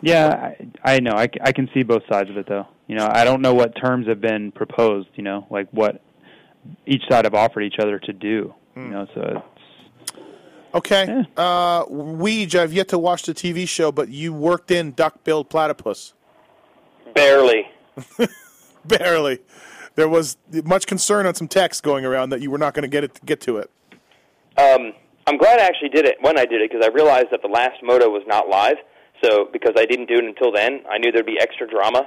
[SPEAKER 5] Yeah, I, I know. I, c- I can see both sides of it, though. You know, I don't know what terms have been proposed. You know, like what each side have offered each other to do.
[SPEAKER 4] Hmm.
[SPEAKER 5] You know, so it's,
[SPEAKER 4] Okay. Uh, Weege, I've yet to watch the TV show, but you worked in Duck Billed Platypus.
[SPEAKER 6] Barely.
[SPEAKER 4] Barely. There was much concern on some text going around that you were not going to get it get to it.
[SPEAKER 6] Um, I'm glad I actually did it when I did it because I realized that the last moto was not live. So because I didn't do it until then, I knew there'd be extra drama.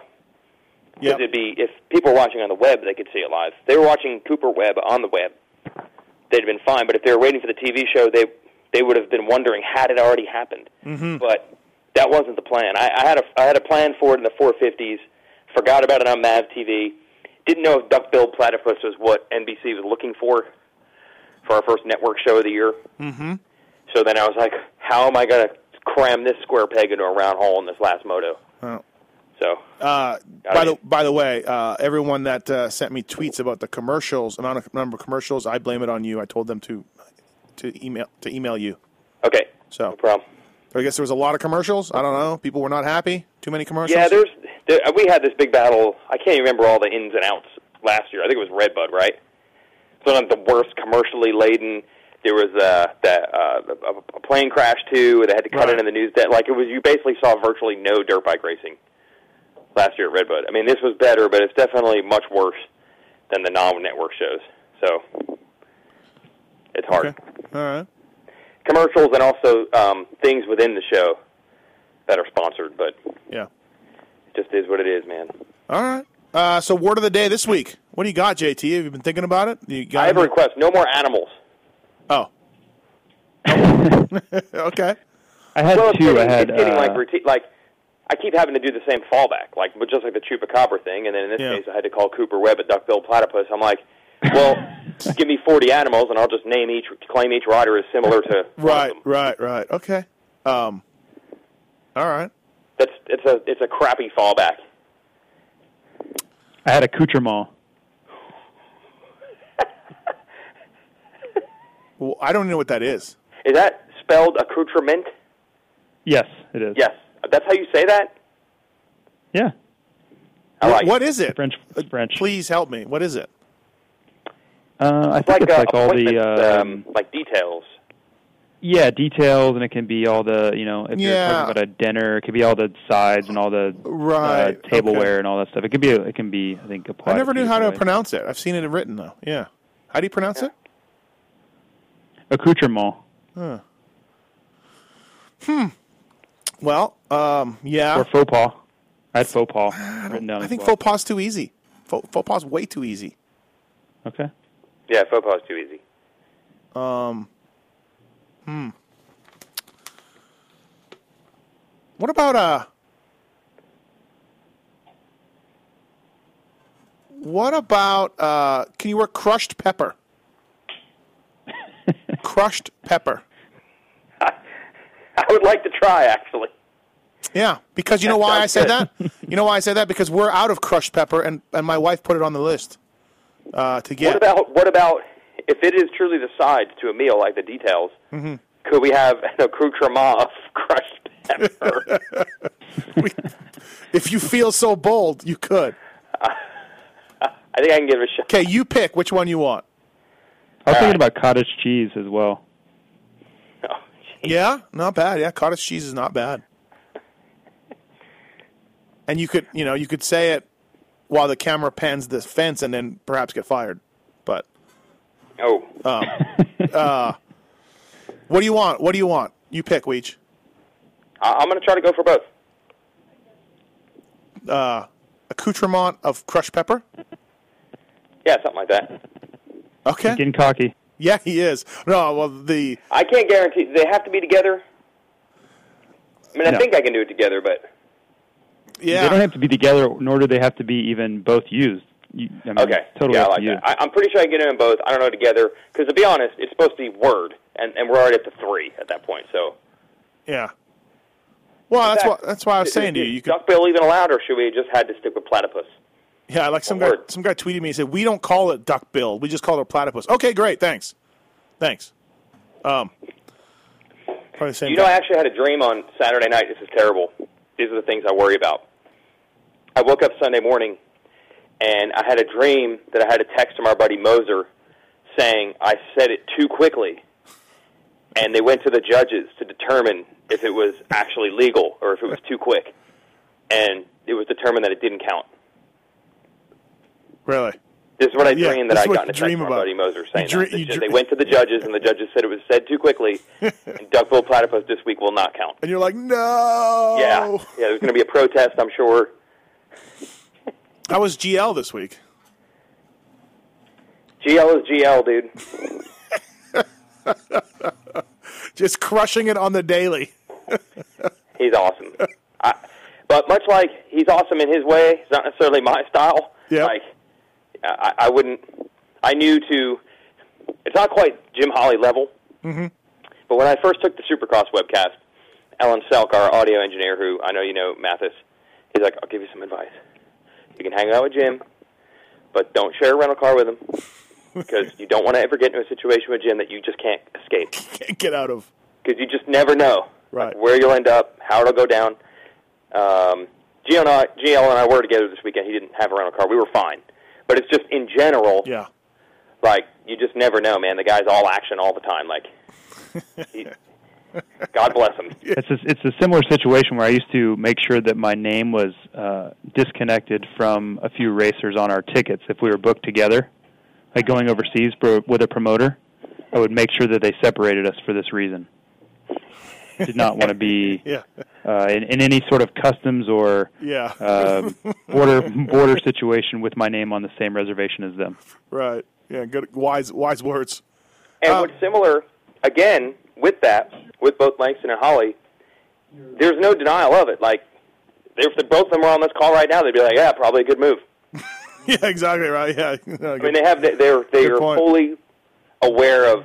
[SPEAKER 4] Yep.
[SPEAKER 6] It'd be if people were watching on the web, they could see it live. If they were watching Cooper Webb on the web, they'd have been fine. But if they were waiting for the TV show, they they would have been wondering had it already happened. Mm-hmm. But that wasn't the plan. I, I had a I had a plan for it in the 450s. Forgot about it on Mav TV. Didn't know if Duckbill Platypus was what NBC was looking for for our first network show of the year. Mm-hmm. So then I was like, how am I going to cram this square peg into a round hole in this last moto?
[SPEAKER 4] Oh.
[SPEAKER 6] So
[SPEAKER 4] Uh,
[SPEAKER 6] Got
[SPEAKER 4] by
[SPEAKER 6] it.
[SPEAKER 4] the by the way, uh, everyone that uh, sent me tweets about the commercials, amount of number of commercials, I blame it on you. I told them to to email to email you.
[SPEAKER 6] okay,
[SPEAKER 4] So
[SPEAKER 6] no problem.
[SPEAKER 4] I guess there was a lot of commercials. I don't know. People were not happy. Too many commercials.
[SPEAKER 6] Yeah, there's there, uh, we had this big battle. I can't even remember all the ins and outs last year. I think it was Redbud, right? So not the worst commercially laden. There was uh, that uh, a, a plane crash too. where They had to cut
[SPEAKER 4] Right.
[SPEAKER 6] it in the news. That like it was you basically saw virtually no dirt bike racing last year at Redbud. I mean, this was better, but it's definitely much worse than the non-network shows. So it's hard
[SPEAKER 4] Okay. All right.
[SPEAKER 6] commercials and also um, things within the show that are sponsored. But
[SPEAKER 4] Yeah.
[SPEAKER 6] it just is what it is, man.
[SPEAKER 4] All right. Uh, so word of the day this week. What do you got, JT? Have you been thinking about it? You got
[SPEAKER 6] I have a
[SPEAKER 4] any-
[SPEAKER 6] request. No more animals.
[SPEAKER 4] Oh. okay.
[SPEAKER 5] I had
[SPEAKER 6] Well, it's
[SPEAKER 5] two.
[SPEAKER 6] getting,
[SPEAKER 5] I had
[SPEAKER 6] it's getting
[SPEAKER 5] uh,
[SPEAKER 6] like routine. Like I keep having to do the same fallback, like but just like the chupacabra thing. And then in this
[SPEAKER 4] Yeah.
[SPEAKER 6] case, I had to call Cooper Webb at Duckbill Platypus. I'm like, well, give me 40 animals, and I'll just name each, claim each rider is similar to one of
[SPEAKER 4] Right,
[SPEAKER 6] them.
[SPEAKER 4] right, right. Okay. Um, all right.
[SPEAKER 6] That's it's a it's a crappy fallback.
[SPEAKER 5] I had a accoutrement.
[SPEAKER 4] Well, I don't know what that is.
[SPEAKER 6] Is that spelled accoutrement?
[SPEAKER 5] Yes, it is.
[SPEAKER 6] Yes, that's how you say that.
[SPEAKER 5] Yeah.
[SPEAKER 6] I like it.
[SPEAKER 4] what is it?
[SPEAKER 5] French.
[SPEAKER 4] Uh,
[SPEAKER 5] French.
[SPEAKER 4] Please help me. What is it?
[SPEAKER 5] Uh, I think
[SPEAKER 6] like,
[SPEAKER 5] it's
[SPEAKER 6] uh,
[SPEAKER 5] like all the
[SPEAKER 6] appointments,
[SPEAKER 5] uh,
[SPEAKER 6] um, like details.
[SPEAKER 5] yeah details, and it can be all the you know if
[SPEAKER 4] Yeah.
[SPEAKER 5] you're talking about a dinner, it could be all the sides and all the
[SPEAKER 4] Right,
[SPEAKER 5] uh, tableware
[SPEAKER 4] okay.
[SPEAKER 5] and all that stuff. It could be it can be I think applied.
[SPEAKER 4] I never
[SPEAKER 5] a few
[SPEAKER 4] knew how to
[SPEAKER 5] different ways.
[SPEAKER 4] pronounce it. I've seen it written though. Yeah. How do you pronounce it?
[SPEAKER 5] accoutrement.
[SPEAKER 4] Well, um, yeah.
[SPEAKER 5] or faux pas. I had faux pas written down.
[SPEAKER 4] I
[SPEAKER 5] as
[SPEAKER 4] think
[SPEAKER 5] well.
[SPEAKER 4] faux pas is too easy. Faux, faux pas is way too easy.
[SPEAKER 5] Okay.
[SPEAKER 6] Yeah, faux pas is too easy.
[SPEAKER 4] What about uh? What about uh? Can you work crushed pepper? crushed pepper.
[SPEAKER 6] I would like to try actually.
[SPEAKER 4] Yeah, because you know why I
[SPEAKER 6] sounds
[SPEAKER 4] said
[SPEAKER 6] good.
[SPEAKER 4] that. You know why I said that because we're out of crushed pepper, and, and my wife put it on the list uh, to
[SPEAKER 6] What
[SPEAKER 4] get.
[SPEAKER 6] about what about if it is truly the sides to a meal, like the details? Could we have an accoutrement of crushed pepper?
[SPEAKER 4] if you feel so bold, you could.
[SPEAKER 6] I think I can give it a shot.
[SPEAKER 4] Okay, you pick which one you want.
[SPEAKER 5] I was
[SPEAKER 6] All
[SPEAKER 5] thinking
[SPEAKER 6] right.
[SPEAKER 5] about cottage cheese as well.
[SPEAKER 6] Oh, gee.
[SPEAKER 4] Yeah, not bad. Yeah, cottage cheese is not bad. And you could, you know, you could say it while the camera pans the fence, and then perhaps get fired. But
[SPEAKER 6] oh,
[SPEAKER 4] what do you want? What do you want? You pick, Weech.
[SPEAKER 6] I- I'm going to try to go for both.
[SPEAKER 4] uh, accoutrement of crushed pepper?
[SPEAKER 6] Yeah, something like that.
[SPEAKER 4] Okay.
[SPEAKER 5] Getting cocky.
[SPEAKER 4] Yeah, he is. No, well, the
[SPEAKER 6] I can't guarantee. Do they have to be together? I mean, I
[SPEAKER 5] No.
[SPEAKER 6] think I can do it together, but
[SPEAKER 4] yeah.
[SPEAKER 5] They don't have to be together, nor do they have to be even both used. You, I mean,
[SPEAKER 6] okay.
[SPEAKER 5] it's Totally
[SPEAKER 6] yeah,
[SPEAKER 5] up
[SPEAKER 6] I
[SPEAKER 5] to
[SPEAKER 6] like
[SPEAKER 5] you.
[SPEAKER 6] that. I, I'm pretty sure I can get it in both. I don't know together because to be honest, it's supposed to be word, and, and we're already at the three at that point. So
[SPEAKER 4] yeah. Well, that's
[SPEAKER 6] Zach,
[SPEAKER 4] what that's why I was
[SPEAKER 6] is-
[SPEAKER 4] saying to you.
[SPEAKER 6] is
[SPEAKER 4] You could,
[SPEAKER 6] duckbill even allowed, or should we just had to stick with platypus?
[SPEAKER 4] yeah, like some
[SPEAKER 6] one
[SPEAKER 4] guy.
[SPEAKER 6] word.
[SPEAKER 4] Some guy tweeted me. He said, "We don't call it duck bill. We just call it a platypus." Okay, great. Thanks. Thanks. Um. Probably the same.
[SPEAKER 6] You know,
[SPEAKER 4] guy.
[SPEAKER 6] I actually had a dream on Saturday night. This is terrible. These are the things I worry about. I woke up Sunday morning and I had a dream that I had a text from our buddy Moser saying I said it too quickly. And they went to the judges to determine if it was actually legal or if it was too quick. And it was determined that it didn't count.
[SPEAKER 4] really.
[SPEAKER 6] This is what I
[SPEAKER 4] Yeah,
[SPEAKER 6] dreamed
[SPEAKER 4] this
[SPEAKER 6] that
[SPEAKER 4] is
[SPEAKER 6] I
[SPEAKER 4] what
[SPEAKER 6] got in
[SPEAKER 4] you
[SPEAKER 6] a text
[SPEAKER 4] dream
[SPEAKER 6] from my
[SPEAKER 4] about.
[SPEAKER 6] buddy Moser saying
[SPEAKER 4] You dre-
[SPEAKER 6] that. They
[SPEAKER 4] you
[SPEAKER 6] ju-
[SPEAKER 4] dre-
[SPEAKER 6] they went to the judges and the judges said it was said too quickly and duckbill platypus this week will not count.
[SPEAKER 4] And you're like, no.
[SPEAKER 6] Yeah, yeah. There's going to be a protest, I'm sure.
[SPEAKER 4] I was GL this week.
[SPEAKER 6] GL is GL, dude.
[SPEAKER 4] Just crushing it on the daily.
[SPEAKER 6] He's awesome. I, but much like he's awesome in his way, it's not necessarily my style.
[SPEAKER 4] Yeah.
[SPEAKER 6] Like I, I wouldn't. I knew to. It's not quite Jim Holly level. Mm-hmm. But when I first took the Supercross webcast, Alan Selk, our audio engineer, who I know you know, Mathis, he's like, "I'll give you some advice. You can hang out with Jim, but don't share a rental car with him." Because you don't want to ever get into a situation with Jim that you just can't escape.
[SPEAKER 4] Can't get out of.
[SPEAKER 6] because you just never know
[SPEAKER 4] Right.
[SPEAKER 6] where you'll end up, how it'll go down. Um, Gio and I, GL and I were together this weekend. He didn't have a rental car. We were fine, but it's just in general,
[SPEAKER 4] Yeah.
[SPEAKER 6] like you just never know, man. The guy's all action all the time. Like, he, God bless him.
[SPEAKER 5] It's a, it's a similar situation where I used to make sure that my name was uh, disconnected from a few racers on our tickets if we were booked together, like going overseas pro- with a promoter. I would make sure that they separated us for this reason. Did not want to be
[SPEAKER 4] Yeah.
[SPEAKER 5] uh, in, in any sort of customs or
[SPEAKER 4] Yeah.
[SPEAKER 5] um, border border situation with my name on the same reservation as them.
[SPEAKER 4] Right. Yeah. Good. Wise. Wise words.
[SPEAKER 6] And
[SPEAKER 4] Um,
[SPEAKER 6] what's similar, again, with that, with both Langston and Holly, there's no denial of it. Like, if the, both of them were on this call right now, they'd be like, "Yeah, probably a good move."
[SPEAKER 4] Yeah. Exactly. Right. Yeah.
[SPEAKER 6] I mean, they have they're
[SPEAKER 4] Good
[SPEAKER 6] they're
[SPEAKER 4] point.
[SPEAKER 6] fully aware of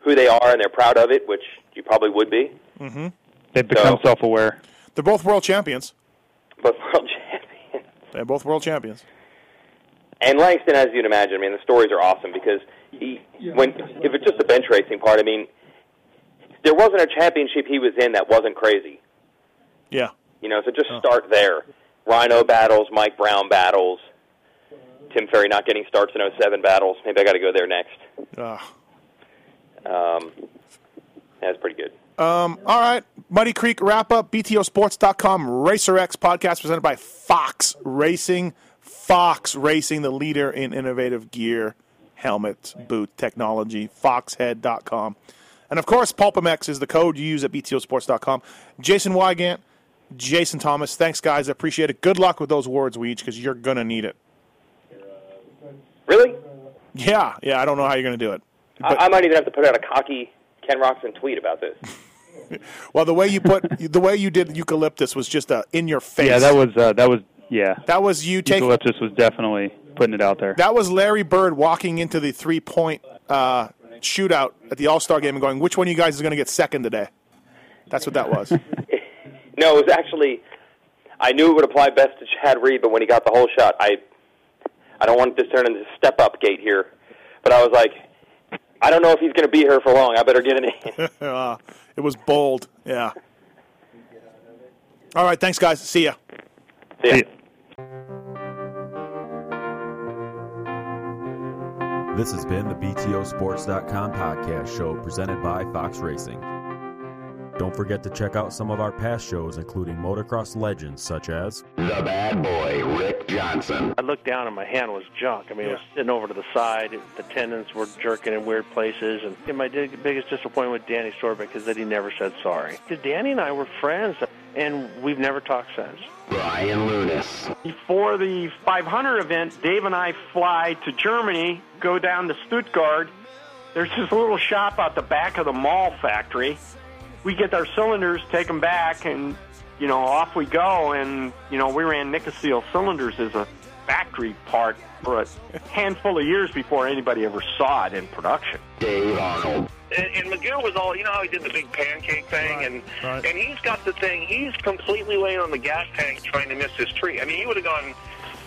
[SPEAKER 6] who they are and they're proud of it, which you probably would be.
[SPEAKER 5] They've become
[SPEAKER 6] So-
[SPEAKER 5] self-aware.
[SPEAKER 4] They're both world champions.
[SPEAKER 6] But world champion
[SPEAKER 4] They're both world champions.
[SPEAKER 6] and Langston, as you'd imagine, I mean, the stories are awesome because he when if it's just the bench racing part, I mean, there wasn't a championship he was in that wasn't crazy.
[SPEAKER 4] Yeah.
[SPEAKER 6] You know, so just start there. Rhino battles, Mike Brown battles, Tim Ferry not getting starts in 07 battles. Maybe I got to go there next.
[SPEAKER 4] Uh,
[SPEAKER 6] Um, that's pretty good.
[SPEAKER 4] Um, all right. Muddy Creek wrap up. BTOsports.com Racer X podcast presented by Fox Racing. Fox Racing, the leader in innovative gear, helmets, boot technology. Foxhead.com. And of course, Pulpamex is the code you use at BTOsports.com. Jason Wygant, Jason Thomas. Thanks, guys. I appreciate it. Good luck with those words, Weech, because you're going to need it.
[SPEAKER 6] Really?
[SPEAKER 4] Yeah. Yeah. I don't know how you're going to do it.
[SPEAKER 6] I, I might even have to put out a cocky Ken Roxon tweet about this.
[SPEAKER 4] Well, the way you put the way you did eucalyptus was just a in your face.
[SPEAKER 5] Yeah, that was uh, that was yeah.
[SPEAKER 4] that was you taking
[SPEAKER 5] Eucalyptus was definitely putting it out there.
[SPEAKER 4] that was Larry Bird walking into the three point uh, shootout at the All Star game and going, "Which one of you guys is going to get second today?" That's what that was.
[SPEAKER 6] No, it was actually. I knew it would apply best to Chad Reed, but when he got the whole shot, I, I don't want this to turn into step up gate here, but I was like, I don't know if he's going to be here for long. I better get it in.
[SPEAKER 4] uh, it was bold. Yeah. All right. Thanks, guys. See ya.
[SPEAKER 6] See ya.
[SPEAKER 5] Yeah.
[SPEAKER 7] This has been the BTOsports.com podcast show presented by Fox Racing. Don't forget to check out some of our past shows, including motocross legends such as
[SPEAKER 3] The bad boy, Rick Johnson.
[SPEAKER 8] I looked down and my hand was junk. I mean, it was sitting over to the side. The tendons were jerking in weird places. And, and my dig- biggest disappointment with Danny Sorbick is that he never said sorry. Because Danny and I were friends. and we've never talked since.
[SPEAKER 3] Ryan Lunas.
[SPEAKER 9] Before the 500 event, Dave and I fly to Germany, go down to Stuttgart. There's this little shop out the back of the mall factory. We get our cylinders, take them back, and you know, off we go. And you know, we ran Nicosil cylinders as a factory part for a handful of years before anybody ever saw it in production.
[SPEAKER 3] Dave Arnold.
[SPEAKER 10] And, and McGill was all, you know how he did the big pancake thing, and
[SPEAKER 11] right.
[SPEAKER 10] and he's got the thing. He's completely laying on the gas tank, trying to miss his tree. I mean, he would have gone